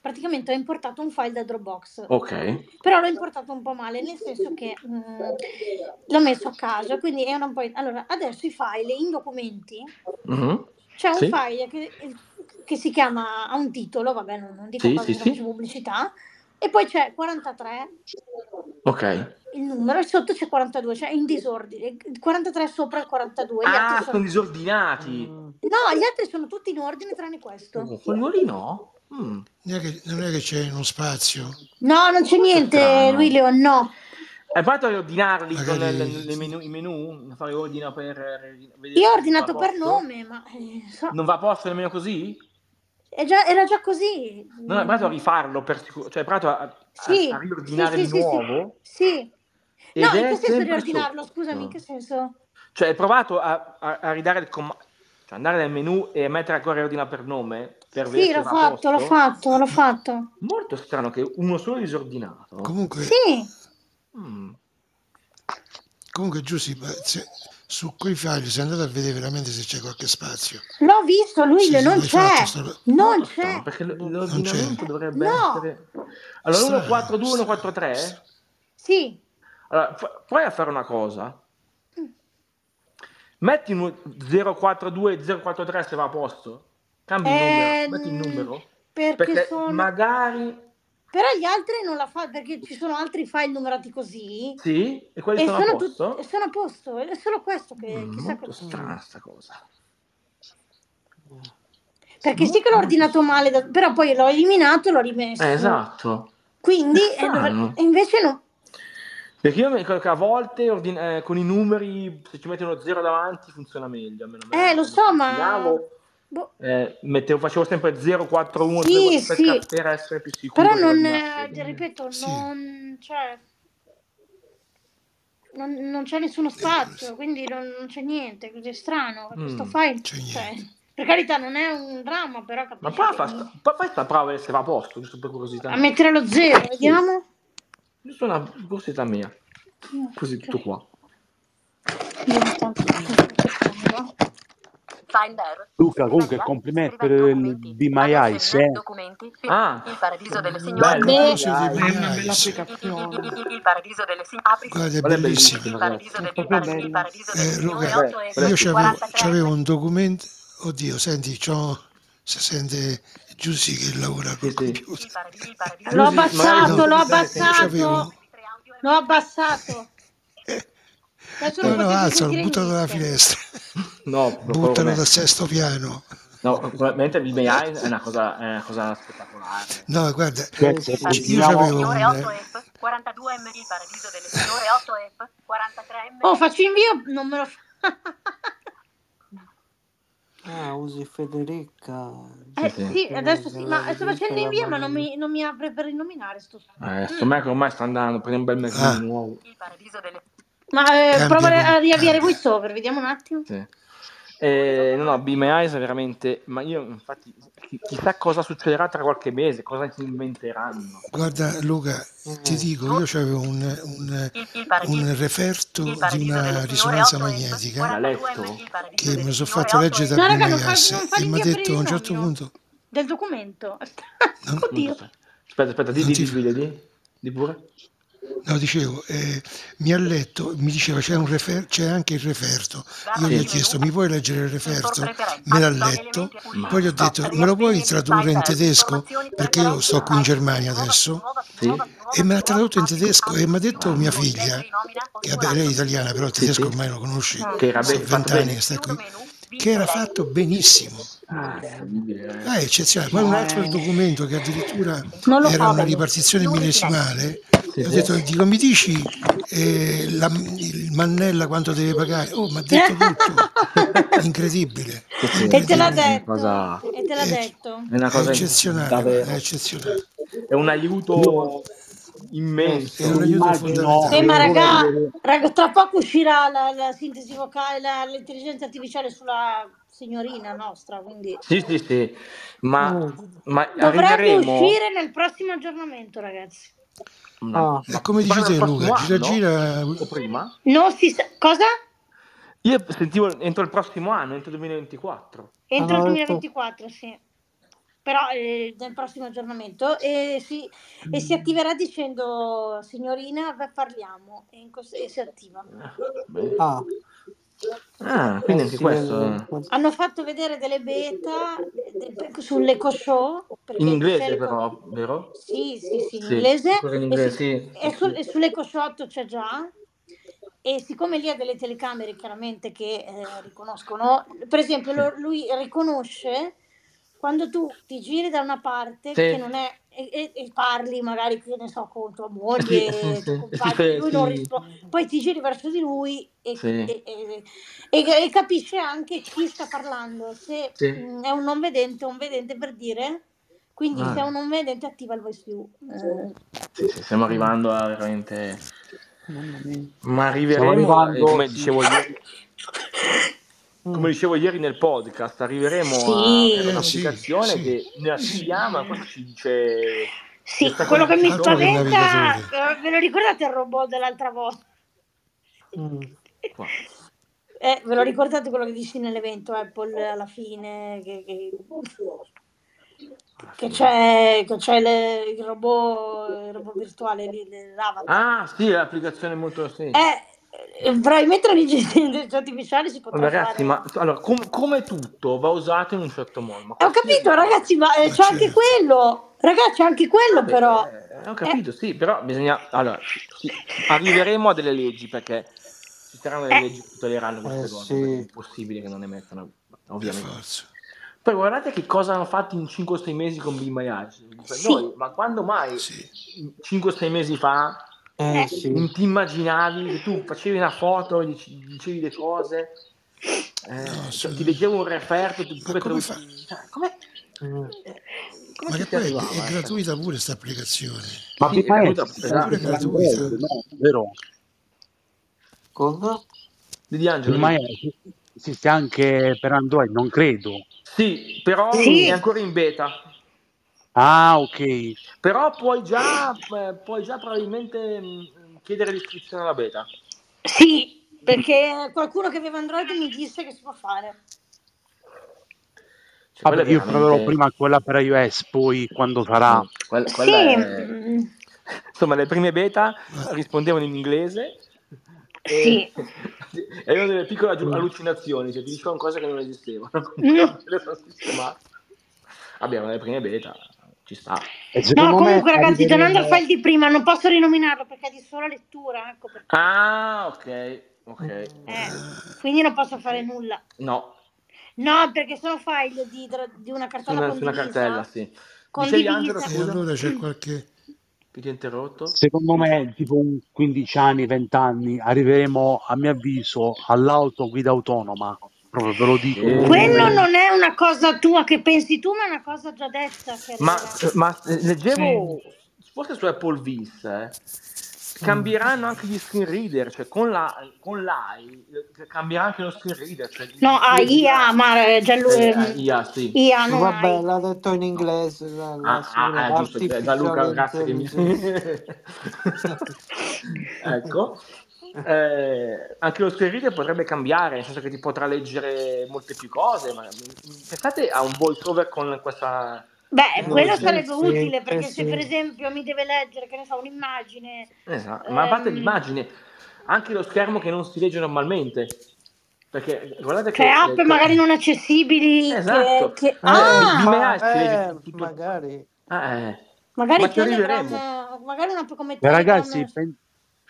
[SPEAKER 5] praticamente ho importato un file da Dropbox,
[SPEAKER 2] ok.
[SPEAKER 5] però l'ho importato un po' male, nel senso che mh, l'ho messo a casa, quindi erano un po'... in- Allora, adesso i file in documenti,
[SPEAKER 2] Mhm.
[SPEAKER 5] c'è un
[SPEAKER 2] Sì,
[SPEAKER 5] file che, che si chiama, ha un titolo, vabbè, non, non dico
[SPEAKER 2] sì,
[SPEAKER 5] cosa
[SPEAKER 2] sì,
[SPEAKER 5] che non faccio
[SPEAKER 2] sì.
[SPEAKER 5] pubblicità, e poi c'è 43
[SPEAKER 2] Ok.
[SPEAKER 5] il numero e sotto c'è 42, cioè in disordine, il 43 sopra il 42, gli altri
[SPEAKER 2] Ah, sono
[SPEAKER 5] sono...
[SPEAKER 2] disordinati.
[SPEAKER 6] Mm.
[SPEAKER 5] No, gli altri sono tutti in ordine tranne questo.
[SPEAKER 2] Oh, quello lì no? Mm,
[SPEAKER 4] Non è che, non è che c'è uno spazio,
[SPEAKER 5] No, non c'è
[SPEAKER 2] che
[SPEAKER 5] niente, lui
[SPEAKER 2] strano.
[SPEAKER 5] Leon, no.
[SPEAKER 2] Hai provato a ordinarli con
[SPEAKER 4] magari
[SPEAKER 2] le- le menu, i menu? Fare ordine per eh, vedere se
[SPEAKER 5] Io ho
[SPEAKER 2] va a
[SPEAKER 5] ordinato per
[SPEAKER 2] posto?
[SPEAKER 5] nome, ma eh, so,
[SPEAKER 2] Non va a posto nemmeno così?
[SPEAKER 5] è già- era già così.
[SPEAKER 2] Non hai provato a
[SPEAKER 5] Mm,
[SPEAKER 2] rifarlo per sicuro, cioè hai provato a, a- a
[SPEAKER 5] Sì, sì,
[SPEAKER 2] riordinare
[SPEAKER 5] sì,
[SPEAKER 2] il
[SPEAKER 5] sì, sì,
[SPEAKER 2] nuovo
[SPEAKER 5] sì. No,
[SPEAKER 2] ed
[SPEAKER 5] in
[SPEAKER 2] è
[SPEAKER 5] che senso
[SPEAKER 2] sempre
[SPEAKER 5] riordinarlo? Scusami, in che
[SPEAKER 2] sotto.
[SPEAKER 5] senso?
[SPEAKER 2] Cioè hai provato a, a- a ridare il comando, cioè andare nel menu e mettere ancora ordine per nome per vedere
[SPEAKER 5] Sì,
[SPEAKER 2] se
[SPEAKER 5] l'ho
[SPEAKER 2] va a
[SPEAKER 5] fatto, l'ho
[SPEAKER 2] posto?
[SPEAKER 5] fatto, l'ho
[SPEAKER 4] ma
[SPEAKER 5] fatto.
[SPEAKER 2] Molto strano che uno solo disordinato.
[SPEAKER 4] comunque,
[SPEAKER 5] Sì,
[SPEAKER 2] Mm.
[SPEAKER 4] comunque Giussi, ma se- su quei file sei andato a vedere veramente se c'è qualche spazio.
[SPEAKER 5] l''ho visto, lui
[SPEAKER 4] Sì,
[SPEAKER 5] Leo,
[SPEAKER 4] sì,
[SPEAKER 5] non
[SPEAKER 4] l'hai fatto,
[SPEAKER 5] c'è,
[SPEAKER 4] sta roba.
[SPEAKER 5] non
[SPEAKER 2] Molto strano,
[SPEAKER 5] c'è.
[SPEAKER 2] perché l-
[SPEAKER 6] No.
[SPEAKER 4] non c'è.
[SPEAKER 2] l'ordinamento dovrebbe
[SPEAKER 5] No,
[SPEAKER 2] essere... Allora
[SPEAKER 4] Strano,
[SPEAKER 2] 142,
[SPEAKER 4] strano,
[SPEAKER 2] 143?
[SPEAKER 4] strano.
[SPEAKER 5] sì,
[SPEAKER 2] Allora, fu- puoi fare una cosa? Metti un 042 043 se va a posto. Cambi il numero, metti il
[SPEAKER 5] Ehm,
[SPEAKER 2] numero.
[SPEAKER 5] perché
[SPEAKER 2] Perché
[SPEAKER 5] sono...
[SPEAKER 2] magari
[SPEAKER 5] Però gli altri non la fa perché ci sono altri file numerati così
[SPEAKER 2] sì, e quelli
[SPEAKER 5] e
[SPEAKER 2] sono a
[SPEAKER 5] sono, tut- e
[SPEAKER 2] posto.
[SPEAKER 5] sono a posto. È solo questo che,
[SPEAKER 2] Mm,
[SPEAKER 5] che sa
[SPEAKER 2] Molto
[SPEAKER 5] cosa. Eh,
[SPEAKER 6] Mm.
[SPEAKER 2] strana sta cosa.
[SPEAKER 5] Perché sì
[SPEAKER 2] Molto,
[SPEAKER 5] che l'ho
[SPEAKER 2] molto
[SPEAKER 5] ordinato
[SPEAKER 2] strana.
[SPEAKER 5] male, da- però poi l'ho eliminato e l'ho
[SPEAKER 2] Eh,
[SPEAKER 5] rimesso.
[SPEAKER 2] esatto. È
[SPEAKER 5] Quindi, eh, dovre-
[SPEAKER 2] strano.
[SPEAKER 5] e invece no.
[SPEAKER 2] Perché io mi ricordo che a volte ordin- eh, con i numeri, se ci metti uno zero davanti, funziona meglio. Almeno a
[SPEAKER 5] Eh,
[SPEAKER 2] me,
[SPEAKER 5] lo
[SPEAKER 2] quando
[SPEAKER 5] so, ma...
[SPEAKER 2] ordinavo,
[SPEAKER 5] boh,
[SPEAKER 2] eh, mettevo- facevo sempre 041,
[SPEAKER 5] Sì,
[SPEAKER 2] 043 per,
[SPEAKER 5] sì.
[SPEAKER 2] ca- per essere più
[SPEAKER 5] Però
[SPEAKER 2] sicuro che
[SPEAKER 5] non...
[SPEAKER 2] ordinasse.
[SPEAKER 5] eh,
[SPEAKER 2] Quindi...
[SPEAKER 5] ripeto,
[SPEAKER 4] Sì,
[SPEAKER 5] non... Cioè, non, non c'è nessuno
[SPEAKER 4] libero, sì.
[SPEAKER 5] spazio, quindi non, non c'è niente. Così è strano questo
[SPEAKER 2] Mm.
[SPEAKER 5] file.
[SPEAKER 4] c'è
[SPEAKER 5] Cioè,
[SPEAKER 4] niente.
[SPEAKER 5] per carità, non è un dramma, però
[SPEAKER 2] Ma
[SPEAKER 5] capisci
[SPEAKER 2] prova a
[SPEAKER 5] che
[SPEAKER 2] fa sta, pa- fai sta prova a vedere se va a posto, giusto per
[SPEAKER 5] a
[SPEAKER 2] curiosità.
[SPEAKER 5] mettere lo zero,
[SPEAKER 2] Sì,
[SPEAKER 5] vediamo.
[SPEAKER 2] giusto una curiosità mia. Così tutto
[SPEAKER 5] Ok.
[SPEAKER 2] qua.
[SPEAKER 5] Vediamo tanto che funziona.
[SPEAKER 1] Finder.
[SPEAKER 9] Luca,
[SPEAKER 1] Scriva
[SPEAKER 9] comunque
[SPEAKER 1] via.
[SPEAKER 9] complimenti
[SPEAKER 1] Scriva
[SPEAKER 9] per il
[SPEAKER 1] documenti.
[SPEAKER 9] di My
[SPEAKER 1] Mano
[SPEAKER 9] Eyes,
[SPEAKER 1] segna
[SPEAKER 9] eh.
[SPEAKER 1] documenti.
[SPEAKER 2] Ah,
[SPEAKER 1] Il paradiso delle signore.
[SPEAKER 2] bello,
[SPEAKER 5] Vabbè,
[SPEAKER 4] L'ufficio di
[SPEAKER 2] magari.
[SPEAKER 6] È una bella
[SPEAKER 4] Maiais,
[SPEAKER 6] applicazione.
[SPEAKER 1] Il paradiso delle signore. Apri.
[SPEAKER 4] guarda, è
[SPEAKER 2] Quella è
[SPEAKER 4] bellissima.
[SPEAKER 2] bellissima,
[SPEAKER 1] Il
[SPEAKER 2] ragazzi.
[SPEAKER 1] paradiso,
[SPEAKER 6] È
[SPEAKER 1] del- il
[SPEAKER 6] proprio
[SPEAKER 1] par- il
[SPEAKER 6] bella.
[SPEAKER 1] paradiso delle
[SPEAKER 4] Eh,
[SPEAKER 1] signore
[SPEAKER 4] Luca,
[SPEAKER 2] Beh,
[SPEAKER 1] 8 e
[SPEAKER 2] quella è
[SPEAKER 4] io
[SPEAKER 2] stupenda.
[SPEAKER 4] c'avevo,
[SPEAKER 1] 43.
[SPEAKER 4] c'avevo un documento, oddio, senti, c'ho, si sente Giussi che lavora
[SPEAKER 2] Sì,
[SPEAKER 4] col
[SPEAKER 2] sì.
[SPEAKER 4] computer.
[SPEAKER 5] L'ho
[SPEAKER 2] Giussi, magari non-
[SPEAKER 5] abbassato, l'ho
[SPEAKER 4] non c'avevo.
[SPEAKER 5] abbassato, l'ho abbassato. Cioè, Adesso lo
[SPEAKER 4] Eh, No, no,
[SPEAKER 5] potete
[SPEAKER 4] alzalo,
[SPEAKER 5] sentire
[SPEAKER 4] buttalo dalla
[SPEAKER 5] niente.
[SPEAKER 4] finestra,
[SPEAKER 2] No, proprio
[SPEAKER 4] buttalo
[SPEAKER 2] come...
[SPEAKER 4] dal sesto piano.
[SPEAKER 2] No, probabilmente il BMI è una cosa, è una cosa spettacolare.
[SPEAKER 4] No, guarda,
[SPEAKER 9] Cioè,
[SPEAKER 6] Eh,
[SPEAKER 9] se
[SPEAKER 6] sì.
[SPEAKER 4] io
[SPEAKER 9] continuiamo,
[SPEAKER 4] c'avevo un... eh,
[SPEAKER 5] Oh, faccio invio, non me lo fa.
[SPEAKER 6] Ah, usi Federica.
[SPEAKER 2] Sì,
[SPEAKER 5] Eh,
[SPEAKER 2] sì.
[SPEAKER 5] sì,
[SPEAKER 6] Della,
[SPEAKER 5] adesso sì,
[SPEAKER 6] della
[SPEAKER 5] ma sto facendo
[SPEAKER 6] ridicola
[SPEAKER 5] invio, ma non
[SPEAKER 6] maniera.
[SPEAKER 5] mi, non mi apre per rinominare sto
[SPEAKER 2] Eh,
[SPEAKER 5] Mm.
[SPEAKER 2] sto Mac ormai sta andando, prende un bel Mac
[SPEAKER 4] Ah,
[SPEAKER 2] nuovo.
[SPEAKER 5] Ma eh, prova
[SPEAKER 4] cambia,
[SPEAKER 5] a
[SPEAKER 4] com-
[SPEAKER 5] riavviare
[SPEAKER 4] cambia.
[SPEAKER 5] voiceover, vediamo un attimo.
[SPEAKER 2] Sì. Eh, no, no, Be My Eyes è veramente... Ma io, infatti, chi- chissà cosa succederà tra qualche mese, cosa si inventeranno.
[SPEAKER 4] Guarda Luca,
[SPEAKER 2] Mm.
[SPEAKER 4] ti
[SPEAKER 6] Eh,
[SPEAKER 4] dico, io avevo un, un, un referto di una risonanza magnetica
[SPEAKER 2] L'ha letto?
[SPEAKER 4] che me lo sono fatto leggere da
[SPEAKER 5] No, raga, non fa,
[SPEAKER 4] BMIAS
[SPEAKER 5] non fa
[SPEAKER 4] e mi ha
[SPEAKER 5] l'invio per il
[SPEAKER 4] detto a un certo
[SPEAKER 5] rinomino
[SPEAKER 4] punto,
[SPEAKER 5] del documento.
[SPEAKER 4] non,
[SPEAKER 2] Scusa,
[SPEAKER 5] Oddio.
[SPEAKER 2] aspetta, aspetta, aspetta, di,
[SPEAKER 4] non
[SPEAKER 2] di,
[SPEAKER 4] ti,
[SPEAKER 2] di, Giulia, di, di pure.
[SPEAKER 4] no, dicevo, eh, mi ha letto, mi diceva c'è, un refer- c'è anche il referto, io gli ho chiesto mi puoi leggere il referto? Me l'ha letto,
[SPEAKER 2] Ma
[SPEAKER 4] poi gli ho detto me lo puoi tradurre in tedesco perché io sto qui in Germania adesso
[SPEAKER 2] sì,
[SPEAKER 4] e me l'ha tradotto in tedesco e mi ha detto mia figlia, che vabbè lei è italiana però il
[SPEAKER 2] sì,
[SPEAKER 4] tedesco
[SPEAKER 2] sì,
[SPEAKER 4] ormai lo conosci,
[SPEAKER 2] che era
[SPEAKER 4] sono
[SPEAKER 2] be- fatto
[SPEAKER 4] vent'anni che
[SPEAKER 2] bene.
[SPEAKER 4] sta qui, che era fatto benissimo.
[SPEAKER 2] Ah, incredibile,
[SPEAKER 4] Ah,
[SPEAKER 2] eh.
[SPEAKER 4] è eccezionale. Poi un
[SPEAKER 5] No,
[SPEAKER 4] altro
[SPEAKER 5] eh,
[SPEAKER 4] documento che addirittura
[SPEAKER 5] non lo
[SPEAKER 4] era
[SPEAKER 5] fa
[SPEAKER 4] una
[SPEAKER 5] bene.
[SPEAKER 4] ripartizione millesimale,
[SPEAKER 2] Sì,
[SPEAKER 4] gli ho
[SPEAKER 2] sì.
[SPEAKER 4] detto, dico, mi dici eh, la- il Mannella quanto deve pagare? Oh, mi ha detto tutto. Incredibile,
[SPEAKER 2] Sì, sì,
[SPEAKER 5] e
[SPEAKER 2] veramente
[SPEAKER 4] incredibile.
[SPEAKER 5] te l'ha
[SPEAKER 2] una
[SPEAKER 5] detto,
[SPEAKER 2] cosa,
[SPEAKER 5] e te l'ha
[SPEAKER 4] È,
[SPEAKER 5] detto.
[SPEAKER 2] è una
[SPEAKER 4] è
[SPEAKER 2] cosa
[SPEAKER 4] eccezionale, eh, guarda, è
[SPEAKER 2] davvero,
[SPEAKER 4] eccezionale.
[SPEAKER 2] è un
[SPEAKER 9] io
[SPEAKER 2] aiuto
[SPEAKER 4] È
[SPEAKER 2] immenso.
[SPEAKER 4] un
[SPEAKER 9] mi
[SPEAKER 4] aiuto
[SPEAKER 9] immagino
[SPEAKER 5] Eh,
[SPEAKER 4] fondamentale.
[SPEAKER 5] ma
[SPEAKER 9] che uno
[SPEAKER 5] raga,
[SPEAKER 9] deve...
[SPEAKER 5] raga, tra poco uscirà la, la sintesi vocale, la- l'intelligenza artificiale sulla signorina nostra, quindi
[SPEAKER 2] Sì, sì, sì, ma,
[SPEAKER 6] eh.
[SPEAKER 2] ma
[SPEAKER 5] dovrebbe
[SPEAKER 2] arriveremo,
[SPEAKER 5] uscire nel prossimo aggiornamento, ragazzi.
[SPEAKER 2] ma,
[SPEAKER 6] Ah,
[SPEAKER 4] È
[SPEAKER 2] ma
[SPEAKER 4] come
[SPEAKER 2] si
[SPEAKER 4] dici
[SPEAKER 2] parla del
[SPEAKER 4] te
[SPEAKER 2] prossimo
[SPEAKER 4] Luca, gira
[SPEAKER 2] anno
[SPEAKER 4] gira...
[SPEAKER 2] o prima?
[SPEAKER 5] Non si sa cosa?
[SPEAKER 2] Io sentivo entro il prossimo anno, entro il 2024.
[SPEAKER 5] Entro il
[SPEAKER 6] hanno detto
[SPEAKER 5] 2024, sì. Però eh, nel prossimo aggiornamento e si, e si attiverà dicendo signorina, beh, parliamo e, in cos- e si attiva.
[SPEAKER 2] Ah, beh.
[SPEAKER 6] ah,
[SPEAKER 2] Ah,
[SPEAKER 6] eh
[SPEAKER 2] quindi anche
[SPEAKER 6] sì,
[SPEAKER 2] questo
[SPEAKER 6] eh,
[SPEAKER 2] eh.
[SPEAKER 5] Hanno fatto vedere delle beta eh, de- de- sull'eco show,
[SPEAKER 2] in
[SPEAKER 5] perché c'è
[SPEAKER 2] inglese
[SPEAKER 5] l'eco...
[SPEAKER 2] però, vero?
[SPEAKER 5] Sì, sì, sì, in
[SPEAKER 2] Sì,
[SPEAKER 5] inglese.
[SPEAKER 2] qualcosa in
[SPEAKER 5] E,
[SPEAKER 2] inglese,
[SPEAKER 5] sic-
[SPEAKER 2] sì,
[SPEAKER 5] e
[SPEAKER 2] sì,
[SPEAKER 5] sul- e
[SPEAKER 2] sì.
[SPEAKER 5] sull'eco show 8 c'è già. E siccome lì ha delle telecamere chiaramente che eh, riconoscono, per esempio
[SPEAKER 2] Sì,
[SPEAKER 5] lo- lui riconosce quando tu ti giri da una parte che
[SPEAKER 2] sì,
[SPEAKER 5] non è e, e- e parli magari che ne so con tua
[SPEAKER 2] sì, sì,
[SPEAKER 5] moglie, tuo
[SPEAKER 2] sì. E si,
[SPEAKER 5] compagno, e
[SPEAKER 2] fe-
[SPEAKER 5] lui non
[SPEAKER 2] si,
[SPEAKER 5] risponde, poi ti giri verso di lui e,
[SPEAKER 2] sì,
[SPEAKER 5] e- e- e- e capisce anche chi sta parlando, se
[SPEAKER 2] sì.
[SPEAKER 5] mh, è un non vedente o un vedente per dire, quindi se è
[SPEAKER 2] Ah,
[SPEAKER 5] un non vedente attiva il voice view. Eh,
[SPEAKER 2] sì, sì, stiamo arrivando a veramente...
[SPEAKER 3] Mamma mia.
[SPEAKER 2] Ma
[SPEAKER 9] Stiamo
[SPEAKER 2] arriveremo, eh,
[SPEAKER 9] arrivando,
[SPEAKER 2] come
[SPEAKER 9] sì,
[SPEAKER 2] dicevo ieri,
[SPEAKER 6] mm,
[SPEAKER 2] come dicevo ieri nel podcast, arriveremo a avere
[SPEAKER 4] Eh
[SPEAKER 5] Sì,
[SPEAKER 4] sì,
[SPEAKER 2] un'applicazione
[SPEAKER 4] sì,
[SPEAKER 2] che ne attiviamo e questo ci dice le
[SPEAKER 5] sì, quello che
[SPEAKER 4] eh,
[SPEAKER 5] mi
[SPEAKER 2] frequenze
[SPEAKER 4] altro che
[SPEAKER 2] dove...
[SPEAKER 5] spaventa,
[SPEAKER 4] navigatore.
[SPEAKER 5] eh, ve lo ricordate il robot dell'altra volta?
[SPEAKER 6] mm.
[SPEAKER 2] Qua.
[SPEAKER 5] Eh, ve lo ricordate quello che dissi nell'evento Apple alla fine? Che, che-
[SPEAKER 2] Alla
[SPEAKER 5] che
[SPEAKER 2] fine.
[SPEAKER 5] c'è, che c'è le- il, robot, il robot virtuale lì, le- l'avatar.
[SPEAKER 2] Ah, sì, l'applicazione è molto... Sì.
[SPEAKER 5] Eh, eh, probabilmente l'intelligenza artificiale si potrà
[SPEAKER 2] Allora, Oh, Ragazzi,
[SPEAKER 5] fare.
[SPEAKER 2] ma allora, com- come tutto va usato in un certo modo, ma
[SPEAKER 5] Eh, ho
[SPEAKER 2] qualsiasi
[SPEAKER 5] capito,
[SPEAKER 2] cosa.
[SPEAKER 5] ragazzi, ma eh,
[SPEAKER 4] Ma
[SPEAKER 5] c'è anche
[SPEAKER 4] certo.
[SPEAKER 5] quello. Ragazzi, c'è anche quello,
[SPEAKER 2] Vabbè,
[SPEAKER 5] però.
[SPEAKER 2] eh, ho
[SPEAKER 5] Eh,
[SPEAKER 2] capito, sì, però bisogna... Allora, sì, arriveremo a delle leggi perché ci saranno delle
[SPEAKER 5] eh,
[SPEAKER 2] leggi che tuteleranno
[SPEAKER 6] Eh
[SPEAKER 2] queste cose, perché è
[SPEAKER 6] sì,
[SPEAKER 2] impossibile che non ne mettano,
[SPEAKER 4] Per
[SPEAKER 2] ovviamente.
[SPEAKER 4] forza.
[SPEAKER 2] Poi guardate che cosa hanno fatto in 5-6 mesi con Be My Eyes. Per
[SPEAKER 5] sì.
[SPEAKER 2] noi, ma quando mai
[SPEAKER 4] Sì.
[SPEAKER 2] 5-6 mesi fa
[SPEAKER 6] eh
[SPEAKER 5] Eh,
[SPEAKER 6] sì,
[SPEAKER 2] non ti immaginavi che tu facevi una foto, e dici- dicevi le cose,
[SPEAKER 4] No,
[SPEAKER 2] eh, cioè, ti
[SPEAKER 4] assolutamente.
[SPEAKER 2] leggevo un referto, tu-
[SPEAKER 4] Ma
[SPEAKER 2] pure te
[SPEAKER 4] come
[SPEAKER 2] lo...
[SPEAKER 4] fa?
[SPEAKER 2] Cioè, come,
[SPEAKER 6] mm,
[SPEAKER 2] eh, come
[SPEAKER 4] Ma
[SPEAKER 2] ci
[SPEAKER 4] che
[SPEAKER 2] si
[SPEAKER 4] poi è, è
[SPEAKER 2] arrivava a questa cosa?
[SPEAKER 4] gratuita pure questa applicazione.
[SPEAKER 9] ma
[SPEAKER 2] Sì, è
[SPEAKER 9] BMS
[SPEAKER 2] gratuita,
[SPEAKER 9] si
[SPEAKER 4] È
[SPEAKER 9] chiama
[SPEAKER 4] pure
[SPEAKER 2] esatto.
[SPEAKER 4] gratuita.
[SPEAKER 9] BMS, no? Vero?
[SPEAKER 6] cosa?
[SPEAKER 2] Di D'Angelo di.
[SPEAKER 9] BMS esiste anche per Android, non credo.
[SPEAKER 2] Sì, però è
[SPEAKER 5] Sì.
[SPEAKER 2] ancora in beta.
[SPEAKER 9] Ah, ok.
[SPEAKER 2] Cioè, Però puoi già, eh, puoi già probabilmente mh, chiedere l'iscrizione alla beta.
[SPEAKER 5] Sì, perché qualcuno che aveva Android mi disse che si può fare.
[SPEAKER 2] Cioè, quella
[SPEAKER 9] Vabbè,
[SPEAKER 2] è
[SPEAKER 9] io proverò
[SPEAKER 2] veramente.
[SPEAKER 9] prima quella per iOS, poi quando sarà.
[SPEAKER 2] Mm, Quella, quella
[SPEAKER 5] Sì,
[SPEAKER 2] è.
[SPEAKER 5] mm,
[SPEAKER 2] Insomma, le prime beta
[SPEAKER 4] Ma
[SPEAKER 5] Eh,
[SPEAKER 2] rispondevano in inglese e
[SPEAKER 5] sì.
[SPEAKER 2] erano delle piccole aggiu-
[SPEAKER 6] Mm.
[SPEAKER 2] allucinazioni, cioè ti dicevano cose che non esistevano.
[SPEAKER 5] Mm,
[SPEAKER 2] Però le sono sistemate. abbiamo le prime beta, ci sta.
[SPEAKER 9] E
[SPEAKER 5] No,
[SPEAKER 9] secondo
[SPEAKER 5] comunque,
[SPEAKER 9] me
[SPEAKER 5] ragazzi,
[SPEAKER 9] arriveremo-
[SPEAKER 5] tornando al file di prima, non posso rinominarlo perché è di sola lettura. Ecco perché.
[SPEAKER 2] Ah, ok, ok.
[SPEAKER 5] Eh, quindi non posso fare nulla.
[SPEAKER 2] No,
[SPEAKER 5] No, perché sono file di, di una
[SPEAKER 2] su
[SPEAKER 5] cartella
[SPEAKER 2] una, su una
[SPEAKER 5] condivisa.
[SPEAKER 2] cartella, sì. Dicevi
[SPEAKER 5] Condivisa.
[SPEAKER 2] Angelo,
[SPEAKER 4] E
[SPEAKER 2] scusa,
[SPEAKER 4] allora c'è qualche...
[SPEAKER 2] che ti ho interrotto?
[SPEAKER 9] Secondo me, tipo un 15 anni, 20 anni, arriveremo, a mio avviso, all'autoguida autonoma. Proprio ve lo dico.
[SPEAKER 2] Sì.
[SPEAKER 5] Quello
[SPEAKER 2] Eh.
[SPEAKER 5] non è una cosa tua che pensi tu, ma è una cosa già detta che
[SPEAKER 2] Ma,
[SPEAKER 5] arriverà.
[SPEAKER 2] ma leggevo, forse su Apple Vis, eh, cambieranno anche gli screen reader, cioè con, la, con l'AI eh, cambierà anche lo screen reader. Cioè,
[SPEAKER 5] No, ah, IA, ma eh, Gianlu-
[SPEAKER 2] Eh, eh,
[SPEAKER 5] ehm,
[SPEAKER 2] IA, sì.
[SPEAKER 5] IA non
[SPEAKER 6] Vabbè,
[SPEAKER 5] hai.
[SPEAKER 6] l'ha detto in inglese, la, la
[SPEAKER 2] Ah, ah,
[SPEAKER 6] sigla
[SPEAKER 2] ah, giusto, eh, Gianluca,
[SPEAKER 6] Artificial
[SPEAKER 2] grazie che mi...
[SPEAKER 6] Intelligence.
[SPEAKER 2] ecco. Eh, anche lo screen reader potrebbe cambiare, nel senso che ti potrà leggere molte più cose. Ma... mm, Pensate a un voiceover con questa
[SPEAKER 5] Beh, quello
[SPEAKER 2] tecnologia.
[SPEAKER 5] sarebbe
[SPEAKER 6] Eh, sì,
[SPEAKER 5] utile
[SPEAKER 6] eh
[SPEAKER 5] perché se per
[SPEAKER 6] sì.
[SPEAKER 5] esempio mi deve leggere, che ne so, un'immagine,
[SPEAKER 2] Esatto, ma a parte
[SPEAKER 5] ehm,
[SPEAKER 2] l'immagine, anche lo schermo che non si legge normalmente, perché guardate
[SPEAKER 5] cioè
[SPEAKER 2] che...
[SPEAKER 5] app
[SPEAKER 2] eh, co-
[SPEAKER 5] magari non accessibili, che,
[SPEAKER 2] Esatto,
[SPEAKER 5] che-
[SPEAKER 2] cioè di, di Meas
[SPEAKER 5] Ah!
[SPEAKER 6] certo. Eh,
[SPEAKER 2] si legge
[SPEAKER 6] ma,
[SPEAKER 2] tu-
[SPEAKER 6] eh,
[SPEAKER 2] tutto...
[SPEAKER 6] magari.
[SPEAKER 2] Ah, eh. Ma
[SPEAKER 5] Magari
[SPEAKER 2] ci
[SPEAKER 5] Telegram,
[SPEAKER 2] arriveremo.
[SPEAKER 5] eh, magari un'app come
[SPEAKER 9] Eh,
[SPEAKER 5] Telegram.
[SPEAKER 9] Ragazzi, pen-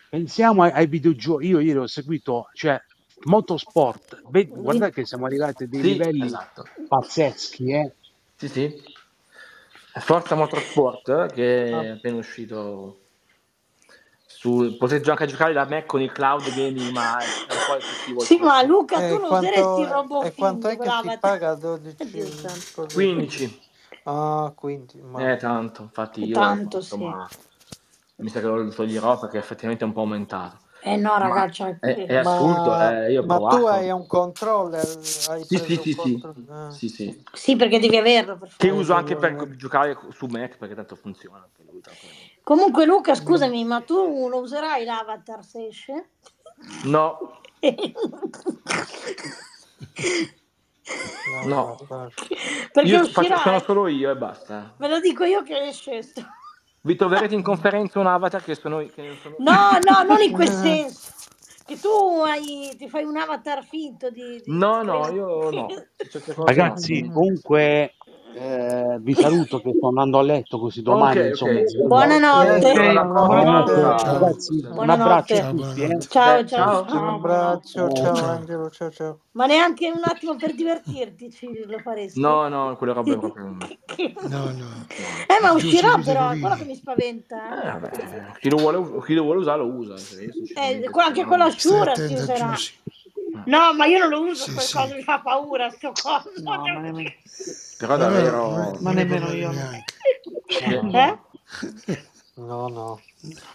[SPEAKER 9] pensiamo ai, ai videogiochi. Io ieri ho seguito, cioè, motorsport. Ve-
[SPEAKER 5] di-
[SPEAKER 9] Guardate che siamo arrivati a dei
[SPEAKER 2] Sì,
[SPEAKER 9] livelli
[SPEAKER 2] esatto.
[SPEAKER 9] pazzeschi, eh.
[SPEAKER 2] Sì, sì. Forza Motorsport, eh, che
[SPEAKER 6] Ma-
[SPEAKER 2] è appena uscito. Su... Potete gio- anche giocare da me con il cloud gaming, ma è è un po' eccessivo il
[SPEAKER 5] Sì, ma
[SPEAKER 2] costo.
[SPEAKER 5] Luca, tu
[SPEAKER 6] E
[SPEAKER 5] lo useresti il
[SPEAKER 6] Eh, quanto, e quanto
[SPEAKER 5] RoboFing,
[SPEAKER 6] è che si
[SPEAKER 5] bravati.
[SPEAKER 6] paga
[SPEAKER 5] Dio
[SPEAKER 6] 12
[SPEAKER 5] santo.
[SPEAKER 6] così?
[SPEAKER 2] 15.
[SPEAKER 6] Ah, quindi, ma...
[SPEAKER 2] Eh, tanto, infatti
[SPEAKER 5] È
[SPEAKER 2] io l'ho
[SPEAKER 5] tanto,
[SPEAKER 2] fatto,
[SPEAKER 5] sì.
[SPEAKER 2] ma mi sa che lo toglierò perché effettivamente è un po' aumentato.
[SPEAKER 5] Eh no,
[SPEAKER 2] Ma
[SPEAKER 5] ragazzi, cioè,
[SPEAKER 2] è, è
[SPEAKER 5] eh,
[SPEAKER 2] assurdo,
[SPEAKER 6] Ma,
[SPEAKER 2] eh, io ho
[SPEAKER 6] ma tu hai
[SPEAKER 2] provato.
[SPEAKER 6] un controller? Hai
[SPEAKER 2] Sì, sì,
[SPEAKER 6] preso
[SPEAKER 2] sì,
[SPEAKER 6] un
[SPEAKER 2] sì,
[SPEAKER 6] controller? Eh,
[SPEAKER 2] sì, sì.
[SPEAKER 5] sì, perché devi averlo per
[SPEAKER 2] Che
[SPEAKER 5] forza.
[SPEAKER 2] uso
[SPEAKER 6] Devi
[SPEAKER 2] anche per
[SPEAKER 6] avere-
[SPEAKER 2] giocare su Mac perché tanto funziona anche lui tranquillamente.
[SPEAKER 5] Comunque, Luca,
[SPEAKER 6] Mm.
[SPEAKER 5] scusami, ma tu lo userai l'avatar se esce?
[SPEAKER 2] No, no,
[SPEAKER 6] L'avatar.
[SPEAKER 5] perché
[SPEAKER 2] io faccio,
[SPEAKER 5] uscirà,
[SPEAKER 2] sono
[SPEAKER 5] eh.
[SPEAKER 2] solo io e basta.
[SPEAKER 5] Ve lo dico io che esce. sto-
[SPEAKER 2] Vi troverete in conferenza un avatar che sono io- che non sono io.
[SPEAKER 5] No, no, non in quel
[SPEAKER 6] Eh,
[SPEAKER 5] senso. Che tu hai, ti fai un avatar finto di... di-
[SPEAKER 2] No,
[SPEAKER 5] ti
[SPEAKER 2] no,
[SPEAKER 5] crei-
[SPEAKER 2] io no, certe cose no.
[SPEAKER 9] Ragazzi, comunque, eh, vi saluto che sto andando a letto così
[SPEAKER 2] Ok,
[SPEAKER 9] domani, insomma,
[SPEAKER 2] ok.
[SPEAKER 9] sveglio.
[SPEAKER 6] ok,
[SPEAKER 5] Buonanotte.
[SPEAKER 2] Allora
[SPEAKER 3] Ok,
[SPEAKER 2] alla prossima,
[SPEAKER 9] Buonanotte,
[SPEAKER 6] buonanotte.
[SPEAKER 2] ciao.
[SPEAKER 6] Ciao,
[SPEAKER 9] ragazzi,
[SPEAKER 2] ciao.
[SPEAKER 9] un abbraccio
[SPEAKER 4] Ciao,
[SPEAKER 5] Buonanotte.
[SPEAKER 9] a
[SPEAKER 2] Beh,
[SPEAKER 4] buonanotte.
[SPEAKER 5] Ciao, ciao,
[SPEAKER 9] tutti, eh.
[SPEAKER 2] ciao.
[SPEAKER 3] ciao,
[SPEAKER 5] ciao.
[SPEAKER 6] Un
[SPEAKER 3] buonanotte.
[SPEAKER 6] abbraccio,
[SPEAKER 9] Eh,
[SPEAKER 6] ciao
[SPEAKER 2] Oh.
[SPEAKER 4] Ciao.
[SPEAKER 6] Angelo, ciao ciao.
[SPEAKER 5] Ma neanche un attimo per divertirti ci- lo faresti.
[SPEAKER 2] No, no, quelle robe proprio Eh, no.
[SPEAKER 4] No, no.
[SPEAKER 2] no.
[SPEAKER 5] Eh, ma
[SPEAKER 4] Giusto
[SPEAKER 5] uscirà
[SPEAKER 4] due
[SPEAKER 5] però, è quello che
[SPEAKER 4] tavolini.
[SPEAKER 5] mi spaventa.
[SPEAKER 2] Eh, vabbè, chi lo vuole, chi lo vuole usare lo usa, cioè, io
[SPEAKER 5] Eh, Eh,
[SPEAKER 2] sinceramente
[SPEAKER 5] qua-
[SPEAKER 2] queste
[SPEAKER 5] anche con la
[SPEAKER 2] robe.
[SPEAKER 4] Stai
[SPEAKER 5] sciura si
[SPEAKER 4] attento a
[SPEAKER 5] userà.
[SPEAKER 4] Giussi.
[SPEAKER 2] no.
[SPEAKER 5] No, ma io non lo uso
[SPEAKER 4] Sì,
[SPEAKER 5] quel
[SPEAKER 4] sì.
[SPEAKER 5] coso, mi fa paura sto coso. Eh?
[SPEAKER 3] No, ma nemmeno,
[SPEAKER 2] Però
[SPEAKER 4] No, no, non ne,
[SPEAKER 2] davvero
[SPEAKER 3] ma
[SPEAKER 4] non ne
[SPEAKER 3] nemmeno
[SPEAKER 4] parlare
[SPEAKER 3] io, no.
[SPEAKER 4] neanche.
[SPEAKER 2] eh,
[SPEAKER 5] Eh?
[SPEAKER 6] No, no, no.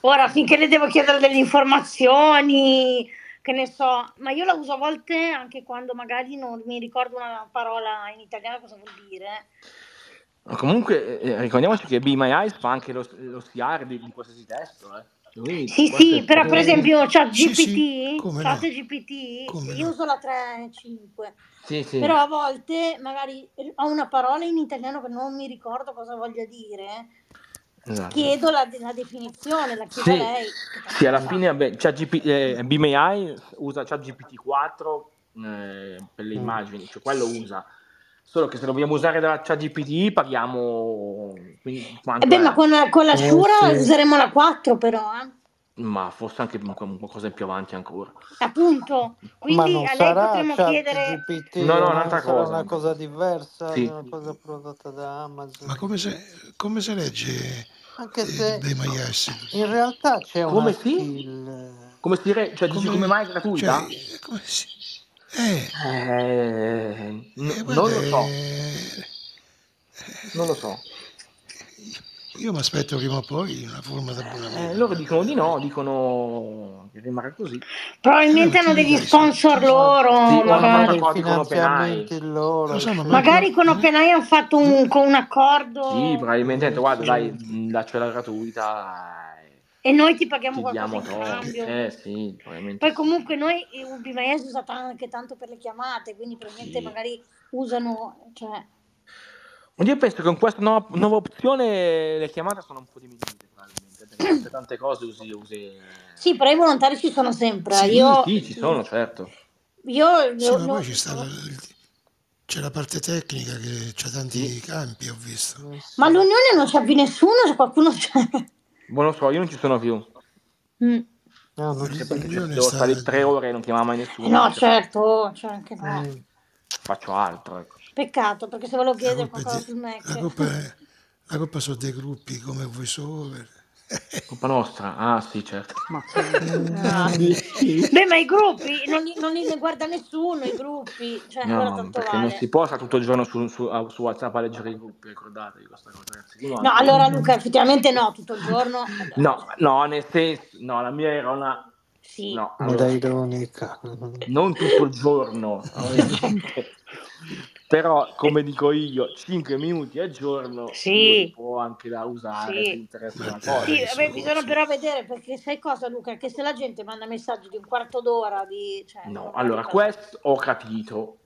[SPEAKER 5] Ora, finché le devo chiedere delle informazioni, che ne so, ma io la uso a volte anche quando magari non mi ricordo una parola in italiano cosa vuol dire.
[SPEAKER 2] ma comunque eh, ricordiamoci che Be My Eyes fa anche lo, lo SIAR di, di qualsiasi testo, eh. Quindi
[SPEAKER 5] Sì,
[SPEAKER 2] questo
[SPEAKER 5] sì,
[SPEAKER 2] è
[SPEAKER 5] però per
[SPEAKER 2] proprio...
[SPEAKER 5] esempio c'è
[SPEAKER 4] Sì, sì,
[SPEAKER 5] GPT,
[SPEAKER 4] come
[SPEAKER 5] chat
[SPEAKER 4] no,
[SPEAKER 5] GPT,
[SPEAKER 4] come
[SPEAKER 5] io
[SPEAKER 4] no.
[SPEAKER 5] uso la 3.5,
[SPEAKER 2] Sì,
[SPEAKER 5] però
[SPEAKER 2] sì.
[SPEAKER 5] a volte magari ho una parola in italiano che non mi ricordo cosa voglia dire,
[SPEAKER 2] Esatto.
[SPEAKER 5] chiedo la, la definizione, la chiedo a
[SPEAKER 2] Sì,
[SPEAKER 5] lei, che
[SPEAKER 2] sì,
[SPEAKER 5] tanto lo
[SPEAKER 2] alla
[SPEAKER 5] sa.
[SPEAKER 2] fine vabbè, ChatGP eh, Be My Eyes usa ChatGPT 4 eh, per le
[SPEAKER 6] Mm.
[SPEAKER 2] immagini, cioè quello usa. Solo che se lo vogliamo usare da ChatGPT paghiamo quin-
[SPEAKER 5] E
[SPEAKER 2] quanto
[SPEAKER 5] Eh beh, ma
[SPEAKER 2] è?
[SPEAKER 5] con, con la
[SPEAKER 6] Eh
[SPEAKER 5] Shura
[SPEAKER 6] sì,
[SPEAKER 5] useremo la 4 però, eh.
[SPEAKER 2] Ma forse anche un- un- qualcosa in più avanti ancora.
[SPEAKER 5] Appunto,
[SPEAKER 6] ma
[SPEAKER 5] quindi
[SPEAKER 6] non
[SPEAKER 5] a lei
[SPEAKER 6] sarà cioè,
[SPEAKER 5] potremmo
[SPEAKER 6] chat
[SPEAKER 5] chiedere...
[SPEAKER 6] GPT,
[SPEAKER 2] No,
[SPEAKER 6] è
[SPEAKER 2] no,
[SPEAKER 6] una-
[SPEAKER 2] un'altra
[SPEAKER 6] sarà
[SPEAKER 2] cosa,
[SPEAKER 6] una
[SPEAKER 2] un'altra
[SPEAKER 6] cosa
[SPEAKER 2] cosa.
[SPEAKER 6] diversa,
[SPEAKER 2] Sì.
[SPEAKER 6] una cosa prodotta da Amazon.
[SPEAKER 4] Ma come se, come se legge
[SPEAKER 6] Anche
[SPEAKER 4] eh,
[SPEAKER 6] se
[SPEAKER 4] Bei Maiassi?
[SPEAKER 6] in realtà c'è una
[SPEAKER 2] Come si?
[SPEAKER 6] skill. eh.
[SPEAKER 2] Come si dire, cioè dici come
[SPEAKER 4] Come,
[SPEAKER 2] mai è
[SPEAKER 4] cioè,
[SPEAKER 2] gratuita?
[SPEAKER 4] come si... Eh,
[SPEAKER 2] Eh,
[SPEAKER 4] eh,
[SPEAKER 2] n- non
[SPEAKER 4] guarda,
[SPEAKER 2] lo so,
[SPEAKER 4] eh,
[SPEAKER 2] non lo so.
[SPEAKER 4] io mi aspetto prima o poi una forma
[SPEAKER 2] Eh,
[SPEAKER 4] d'abbonamento.
[SPEAKER 2] loro
[SPEAKER 4] guarda,
[SPEAKER 2] dicono di no,
[SPEAKER 4] veramente.
[SPEAKER 2] dicono che rimarrà così.
[SPEAKER 4] Eh,
[SPEAKER 5] Probabilmente
[SPEAKER 4] ma
[SPEAKER 5] hanno
[SPEAKER 4] ti
[SPEAKER 5] degli
[SPEAKER 4] dico, se-
[SPEAKER 5] sponsor
[SPEAKER 6] Ma
[SPEAKER 5] loro,
[SPEAKER 2] Sì, o hanno
[SPEAKER 6] hanno
[SPEAKER 2] fatto
[SPEAKER 5] magari.
[SPEAKER 6] dei
[SPEAKER 2] accordi con OpenAI.
[SPEAKER 6] finanziamenti
[SPEAKER 4] lo
[SPEAKER 6] loro,
[SPEAKER 4] so, ma
[SPEAKER 6] cioè.
[SPEAKER 4] manco...
[SPEAKER 5] Magari con OpenAI hanno fatto un, con un
[SPEAKER 2] Mm-hmm. Sì,
[SPEAKER 5] accordo
[SPEAKER 2] probabilmente hanno detto,
[SPEAKER 6] Eh,
[SPEAKER 2] guarda, dai,
[SPEAKER 6] sì.
[SPEAKER 2] mh, dacci la gratuita, eh,
[SPEAKER 5] e noi ti paghiamo
[SPEAKER 2] ti
[SPEAKER 5] qualcosa
[SPEAKER 2] diamo
[SPEAKER 5] in
[SPEAKER 2] tot.
[SPEAKER 5] cambio.
[SPEAKER 2] Eh sì, probabilmente
[SPEAKER 5] Poi
[SPEAKER 2] sì.
[SPEAKER 5] comunque noi eh, UbiMaes usa ta- anche tanto per le chiamate, quindi probabilmente
[SPEAKER 2] Sì.
[SPEAKER 5] magari usano, cioè,
[SPEAKER 2] Io penso che con questa nuova, nuova opzione le chiamate sono un po' diminuite, probabilmente, perché per tante cose usi... eh. usi...
[SPEAKER 5] Sì, però i volontari ci sono sempre. eh.
[SPEAKER 4] Sì,
[SPEAKER 2] Sì,
[SPEAKER 5] Io,
[SPEAKER 2] sì, ci sono, certo.
[SPEAKER 5] io
[SPEAKER 4] sì,
[SPEAKER 5] lo-
[SPEAKER 4] ma poi
[SPEAKER 5] lo-
[SPEAKER 4] ci sta...
[SPEAKER 5] lo-
[SPEAKER 4] il- C'è la parte tecnica che c'ha tanti campi, ho visto.
[SPEAKER 5] Ma l'unione non c'è più nessuno se qualcuno c'è.
[SPEAKER 2] Boh, non so, io non ci sono più.
[SPEAKER 5] Mm.
[SPEAKER 6] No, non c'è
[SPEAKER 4] La
[SPEAKER 6] più.
[SPEAKER 4] riunione
[SPEAKER 2] Devo
[SPEAKER 4] sta-
[SPEAKER 2] stare lì tre ore e non chiamare mai nessuno.
[SPEAKER 5] Eh, No,
[SPEAKER 2] cioè,
[SPEAKER 5] certo, cioè anche
[SPEAKER 4] Eh,
[SPEAKER 5] no.
[SPEAKER 6] Mm.
[SPEAKER 2] Faccio altro. ecco.
[SPEAKER 5] Peccato, perché se volevo
[SPEAKER 4] la
[SPEAKER 5] chiedere
[SPEAKER 4] colpa, è
[SPEAKER 5] qualcosa
[SPEAKER 4] di-
[SPEAKER 5] sul
[SPEAKER 4] la
[SPEAKER 5] Mac.
[SPEAKER 4] colpa è- la colpa sono dei gruppi come VoiceOver.
[SPEAKER 2] Colpa nostra. Ah, sì, certo.
[SPEAKER 3] Ma
[SPEAKER 4] Eh.
[SPEAKER 3] che...
[SPEAKER 5] Ah. Beh, ma i gruppi, non li, non li ne guarda nessuno, i gruppi. Cioè, allora
[SPEAKER 2] No, ma
[SPEAKER 5] tanto
[SPEAKER 2] perché non
[SPEAKER 5] vale.
[SPEAKER 2] si possa tutto il giorno su, su- a- su WhatsApp a leggere i gruppi, ricordatevi questa cosa, ragazzi. Io non
[SPEAKER 5] No,
[SPEAKER 2] avevo-
[SPEAKER 5] allora Luca, effettivamente no, tutto il giorno. allora,
[SPEAKER 2] No, no, nel senso, no, la mia era una...
[SPEAKER 5] sì.
[SPEAKER 2] No,
[SPEAKER 6] Moda
[SPEAKER 2] allora,
[SPEAKER 6] Mm. ironica. Mm.
[SPEAKER 2] non tutto il giorno, ovviamente. Però, come dico io, 5 minuti al giorno uno li
[SPEAKER 5] Sì,
[SPEAKER 2] può anche da usare se
[SPEAKER 5] sì.
[SPEAKER 2] interessa
[SPEAKER 4] Ma
[SPEAKER 2] una cosa.
[SPEAKER 5] Sì,
[SPEAKER 4] dai,
[SPEAKER 5] vabbè,
[SPEAKER 4] su,
[SPEAKER 5] bisogna
[SPEAKER 4] su.
[SPEAKER 5] però vedere perché sai cosa Luca? Che se la gente manda messaggi di un quarto d'ora di... cioè,
[SPEAKER 2] No,
[SPEAKER 5] non vale
[SPEAKER 2] allora,
[SPEAKER 5] proprio.
[SPEAKER 2] questo ho capito.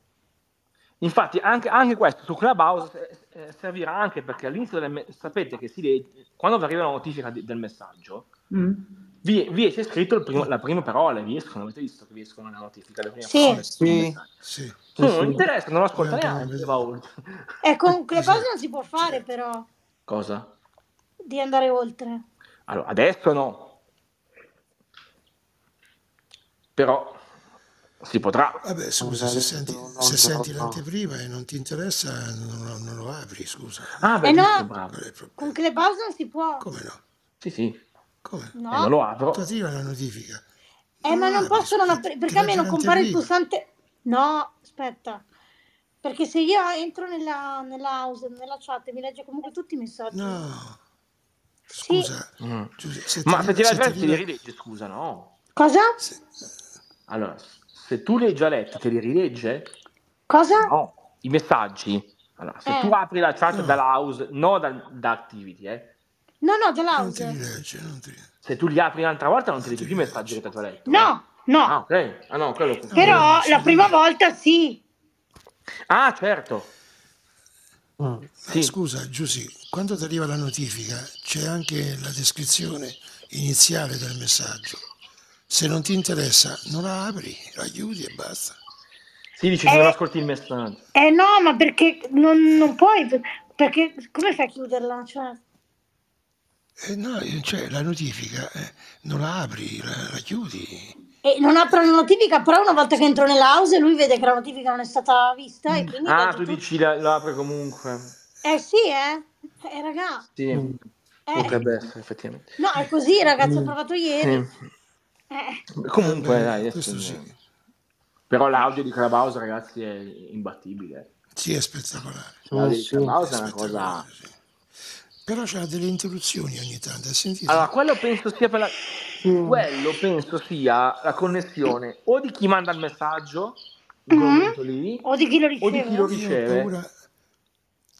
[SPEAKER 2] Infatti, anche, anche questo su Clubhouse eh, eh, servirà anche perché all'inizio del me- sapete che si legge, quando vi arriva la notifica di- del messaggio,
[SPEAKER 3] Mm.
[SPEAKER 2] vi, vi esce scritto il primo- la prima parola, vi escono, avete visto che vi escono le notifiche, le prime
[SPEAKER 5] Sì,
[SPEAKER 2] parole del
[SPEAKER 6] Sì,
[SPEAKER 2] messaggio.
[SPEAKER 4] Sì,
[SPEAKER 2] Se
[SPEAKER 6] sì,
[SPEAKER 2] uno non
[SPEAKER 6] sì.
[SPEAKER 2] interessa, non lo
[SPEAKER 4] poi
[SPEAKER 2] ascolta
[SPEAKER 4] andiamo a
[SPEAKER 2] neanche, va
[SPEAKER 4] vedere.
[SPEAKER 2] oltre.
[SPEAKER 5] eh, con quelle cose
[SPEAKER 4] Esatto.
[SPEAKER 5] non si può fare
[SPEAKER 4] Cioè,
[SPEAKER 5] però
[SPEAKER 2] Cosa?
[SPEAKER 5] di andare oltre.
[SPEAKER 2] Allora, adesso no, però si potrà.
[SPEAKER 4] vabbè, scusa, se
[SPEAKER 6] Andare
[SPEAKER 4] senti, se
[SPEAKER 6] un
[SPEAKER 4] senti
[SPEAKER 6] giorno.
[SPEAKER 4] l'anteprima e non ti interessa, non, lo non lo apri, scusa.
[SPEAKER 2] Ah,
[SPEAKER 5] Eh
[SPEAKER 2] beh, giusto,
[SPEAKER 5] no,
[SPEAKER 2] bravo.
[SPEAKER 4] Qual è il
[SPEAKER 5] con
[SPEAKER 4] problema?
[SPEAKER 5] Clubhouse non si può,
[SPEAKER 4] Come no?
[SPEAKER 2] Sì, sì,
[SPEAKER 4] Come?
[SPEAKER 2] e Eh, non
[SPEAKER 5] no?
[SPEAKER 2] lo
[SPEAKER 4] Ti
[SPEAKER 2] apro.
[SPEAKER 4] arriva la notifica,
[SPEAKER 5] Eh,
[SPEAKER 4] non
[SPEAKER 5] ma
[SPEAKER 4] lo
[SPEAKER 5] non
[SPEAKER 4] apri,
[SPEAKER 5] posso non
[SPEAKER 4] scusa,
[SPEAKER 5] aprire,
[SPEAKER 4] ti
[SPEAKER 5] perché a me
[SPEAKER 4] legge
[SPEAKER 5] non compare il
[SPEAKER 4] l'anteprima.
[SPEAKER 5] pulsante... No, aspetta, perché se io entro nella, nella house, nella chat, mi legge comunque tutti i messaggi.
[SPEAKER 4] No,
[SPEAKER 5] Sì,
[SPEAKER 4] scusa,
[SPEAKER 2] Mm.
[SPEAKER 5] Cioè,
[SPEAKER 4] Giuse- se ti
[SPEAKER 2] Ma se
[SPEAKER 4] arriva,
[SPEAKER 2] ti l'hai
[SPEAKER 4] se ti
[SPEAKER 2] già te li
[SPEAKER 4] arriva,
[SPEAKER 2] rileggi, scusa, no?
[SPEAKER 5] cosa?
[SPEAKER 4] se-
[SPEAKER 2] Allora, se tu li hai già letti, te li rilegge?
[SPEAKER 5] Cosa?
[SPEAKER 2] No, i messaggi. Allora, se tu
[SPEAKER 5] Eh,
[SPEAKER 2] apri la chat
[SPEAKER 4] no,
[SPEAKER 2] dalla house, no dal- da activity, eh.
[SPEAKER 5] no, no, della
[SPEAKER 4] non ti
[SPEAKER 5] house.
[SPEAKER 4] rilegge, non ti,
[SPEAKER 2] Se tu li apri un'altra volta non ti
[SPEAKER 4] non ti
[SPEAKER 2] leggi più i messaggi che
[SPEAKER 4] rilegge.
[SPEAKER 2] ti ha già letto, eh.
[SPEAKER 5] No, no,
[SPEAKER 2] Ah, ok. Ah no, quello
[SPEAKER 4] No, ma
[SPEAKER 2] confondevo.
[SPEAKER 4] non
[SPEAKER 5] però
[SPEAKER 4] si
[SPEAKER 5] la prima
[SPEAKER 4] rilegge.
[SPEAKER 5] volta sì.
[SPEAKER 2] Ah, certo.
[SPEAKER 6] Mm.
[SPEAKER 4] Ma
[SPEAKER 2] Sì.
[SPEAKER 4] scusa, Giussi, quando ti arriva la notifica c'è anche la descrizione iniziale del messaggio. Se non ti interessa, non la apri, la chiudi e basta.
[SPEAKER 2] Sì, dice se non
[SPEAKER 5] Eh,
[SPEAKER 2] ascolti il messaggio.
[SPEAKER 5] eh no, ma perché non, non puoi, perché come fai a chiuderla? Cioè,
[SPEAKER 4] E no, eh, cioè la notifica eh, non la apri, la, la chiudi.
[SPEAKER 5] e non apro la notifica, però una volta che entro nella house lui vede che la notifica non è stata vista e quindi
[SPEAKER 2] Ah,
[SPEAKER 5] legge
[SPEAKER 2] tu
[SPEAKER 5] tutto.
[SPEAKER 2] dici la- lo apri comunque.
[SPEAKER 5] Eh sì, eh, eh raga,
[SPEAKER 2] Sì,
[SPEAKER 6] Mm.
[SPEAKER 5] eh,
[SPEAKER 2] potrebbe essere effettivamente.
[SPEAKER 5] no, è così ragazzi, ho
[SPEAKER 6] Mm.
[SPEAKER 5] provato
[SPEAKER 2] Sì.
[SPEAKER 5] ieri. Eh,
[SPEAKER 2] Comunque, dai,
[SPEAKER 4] Vabbè,
[SPEAKER 2] adesso...
[SPEAKER 4] questo sì,
[SPEAKER 2] Però l'audio di Clubhouse, ragazzi, è imbattibile.
[SPEAKER 4] sì è spettacolare,
[SPEAKER 6] Eh
[SPEAKER 2] L'audio di
[SPEAKER 6] sì.
[SPEAKER 4] è
[SPEAKER 2] Clubhouse è una Ah, cosa...
[SPEAKER 4] spettacolare, sì. Però c'ha delle interruzioni ogni tanto,
[SPEAKER 2] Allora,
[SPEAKER 4] hai sentito?
[SPEAKER 2] quello penso sia per la...
[SPEAKER 6] Mm.
[SPEAKER 2] Quello penso sia la connessione o di chi manda il messaggio in quel
[SPEAKER 5] mm,
[SPEAKER 2] momento lì,
[SPEAKER 5] o di chi lo
[SPEAKER 2] o di chi lo
[SPEAKER 5] riceve?
[SPEAKER 4] Io ho
[SPEAKER 2] riceve.
[SPEAKER 4] paura,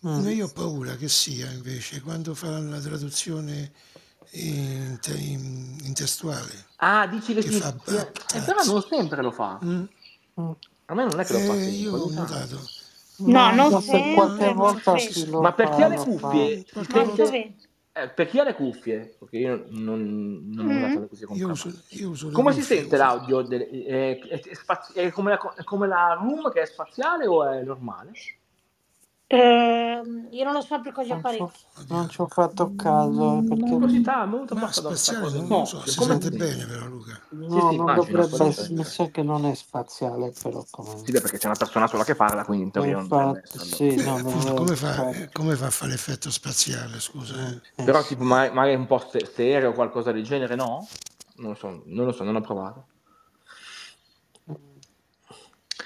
[SPEAKER 6] Mm.
[SPEAKER 4] No, io ho paura che sia invece quando fa la traduzione in, te- in- in testuale,
[SPEAKER 2] Ah, dici che
[SPEAKER 4] che
[SPEAKER 2] si...
[SPEAKER 4] fa
[SPEAKER 2] si- eh, però
[SPEAKER 4] backtrack.
[SPEAKER 2] non sempre lo fa.
[SPEAKER 4] Mm?
[SPEAKER 6] Mm.
[SPEAKER 2] A me non è che lo fa
[SPEAKER 4] Eh,
[SPEAKER 2] sempre,
[SPEAKER 4] io ho
[SPEAKER 2] ogni tanto.
[SPEAKER 4] notato. Eh,
[SPEAKER 5] No,
[SPEAKER 6] No,
[SPEAKER 5] non
[SPEAKER 6] io se
[SPEAKER 4] No,
[SPEAKER 6] qualche
[SPEAKER 5] sempre,
[SPEAKER 4] no,
[SPEAKER 5] non
[SPEAKER 6] volta
[SPEAKER 4] forse
[SPEAKER 6] sì
[SPEAKER 5] sempre,
[SPEAKER 6] lo
[SPEAKER 2] Ma per chi ha
[SPEAKER 6] fa,
[SPEAKER 2] le
[SPEAKER 6] lo fa.
[SPEAKER 4] mm,
[SPEAKER 2] cuffie si
[SPEAKER 4] qualche
[SPEAKER 5] non
[SPEAKER 2] sente...
[SPEAKER 4] volta.
[SPEAKER 5] sovente.
[SPEAKER 2] eh, per chi ha le cuffie, perché io non, non ho usato
[SPEAKER 5] Mm.
[SPEAKER 2] le cuffie con
[SPEAKER 4] Io uso,
[SPEAKER 2] Clubhouse.
[SPEAKER 4] io uso le
[SPEAKER 2] Come si
[SPEAKER 4] cuffie,
[SPEAKER 2] sente
[SPEAKER 4] infatti.
[SPEAKER 2] l'audio? del- eh, è, è spaz- è come la, co- è come la room che è spaziale o è normale?
[SPEAKER 5] Ehm, io non lo so per quegli
[SPEAKER 6] Non ci ho,
[SPEAKER 5] apparecchi.
[SPEAKER 6] non
[SPEAKER 4] Oddio.
[SPEAKER 6] ci ho fatto caso eh,
[SPEAKER 2] mm.
[SPEAKER 6] perché
[SPEAKER 2] Curiosità, mi è venuta
[SPEAKER 4] Ma
[SPEAKER 2] basta da questa
[SPEAKER 4] spaziale
[SPEAKER 2] cosa lì.
[SPEAKER 4] non lo
[SPEAKER 3] No,
[SPEAKER 4] so,
[SPEAKER 2] Cioè,
[SPEAKER 4] si
[SPEAKER 2] come si
[SPEAKER 4] sente
[SPEAKER 2] sente?
[SPEAKER 4] bene però Luca.
[SPEAKER 2] Sì,
[SPEAKER 6] no,
[SPEAKER 2] sì,
[SPEAKER 6] non
[SPEAKER 2] immagino, può
[SPEAKER 6] dovrebbe
[SPEAKER 4] Si
[SPEAKER 6] essere. Mi
[SPEAKER 2] essere.
[SPEAKER 4] sente
[SPEAKER 6] sa che non è spaziale, però come.
[SPEAKER 2] Sì, beh, perché c'è una persona sola che parla, quindi in
[SPEAKER 6] Eh,
[SPEAKER 2] teoria non dovrebbe
[SPEAKER 6] Infatti,
[SPEAKER 2] esserlo.
[SPEAKER 6] sì,
[SPEAKER 4] bene. Eh,
[SPEAKER 6] no,
[SPEAKER 4] appunto,
[SPEAKER 6] non
[SPEAKER 4] come
[SPEAKER 6] è
[SPEAKER 4] fa, eh,
[SPEAKER 6] fatto.
[SPEAKER 4] come fa a fare l'effetto spaziale, scusa?
[SPEAKER 6] Mm,
[SPEAKER 4] eh?
[SPEAKER 6] eh,
[SPEAKER 2] Però
[SPEAKER 6] sì.
[SPEAKER 2] tipo ma- magari un po' ste- stereo o qualcosa del genere, no? Non lo so, non lo so, non ho provato.
[SPEAKER 6] Mm.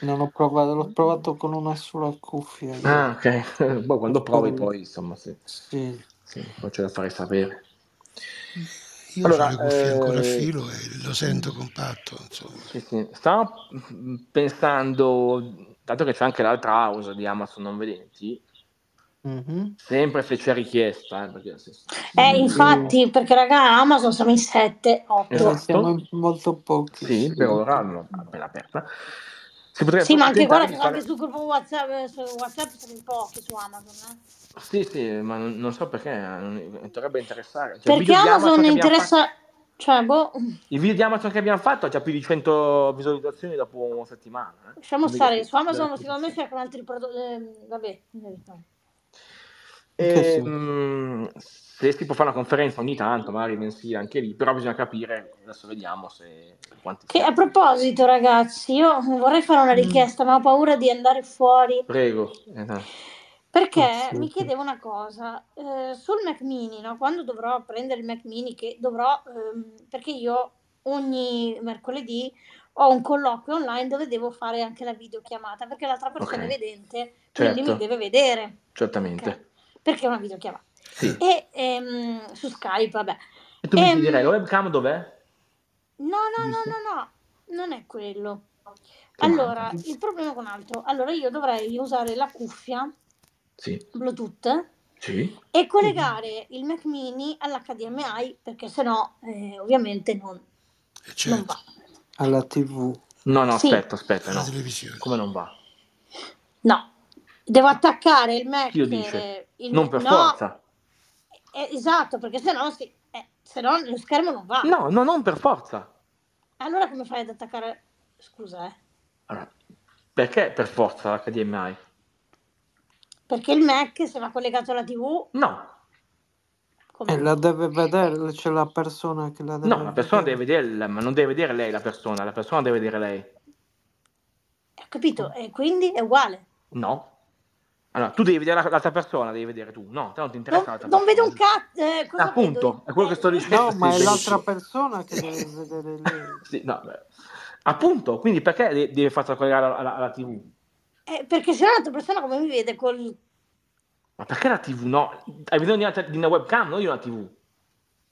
[SPEAKER 6] Non ho provato, l'ho provato con una sola cuffia
[SPEAKER 2] Ah,
[SPEAKER 6] io.
[SPEAKER 2] ok. boh, quando
[SPEAKER 6] Per
[SPEAKER 2] provi
[SPEAKER 6] quello.
[SPEAKER 2] poi, insomma, sì.
[SPEAKER 6] Sì.
[SPEAKER 2] Sì, poi ce la farei sapere.
[SPEAKER 4] Io ho
[SPEAKER 2] Allora,
[SPEAKER 4] le cuffie ancora a
[SPEAKER 2] eh,
[SPEAKER 4] filo e lo sento compatto, insomma.
[SPEAKER 2] sì, sì, stavo mm, pensando, dato che c'è anche l'altra house di Amazon non vedenti,
[SPEAKER 6] Mhm.
[SPEAKER 2] sempre se c'è richiesta, eh, perché se, se
[SPEAKER 5] Eh,
[SPEAKER 2] non
[SPEAKER 6] Sì.
[SPEAKER 5] infatti, perché raga, Amazon siamo in 7, 8.
[SPEAKER 6] Eh, siamo
[SPEAKER 2] Esatto,
[SPEAKER 6] in- molto pochi,
[SPEAKER 2] sì,
[SPEAKER 6] sì.
[SPEAKER 2] per ora no, appena aperta. Si
[SPEAKER 5] Sì,
[SPEAKER 2] potrebbe
[SPEAKER 5] ma anche guarda
[SPEAKER 2] tentare di
[SPEAKER 5] che
[SPEAKER 2] fare...
[SPEAKER 5] anche sul gruppo WhatsApp, eh, su WhatsApp siamo in pochi su Amazon. eh.
[SPEAKER 2] Sì, sì, ma non, non so perché, eh, non- dovrebbe interessare. Cioè, il
[SPEAKER 5] Perché
[SPEAKER 2] video di
[SPEAKER 5] Amazon
[SPEAKER 2] Amazon che abbiamo fatto...
[SPEAKER 5] interessa. Cioè, boh,
[SPEAKER 2] I video di Amazon che abbiamo fatto ha già più di 100 visualizzazioni dopo una settimana. eh.
[SPEAKER 5] lasciamo
[SPEAKER 2] Quindi-
[SPEAKER 5] stare. Su Amazon, secondo me, cercano altri prodotti. ehm, vabbè, no.
[SPEAKER 6] In che senso?
[SPEAKER 2] Ehm, se si può fare una conferenza ogni tanto, magari mensile anche lì, però bisogna capire, adesso vediamo se quanti
[SPEAKER 5] Che
[SPEAKER 2] siamo.
[SPEAKER 5] a proposito, ragazzi, io vorrei fare una richiesta, ma ho paura di andare fuori
[SPEAKER 2] Prego. Eh, no.
[SPEAKER 5] perché
[SPEAKER 6] Assurdo.
[SPEAKER 5] mi chiedevo una cosa. eh, sul Mac Mini, no? quando dovrò prendere il Mac Mini, che dovrò, ehm, perché io ogni mercoledì ho un colloquio online dove devo fare anche la videochiamata, perché l'altra persona
[SPEAKER 2] Ok.
[SPEAKER 5] è vedente, quindi
[SPEAKER 2] Certo.
[SPEAKER 5] mi deve vedere.
[SPEAKER 2] Certamente.
[SPEAKER 5] ok? Perché è una videochiamata.
[SPEAKER 2] Sì.
[SPEAKER 5] E ehm, su Skype, vabbè.
[SPEAKER 2] E tu mi
[SPEAKER 5] Ehm,
[SPEAKER 2] chiederai, la webcam dov'è?
[SPEAKER 5] No, no,
[SPEAKER 2] Giusto?
[SPEAKER 5] no, no, no, non è quello.
[SPEAKER 2] Che manca?
[SPEAKER 5] Allora, il problema è un altro. Allora, io dovrei usare la cuffia
[SPEAKER 2] Sì.
[SPEAKER 5] Bluetooth
[SPEAKER 2] Sì.
[SPEAKER 5] e collegare
[SPEAKER 2] Mm-hmm.
[SPEAKER 5] il Mac Mini all'HDMI perché sennò eh, ovviamente
[SPEAKER 4] E
[SPEAKER 5] non, non
[SPEAKER 4] certo,
[SPEAKER 5] va.
[SPEAKER 6] Alla TV.
[SPEAKER 2] No, no,
[SPEAKER 5] Sì,
[SPEAKER 2] aspetta, aspetta,
[SPEAKER 4] alla
[SPEAKER 2] no.
[SPEAKER 4] televisione.
[SPEAKER 2] Come non va?
[SPEAKER 5] no, devo attaccare il Mac.
[SPEAKER 2] Chi lo dice?
[SPEAKER 5] eh, il-
[SPEAKER 2] Non per
[SPEAKER 5] no,
[SPEAKER 2] forza.
[SPEAKER 5] eh, esatto, perché sennò, sì, eh, sennò lo schermo non va.
[SPEAKER 2] No, no, non per forza.
[SPEAKER 5] Allora come fai ad attaccare? Scusa, eh.
[SPEAKER 2] Allora, perché per forza l'HDMI?
[SPEAKER 5] Perché il Mac se va collegato alla TV,
[SPEAKER 2] No,
[SPEAKER 5] come
[SPEAKER 6] E
[SPEAKER 5] no?
[SPEAKER 6] la deve vedere, c'è la persona che
[SPEAKER 2] no,
[SPEAKER 6] la deve
[SPEAKER 2] la persona deve
[SPEAKER 6] vedere.
[SPEAKER 2] vedere, la- ma non deve vedere lei la persona, la persona deve vedere lei.
[SPEAKER 5] Ho capito, e quindi è uguale.
[SPEAKER 2] No. Allora, tu devi vedere la- l'altra persona, devi vedere tu. No, te non ti
[SPEAKER 5] Non,
[SPEAKER 2] interessa l'altra
[SPEAKER 5] non vedo
[SPEAKER 2] persona.
[SPEAKER 5] un cazzo. eh, cosa vedo? Eh, Il
[SPEAKER 2] Appunto, è quello che sto
[SPEAKER 5] bello?
[SPEAKER 2] dicendo.
[SPEAKER 6] No,
[SPEAKER 2] Sì,
[SPEAKER 6] ma è l'altra
[SPEAKER 2] benissimo.
[SPEAKER 6] persona che deve vedere lei.
[SPEAKER 2] Sì, no, beh. Appunto, quindi perché de- deve farsi collegare alla, alla- alla TV?
[SPEAKER 5] Eh, perché se no l'altra persona come mi vede col... eh,
[SPEAKER 2] Ma perché la TV? No, hai bisogno di una, te- di una webcam, non di una TV.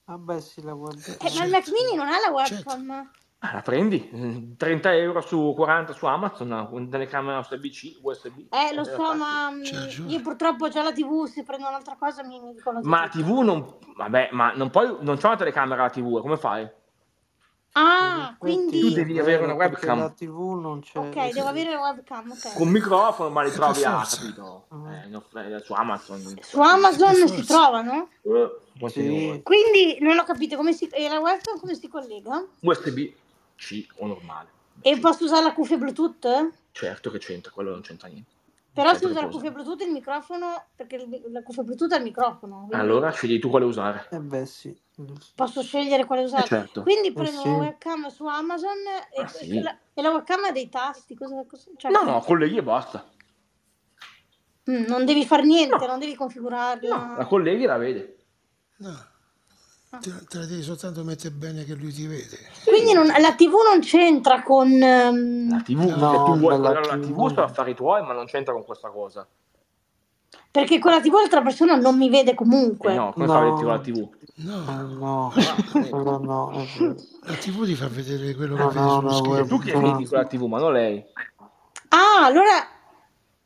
[SPEAKER 6] Vabbè, sì, la web.
[SPEAKER 4] Eh,
[SPEAKER 5] Eh, ma il Mac
[SPEAKER 4] certo,
[SPEAKER 5] Mini non ha la
[SPEAKER 4] certo.
[SPEAKER 5] webcam.
[SPEAKER 2] Ah, la prendi, mm, 30 euro su 40 su Amazon, una una telecamera USB-C, USB,
[SPEAKER 5] Eh,
[SPEAKER 2] e
[SPEAKER 5] lo
[SPEAKER 2] te la
[SPEAKER 5] so,
[SPEAKER 2] attacchi.
[SPEAKER 5] ma
[SPEAKER 4] C'ha
[SPEAKER 5] mm, io
[SPEAKER 4] ragione.
[SPEAKER 5] purtroppo ho già la TV, se prendo un'altra cosa mi, mi dicono di
[SPEAKER 2] Ma la
[SPEAKER 5] tutto.
[SPEAKER 2] TV non... Vabbè, ma non puoi... Non c'è una telecamera alla TV, come fai?
[SPEAKER 6] In
[SPEAKER 5] Ah,
[SPEAKER 2] Tu
[SPEAKER 6] effetti è
[SPEAKER 5] quindi...
[SPEAKER 2] devi cioè, avere una
[SPEAKER 6] vero, perché la
[SPEAKER 2] webcam
[SPEAKER 6] TV non c'è
[SPEAKER 5] Ok,
[SPEAKER 6] la
[SPEAKER 5] devo
[SPEAKER 6] TV.
[SPEAKER 5] avere la webcam, ok.
[SPEAKER 2] con microfono, ma li
[SPEAKER 4] È per
[SPEAKER 2] trovi a,
[SPEAKER 4] forza,
[SPEAKER 2] capito?
[SPEAKER 6] Ah,
[SPEAKER 2] Eh, in off- eh, su Amazon,
[SPEAKER 5] Su
[SPEAKER 2] qualsiasi.
[SPEAKER 4] è per
[SPEAKER 5] Amazon si
[SPEAKER 4] forza.
[SPEAKER 5] trovano?
[SPEAKER 2] Eh, quanti ne vuoi?
[SPEAKER 6] Sì,
[SPEAKER 5] Quindi non ho capito come si... E la webcam come si collega?
[SPEAKER 2] USB-C o normale.
[SPEAKER 5] E
[SPEAKER 2] Sì,
[SPEAKER 5] posso usare la cuffia Bluetooth?
[SPEAKER 2] certo che c'entra, quello non c'entra niente.
[SPEAKER 5] Però se
[SPEAKER 2] Certo che
[SPEAKER 5] uso
[SPEAKER 2] puoi
[SPEAKER 5] la cuffia
[SPEAKER 2] usare.
[SPEAKER 5] Bluetooth il microfono, perché il mi- la cuffia Bluetooth ha il microfono, quindi
[SPEAKER 2] Allora scegli tu quale usare.
[SPEAKER 6] e Eh, beh sì.
[SPEAKER 5] posso scegliere quale
[SPEAKER 2] Eh
[SPEAKER 5] usare.
[SPEAKER 2] certo.
[SPEAKER 5] Esatto. Quindi
[SPEAKER 6] Eh
[SPEAKER 5] prendo una
[SPEAKER 6] sì.
[SPEAKER 5] webcam su Amazon
[SPEAKER 2] Ma
[SPEAKER 5] e, e
[SPEAKER 2] sì.
[SPEAKER 5] quella- e la webcam ha dei tasti, cosa, cosa- cioè,
[SPEAKER 2] No,
[SPEAKER 5] come
[SPEAKER 2] no,
[SPEAKER 5] funziona?
[SPEAKER 2] colleghi e basta.
[SPEAKER 5] Mm, non devi fare niente,
[SPEAKER 2] No,
[SPEAKER 5] non devi
[SPEAKER 2] no, la
[SPEAKER 5] configurarla.
[SPEAKER 2] colleghi e la vede.
[SPEAKER 4] No,
[SPEAKER 5] Ah.
[SPEAKER 4] te, te la devi soltanto mettere bene che lui ti vede.
[SPEAKER 5] Quindi
[SPEAKER 2] Sì.
[SPEAKER 5] non- la TV non c'entra con...
[SPEAKER 2] La
[SPEAKER 5] ehm,
[SPEAKER 2] TV,
[SPEAKER 4] No,
[SPEAKER 2] se tu
[SPEAKER 6] No,
[SPEAKER 2] vuoi
[SPEAKER 6] beh, la
[SPEAKER 2] collegarla alla
[SPEAKER 6] TV
[SPEAKER 2] TV sono
[SPEAKER 6] non...
[SPEAKER 2] affari tuoi, ma non c'entra con questa cosa.
[SPEAKER 5] perché con la TV l'altra persona non mi vede
[SPEAKER 2] E
[SPEAKER 5] comunque.
[SPEAKER 2] Eh, no, come fa a vederti con la
[SPEAKER 6] No,
[SPEAKER 2] TV?
[SPEAKER 6] eh,
[SPEAKER 4] no,
[SPEAKER 6] no,
[SPEAKER 2] Ma va, prego.
[SPEAKER 6] quello no, è vero. Eh,
[SPEAKER 4] la TV ti fa vedere quello
[SPEAKER 2] Eh,
[SPEAKER 4] che
[SPEAKER 6] Non
[SPEAKER 4] vede
[SPEAKER 6] ha
[SPEAKER 4] sullo
[SPEAKER 6] una
[SPEAKER 2] Sei
[SPEAKER 4] schermo.
[SPEAKER 2] Cioè, tu che vedi
[SPEAKER 6] webcam.
[SPEAKER 2] con la TV, ma non lei.
[SPEAKER 5] Ah, allora...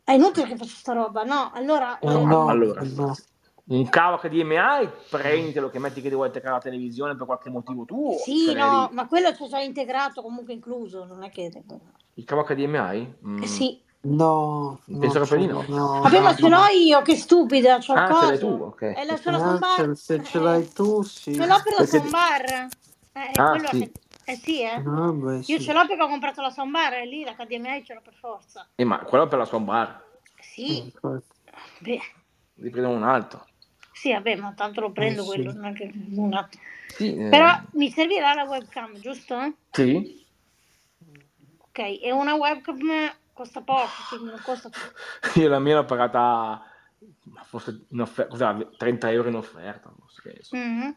[SPEAKER 5] È inutile che faccio sta roba, no? Allora...
[SPEAKER 6] Eh
[SPEAKER 5] eh,
[SPEAKER 2] Ah,
[SPEAKER 6] no,
[SPEAKER 2] Allora,
[SPEAKER 6] eh no.
[SPEAKER 2] un cavo HDMI, prenditelo che metti che devo attaccare la televisione per qualche motivo tuo, ce
[SPEAKER 5] Sì,
[SPEAKER 2] l'hai
[SPEAKER 5] no,
[SPEAKER 2] lì.
[SPEAKER 5] ma quello c'è già integrato, comunque incluso, non è che...
[SPEAKER 2] Il cavo HDMI?
[SPEAKER 5] Eh
[SPEAKER 2] Mm,
[SPEAKER 5] sì.
[SPEAKER 6] No, non
[SPEAKER 2] penso
[SPEAKER 6] c'è,
[SPEAKER 2] proprio di no.
[SPEAKER 6] no,
[SPEAKER 5] Vabbè,
[SPEAKER 6] no,
[SPEAKER 5] ma ce
[SPEAKER 6] no.
[SPEAKER 5] l'ho io, che stupida, c'ho il
[SPEAKER 2] Ah, ce l'hai tu,
[SPEAKER 5] coso.
[SPEAKER 2] ok.
[SPEAKER 5] E la, c'ho la
[SPEAKER 6] Eh,
[SPEAKER 5] soundbar.
[SPEAKER 6] ce- se ce
[SPEAKER 5] Eh,
[SPEAKER 6] l'hai tu, sì.
[SPEAKER 5] ce l'ho per la
[SPEAKER 2] Perché...
[SPEAKER 5] soundbar. Eh, e
[SPEAKER 2] Ah,
[SPEAKER 5] quello...
[SPEAKER 2] sì.
[SPEAKER 5] Eh, eh sì, eh.
[SPEAKER 6] Ah, beh,
[SPEAKER 5] Io ce
[SPEAKER 6] sì.
[SPEAKER 5] l'ho perché ho comprato la soundbar, e lì la HDMI ce l'ho per forza.
[SPEAKER 2] Eh, ma quello è per la sua bar.
[SPEAKER 5] Sì,
[SPEAKER 2] Mm.
[SPEAKER 6] Infatti,
[SPEAKER 5] beh,
[SPEAKER 2] Ne prendiamo un altro.
[SPEAKER 5] sì, vabbè, ma tanto lo
[SPEAKER 6] eh,
[SPEAKER 5] prendo quello,
[SPEAKER 6] sì.
[SPEAKER 5] non è che... un attimo.
[SPEAKER 2] Sì,
[SPEAKER 5] Però
[SPEAKER 2] eh,
[SPEAKER 5] mi servirà la webcam, giusto?
[SPEAKER 2] sì.
[SPEAKER 5] Ok, e una webcam costa poco, quindi non costa troppo.
[SPEAKER 2] Io la mia l'ho pagata ma forse in offer- cos'era, 30 euro in offerta, forse, che ne so.
[SPEAKER 5] Mhm.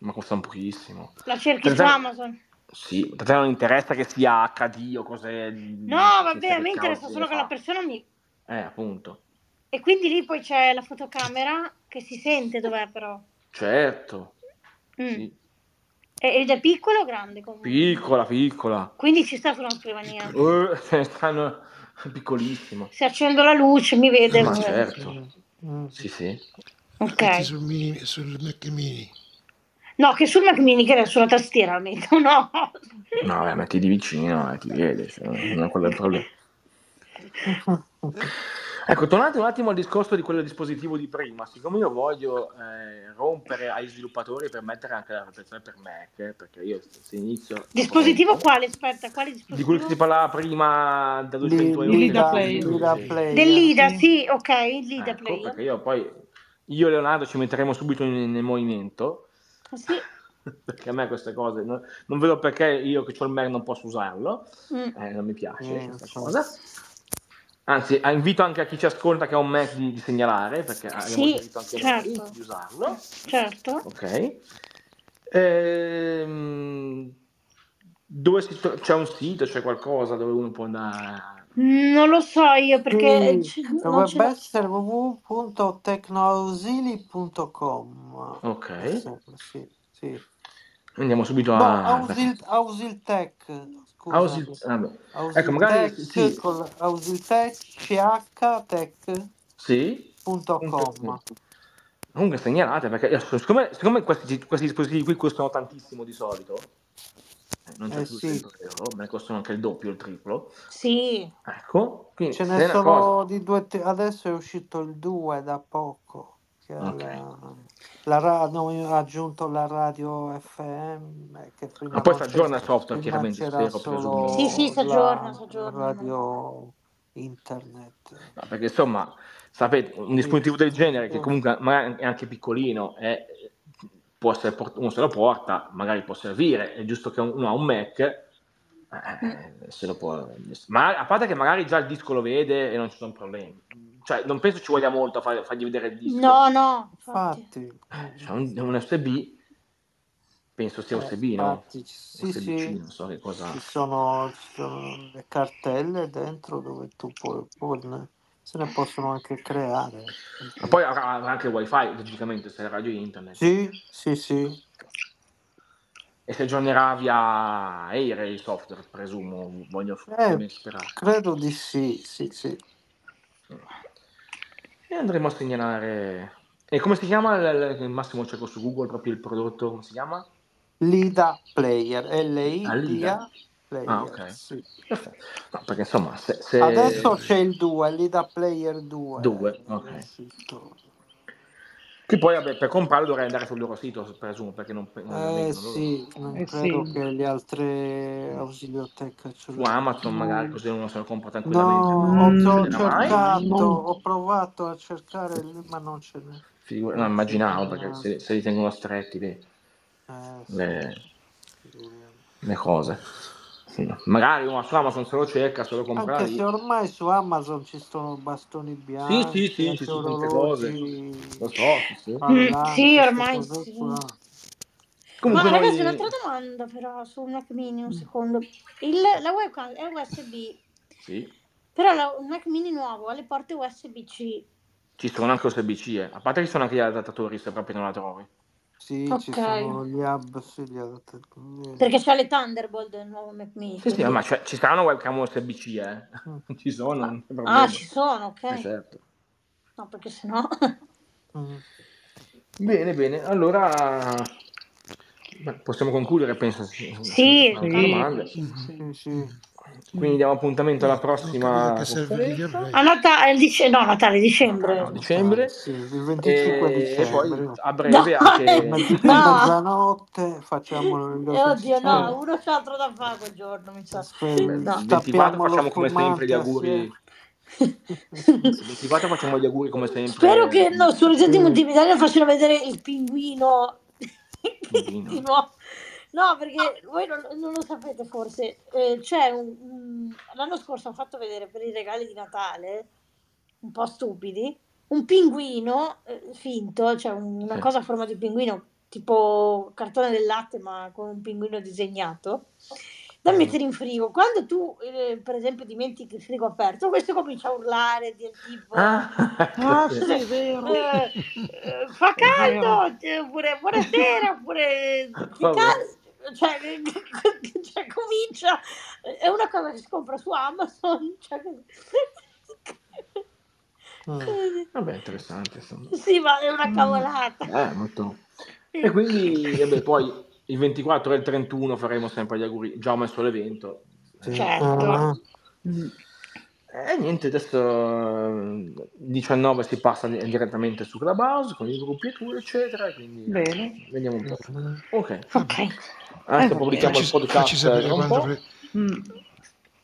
[SPEAKER 2] ma costa un pochissimo.
[SPEAKER 5] La cerchi su
[SPEAKER 2] Tant'è-
[SPEAKER 5] Amazon.
[SPEAKER 2] Sì, a te non interessa che sia HD o cose
[SPEAKER 5] No,
[SPEAKER 2] che
[SPEAKER 5] vabbè,
[SPEAKER 2] sia
[SPEAKER 5] a
[SPEAKER 2] che cavolo
[SPEAKER 5] me interessa
[SPEAKER 2] si deve
[SPEAKER 5] solo che la
[SPEAKER 2] fare.
[SPEAKER 5] persona mi...
[SPEAKER 2] Eh, appunto.
[SPEAKER 5] E quindi lì poi c'è la fotocamera che si sente dov'è però.
[SPEAKER 2] Certo.
[SPEAKER 5] Mm.
[SPEAKER 2] Sì.
[SPEAKER 5] E- Ed è piccolo o grande comunque?
[SPEAKER 2] Piccola, piccola.
[SPEAKER 5] Quindi ci sta sulla scrivania.
[SPEAKER 4] Piccolo.
[SPEAKER 2] Eh, ce ne stanno piccolissimo.
[SPEAKER 5] Se accendo la luce mi vede.
[SPEAKER 2] Ma
[SPEAKER 4] Metti,
[SPEAKER 5] eh.
[SPEAKER 2] certo.
[SPEAKER 6] Mm.
[SPEAKER 2] Sì, sì.
[SPEAKER 4] metti
[SPEAKER 5] Ok.
[SPEAKER 4] sul, mini, sul Mac mini.
[SPEAKER 5] No, che sul Mac Mini che era sulla tastiera almeno, no.
[SPEAKER 2] No, vabbè, eh, metti di vicino e ti vede, cioè, non è quello il problema. Ecco, tornate un attimo al discorso di quel dispositivo di prima. Siccome io voglio eh, rompere ai sviluppatori per mettere anche la protezione per Mac, eh, perché io se se inizio...
[SPEAKER 5] Dispositivo quale? Aspetta, quale
[SPEAKER 2] Di quello che si
[SPEAKER 5] dispositivo?
[SPEAKER 2] parlava prima da 200
[SPEAKER 6] Di,
[SPEAKER 2] euro.
[SPEAKER 3] Di
[SPEAKER 6] di,
[SPEAKER 3] Lida
[SPEAKER 6] da,
[SPEAKER 3] Player.
[SPEAKER 6] di da
[SPEAKER 2] Sì.
[SPEAKER 6] player.
[SPEAKER 5] Dell'IDA,
[SPEAKER 3] Sì.
[SPEAKER 5] sì, ok, l'IDA
[SPEAKER 2] Ecco,
[SPEAKER 5] player.
[SPEAKER 2] perché io poi, io e Leonardo ci metteremo subito in- nel movimento,
[SPEAKER 5] Ah, Sì.
[SPEAKER 2] perché a me queste cose, non, non vedo perché io che ho il Mac non posso usarlo,
[SPEAKER 5] Mm.
[SPEAKER 2] eh, non mi piace
[SPEAKER 6] Eh,
[SPEAKER 2] questa
[SPEAKER 6] infatti.
[SPEAKER 2] cosa. Anzi, eh, invito anche a chi ci ascolta che ha un Mac di, di segnalare, perché abbiamo
[SPEAKER 5] Sì,
[SPEAKER 2] sentito anche noi
[SPEAKER 5] certo,
[SPEAKER 2] di usarlo.
[SPEAKER 5] certo.
[SPEAKER 2] Ok. Ehm, dove si tro- c'è un sito, c'è qualcosa dove uno può andare...
[SPEAKER 5] Non lo so io perché
[SPEAKER 6] Sì,
[SPEAKER 5] c-
[SPEAKER 2] Ah,
[SPEAKER 5] non ce
[SPEAKER 6] dovrebbe
[SPEAKER 5] l'ho.
[SPEAKER 6] essere www.tecnoausili.com. Mi
[SPEAKER 2] Ok.
[SPEAKER 6] sembra, sì, sì.
[SPEAKER 2] Andiamo subito
[SPEAKER 6] No,
[SPEAKER 2] a...
[SPEAKER 6] Boh, Ausil, Ausiltech,
[SPEAKER 2] Ah, Ausil...
[SPEAKER 6] scusami.
[SPEAKER 2] vabbè. Ecco, magari
[SPEAKER 6] Ausiltech
[SPEAKER 2] sì,
[SPEAKER 6] con la- ausiltech.ch.tech.com.
[SPEAKER 2] sì. Punto com. Comunque segnalate perché adesso, siccome, siccome questi, questi dispositivi qui costano tantissimo di solito, eh, non c'è
[SPEAKER 6] Eh
[SPEAKER 2] più
[SPEAKER 6] sì,
[SPEAKER 2] 100 euro, me ne costano anche il doppio, il triplo.
[SPEAKER 5] Sì,
[SPEAKER 2] Ecco, quindi
[SPEAKER 6] ce n'è
[SPEAKER 2] se è una cosa,
[SPEAKER 6] solo di due. ti- Adesso è uscito il 2 da poco, che è
[SPEAKER 2] ok.
[SPEAKER 6] la, la ra- hanno aggiunto la radio FM, che
[SPEAKER 2] Ma
[SPEAKER 6] prima
[SPEAKER 2] poi
[SPEAKER 6] non
[SPEAKER 2] si
[SPEAKER 6] c'era,
[SPEAKER 2] aggiorna il software,
[SPEAKER 6] prima
[SPEAKER 2] chiaramente,
[SPEAKER 6] c'era
[SPEAKER 2] spero,
[SPEAKER 5] sì, sì,
[SPEAKER 6] solo
[SPEAKER 2] presumo.
[SPEAKER 5] si aggiorna,
[SPEAKER 6] la
[SPEAKER 5] si aggiornano.
[SPEAKER 6] radio internet.
[SPEAKER 2] No, perché insomma, sapete, un
[SPEAKER 6] Quindi,
[SPEAKER 2] dispositivo del genere che
[SPEAKER 6] eh,
[SPEAKER 2] comunque magari è anche piccolino e può essere port- uno se lo porta, magari può servire, è giusto che uno ha un Mac,
[SPEAKER 5] Mm.
[SPEAKER 2] eh, se lo può... Ma a parte che magari già il disco lo vede e non ci sono problemi. Cioè, non penso ci voglia molto a far- fargli vedere il disco.
[SPEAKER 5] No, no, infatti.
[SPEAKER 6] infatti,
[SPEAKER 2] Eh,
[SPEAKER 6] mm,
[SPEAKER 2] c'è un, un USB, penso sia
[SPEAKER 6] eh,
[SPEAKER 2] USB, no?
[SPEAKER 6] infatti, ci- sì,
[SPEAKER 2] USB-C,
[SPEAKER 6] sì,
[SPEAKER 2] non so che cosa...
[SPEAKER 6] ci sono, ci sono le cartelle dentro dove tu puoi, puoi- se ne possono anche creare.
[SPEAKER 2] Ma poi avrà avrà anche il wifi, logicamente, se è radio internet.
[SPEAKER 6] Sì, sì, sì.
[SPEAKER 2] E si aggiornerà via Air il software, presumo, voglio,
[SPEAKER 6] Eh,
[SPEAKER 2] voglio sperare.
[SPEAKER 6] credo di sì, sì, sì.
[SPEAKER 2] E andremo a segnalare... E come si chiama? Il, il- Massimo cerco su Google proprio il prodotto, come si chiama?
[SPEAKER 6] Lida Player,
[SPEAKER 2] Alida.
[SPEAKER 6] L-I-D-A
[SPEAKER 2] Ah,
[SPEAKER 6] Player,
[SPEAKER 2] ok.
[SPEAKER 6] sì.
[SPEAKER 2] Perfetto. No, perché insomma, se...
[SPEAKER 6] Adesso c'è
[SPEAKER 2] se...
[SPEAKER 6] il 2, Lida Player Eh, 2
[SPEAKER 2] Due,
[SPEAKER 6] è
[SPEAKER 2] ok.
[SPEAKER 6] uscito.
[SPEAKER 2] Che poi, vabbè, per comprarlo dovrei andare sul loro sito, presumo, perché non, non
[SPEAKER 6] Eh
[SPEAKER 2] vendono loro.
[SPEAKER 6] sì, non
[SPEAKER 3] Eh
[SPEAKER 6] credo
[SPEAKER 3] sì,
[SPEAKER 6] che le altre ausilioteche ce
[SPEAKER 2] Su
[SPEAKER 6] lo...
[SPEAKER 2] Amazon magari
[SPEAKER 3] no,
[SPEAKER 2] così uno se lo compra
[SPEAKER 6] No, cioè,
[SPEAKER 2] tranquillamente, ma
[SPEAKER 6] ho,
[SPEAKER 2] non
[SPEAKER 6] ci ho
[SPEAKER 2] succederà
[SPEAKER 3] Mm,
[SPEAKER 2] mai.
[SPEAKER 6] cercato,
[SPEAKER 3] non,
[SPEAKER 6] ho provato a cercare, lì, ma non ce n'è.
[SPEAKER 2] Figu- no,
[SPEAKER 6] Non ce n'è
[SPEAKER 2] immaginavo perché
[SPEAKER 6] una.
[SPEAKER 2] se, se li tengono stretti le,
[SPEAKER 6] Eh sì,
[SPEAKER 2] le-
[SPEAKER 6] figuriamo.
[SPEAKER 2] le cose. Sì. Magari uno su Amazon se lo cerca, Ah, se lo compra
[SPEAKER 6] Anche se
[SPEAKER 2] lì.
[SPEAKER 6] ormai su Amazon ci sono
[SPEAKER 2] Sì,
[SPEAKER 6] bastoni
[SPEAKER 2] sì,
[SPEAKER 6] bianchi,
[SPEAKER 2] sì, ci
[SPEAKER 6] anche
[SPEAKER 2] sono tante cose. Lo
[SPEAKER 6] orologi
[SPEAKER 2] so, sì, sì.
[SPEAKER 5] Mm, sì,
[SPEAKER 6] parlanti, queste
[SPEAKER 5] ormai
[SPEAKER 6] cose
[SPEAKER 5] sì.
[SPEAKER 6] qua.
[SPEAKER 5] Ma
[SPEAKER 2] Comunque
[SPEAKER 5] ragazzi, un'altra
[SPEAKER 2] noi...
[SPEAKER 5] domanda però su un Mac Mini,
[SPEAKER 2] Mm.
[SPEAKER 5] un secondo. Il- la webcam è USB,
[SPEAKER 2] Sì,
[SPEAKER 5] però la, un Mac Mini nuovo ha le porte USB-C.
[SPEAKER 2] ci sono anche USB-C, eh. A parte che ci sono anche gli adattatori se proprio non la trovi.
[SPEAKER 6] Sì, ci
[SPEAKER 5] Ok.
[SPEAKER 6] sono gli hub, sì, gli adattatori.
[SPEAKER 5] Perché c'ha le Thunderbolt del nuovo Mac Mini, Ah,
[SPEAKER 2] Sì, sì,
[SPEAKER 5] quindi...
[SPEAKER 2] ma c'è- cioè, ci saranno webcam USB-C, eh.
[SPEAKER 6] Mm,
[SPEAKER 2] Ci sono,
[SPEAKER 5] Ah,
[SPEAKER 2] non c'è
[SPEAKER 5] ah,
[SPEAKER 2] problema.
[SPEAKER 5] ci sono,
[SPEAKER 2] Eh,
[SPEAKER 5] ok.
[SPEAKER 2] certo.
[SPEAKER 5] No, perché sennò...
[SPEAKER 6] mm.
[SPEAKER 2] Bene, bene, allora beh, possiamo concludere, penso, sen- senza
[SPEAKER 5] sì,
[SPEAKER 2] fare altre
[SPEAKER 5] tanto...
[SPEAKER 3] sì,
[SPEAKER 2] domande.
[SPEAKER 3] sì, sì.
[SPEAKER 6] Sì, sì.
[SPEAKER 2] Quindi diamo appuntamento alla
[SPEAKER 4] Devo capire a
[SPEAKER 2] prossima
[SPEAKER 4] che serve il video
[SPEAKER 2] conferenza,
[SPEAKER 5] A
[SPEAKER 4] player.
[SPEAKER 5] Natale, dice... no, Natale,
[SPEAKER 2] Natale,
[SPEAKER 5] dicembre.
[SPEAKER 2] no,
[SPEAKER 6] Natale,
[SPEAKER 2] dicembre, Eh,
[SPEAKER 6] sì, il 25
[SPEAKER 2] e, e poi
[SPEAKER 6] dicembre.
[SPEAKER 2] a
[SPEAKER 5] No,
[SPEAKER 2] breve
[SPEAKER 6] A,
[SPEAKER 2] anche...
[SPEAKER 6] mezz- a
[SPEAKER 5] no.
[SPEAKER 6] mezzanotte facciamo il
[SPEAKER 5] E oddio, no,
[SPEAKER 6] eh,
[SPEAKER 5] uno c'è altro da fare quel giorno, mi sa.
[SPEAKER 2] Beh,
[SPEAKER 6] spe-
[SPEAKER 5] No.
[SPEAKER 2] il 24
[SPEAKER 6] stappiamo lo
[SPEAKER 2] facciamo come sempre gli
[SPEAKER 6] spumante assieme.
[SPEAKER 2] auguri, il 24 facciamo gli auguri come
[SPEAKER 5] Spero
[SPEAKER 2] sempre, Ah. Mm.
[SPEAKER 5] che no, sulle gente
[SPEAKER 6] Sì.
[SPEAKER 5] multimediali facciano vedere il pinguino di
[SPEAKER 2] pinguino.
[SPEAKER 5] nuovo. No, perché voi non, non lo sapete forse. eh, c'è un, un- l'anno scorso hanno fatto vedere per i regali di Natale, un po' stupidi, un pinguino eh, finto, cioè un- una
[SPEAKER 2] Sì.
[SPEAKER 5] cosa a forma di pinguino, tipo cartone del latte, ma con un pinguino disegnato, da
[SPEAKER 2] Mhm.
[SPEAKER 5] mettere in frigo. Quando tu, eh, per esempio, dimentichi il frigo aperto, questo comincia a urlare del tipo...
[SPEAKER 2] Ah, ecco,
[SPEAKER 3] Ah
[SPEAKER 2] sì.
[SPEAKER 3] sì, è vero,
[SPEAKER 5] Eh, eh, fa
[SPEAKER 3] è vero.
[SPEAKER 5] caldo, eh, oppure buonasera, oppure che
[SPEAKER 2] Vabbè.
[SPEAKER 5] caldo, cioè, cioè, comincia, è una cosa che si compra su Amazon, cioè,
[SPEAKER 6] Mm.
[SPEAKER 2] Vabbè, interessante, insomma.
[SPEAKER 5] sì, ma è una
[SPEAKER 3] Ah. Mm,
[SPEAKER 5] cavolata.
[SPEAKER 2] Eh, molto. E
[SPEAKER 5] Sì.
[SPEAKER 2] quindi, vabbè, poi il 24 e il
[SPEAKER 3] Ah.
[SPEAKER 2] 31 faremo sempre gli auguri. Già ho messo l'evento.
[SPEAKER 6] Sì.
[SPEAKER 2] eh,
[SPEAKER 5] Certo,
[SPEAKER 6] Ah,
[SPEAKER 3] mm.
[SPEAKER 2] E Eh, niente, adesso eh, 19 si passa di- direttamente su Clubhouse con i gruppi e tutto, eccetera. Quindi
[SPEAKER 3] Bene.
[SPEAKER 2] vediamo un po'.
[SPEAKER 4] Mhm.
[SPEAKER 2] Ok,
[SPEAKER 5] Ok.
[SPEAKER 2] adesso
[SPEAKER 3] Eh,
[SPEAKER 2] pubblichiamo il
[SPEAKER 4] Facci, facci
[SPEAKER 2] podcast eh.
[SPEAKER 4] sapere
[SPEAKER 2] tra un
[SPEAKER 4] quando,
[SPEAKER 2] po'.
[SPEAKER 4] pre-
[SPEAKER 3] Mm.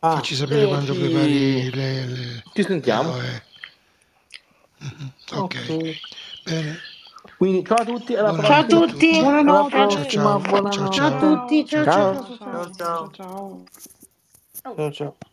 [SPEAKER 6] Ah,
[SPEAKER 4] facci sapere
[SPEAKER 2] e
[SPEAKER 4] quando
[SPEAKER 2] ci-
[SPEAKER 4] prepari le, le-
[SPEAKER 2] Ci
[SPEAKER 4] le
[SPEAKER 2] sentiamo.
[SPEAKER 4] OE. Mhm. Ok,
[SPEAKER 6] ok.
[SPEAKER 4] bene.
[SPEAKER 2] Quindi ciao a tutti, alla
[SPEAKER 5] Ciao a
[SPEAKER 4] Buonanotte
[SPEAKER 2] prossima.
[SPEAKER 4] a
[SPEAKER 5] tutti.
[SPEAKER 4] tutti.
[SPEAKER 6] Alla
[SPEAKER 4] Ciao
[SPEAKER 3] Buonanotte.
[SPEAKER 6] prossima,
[SPEAKER 4] ciao, ciao
[SPEAKER 6] buonanotte.
[SPEAKER 5] Ciao a
[SPEAKER 4] ciao,
[SPEAKER 5] tutti.
[SPEAKER 3] Ciao,
[SPEAKER 5] Ciao
[SPEAKER 2] Ciao.
[SPEAKER 5] ciao
[SPEAKER 3] ciao,
[SPEAKER 5] ciao
[SPEAKER 3] ciao,
[SPEAKER 5] ciao.
[SPEAKER 6] Ciao
[SPEAKER 3] ciao.
[SPEAKER 5] Oh.
[SPEAKER 6] ciao.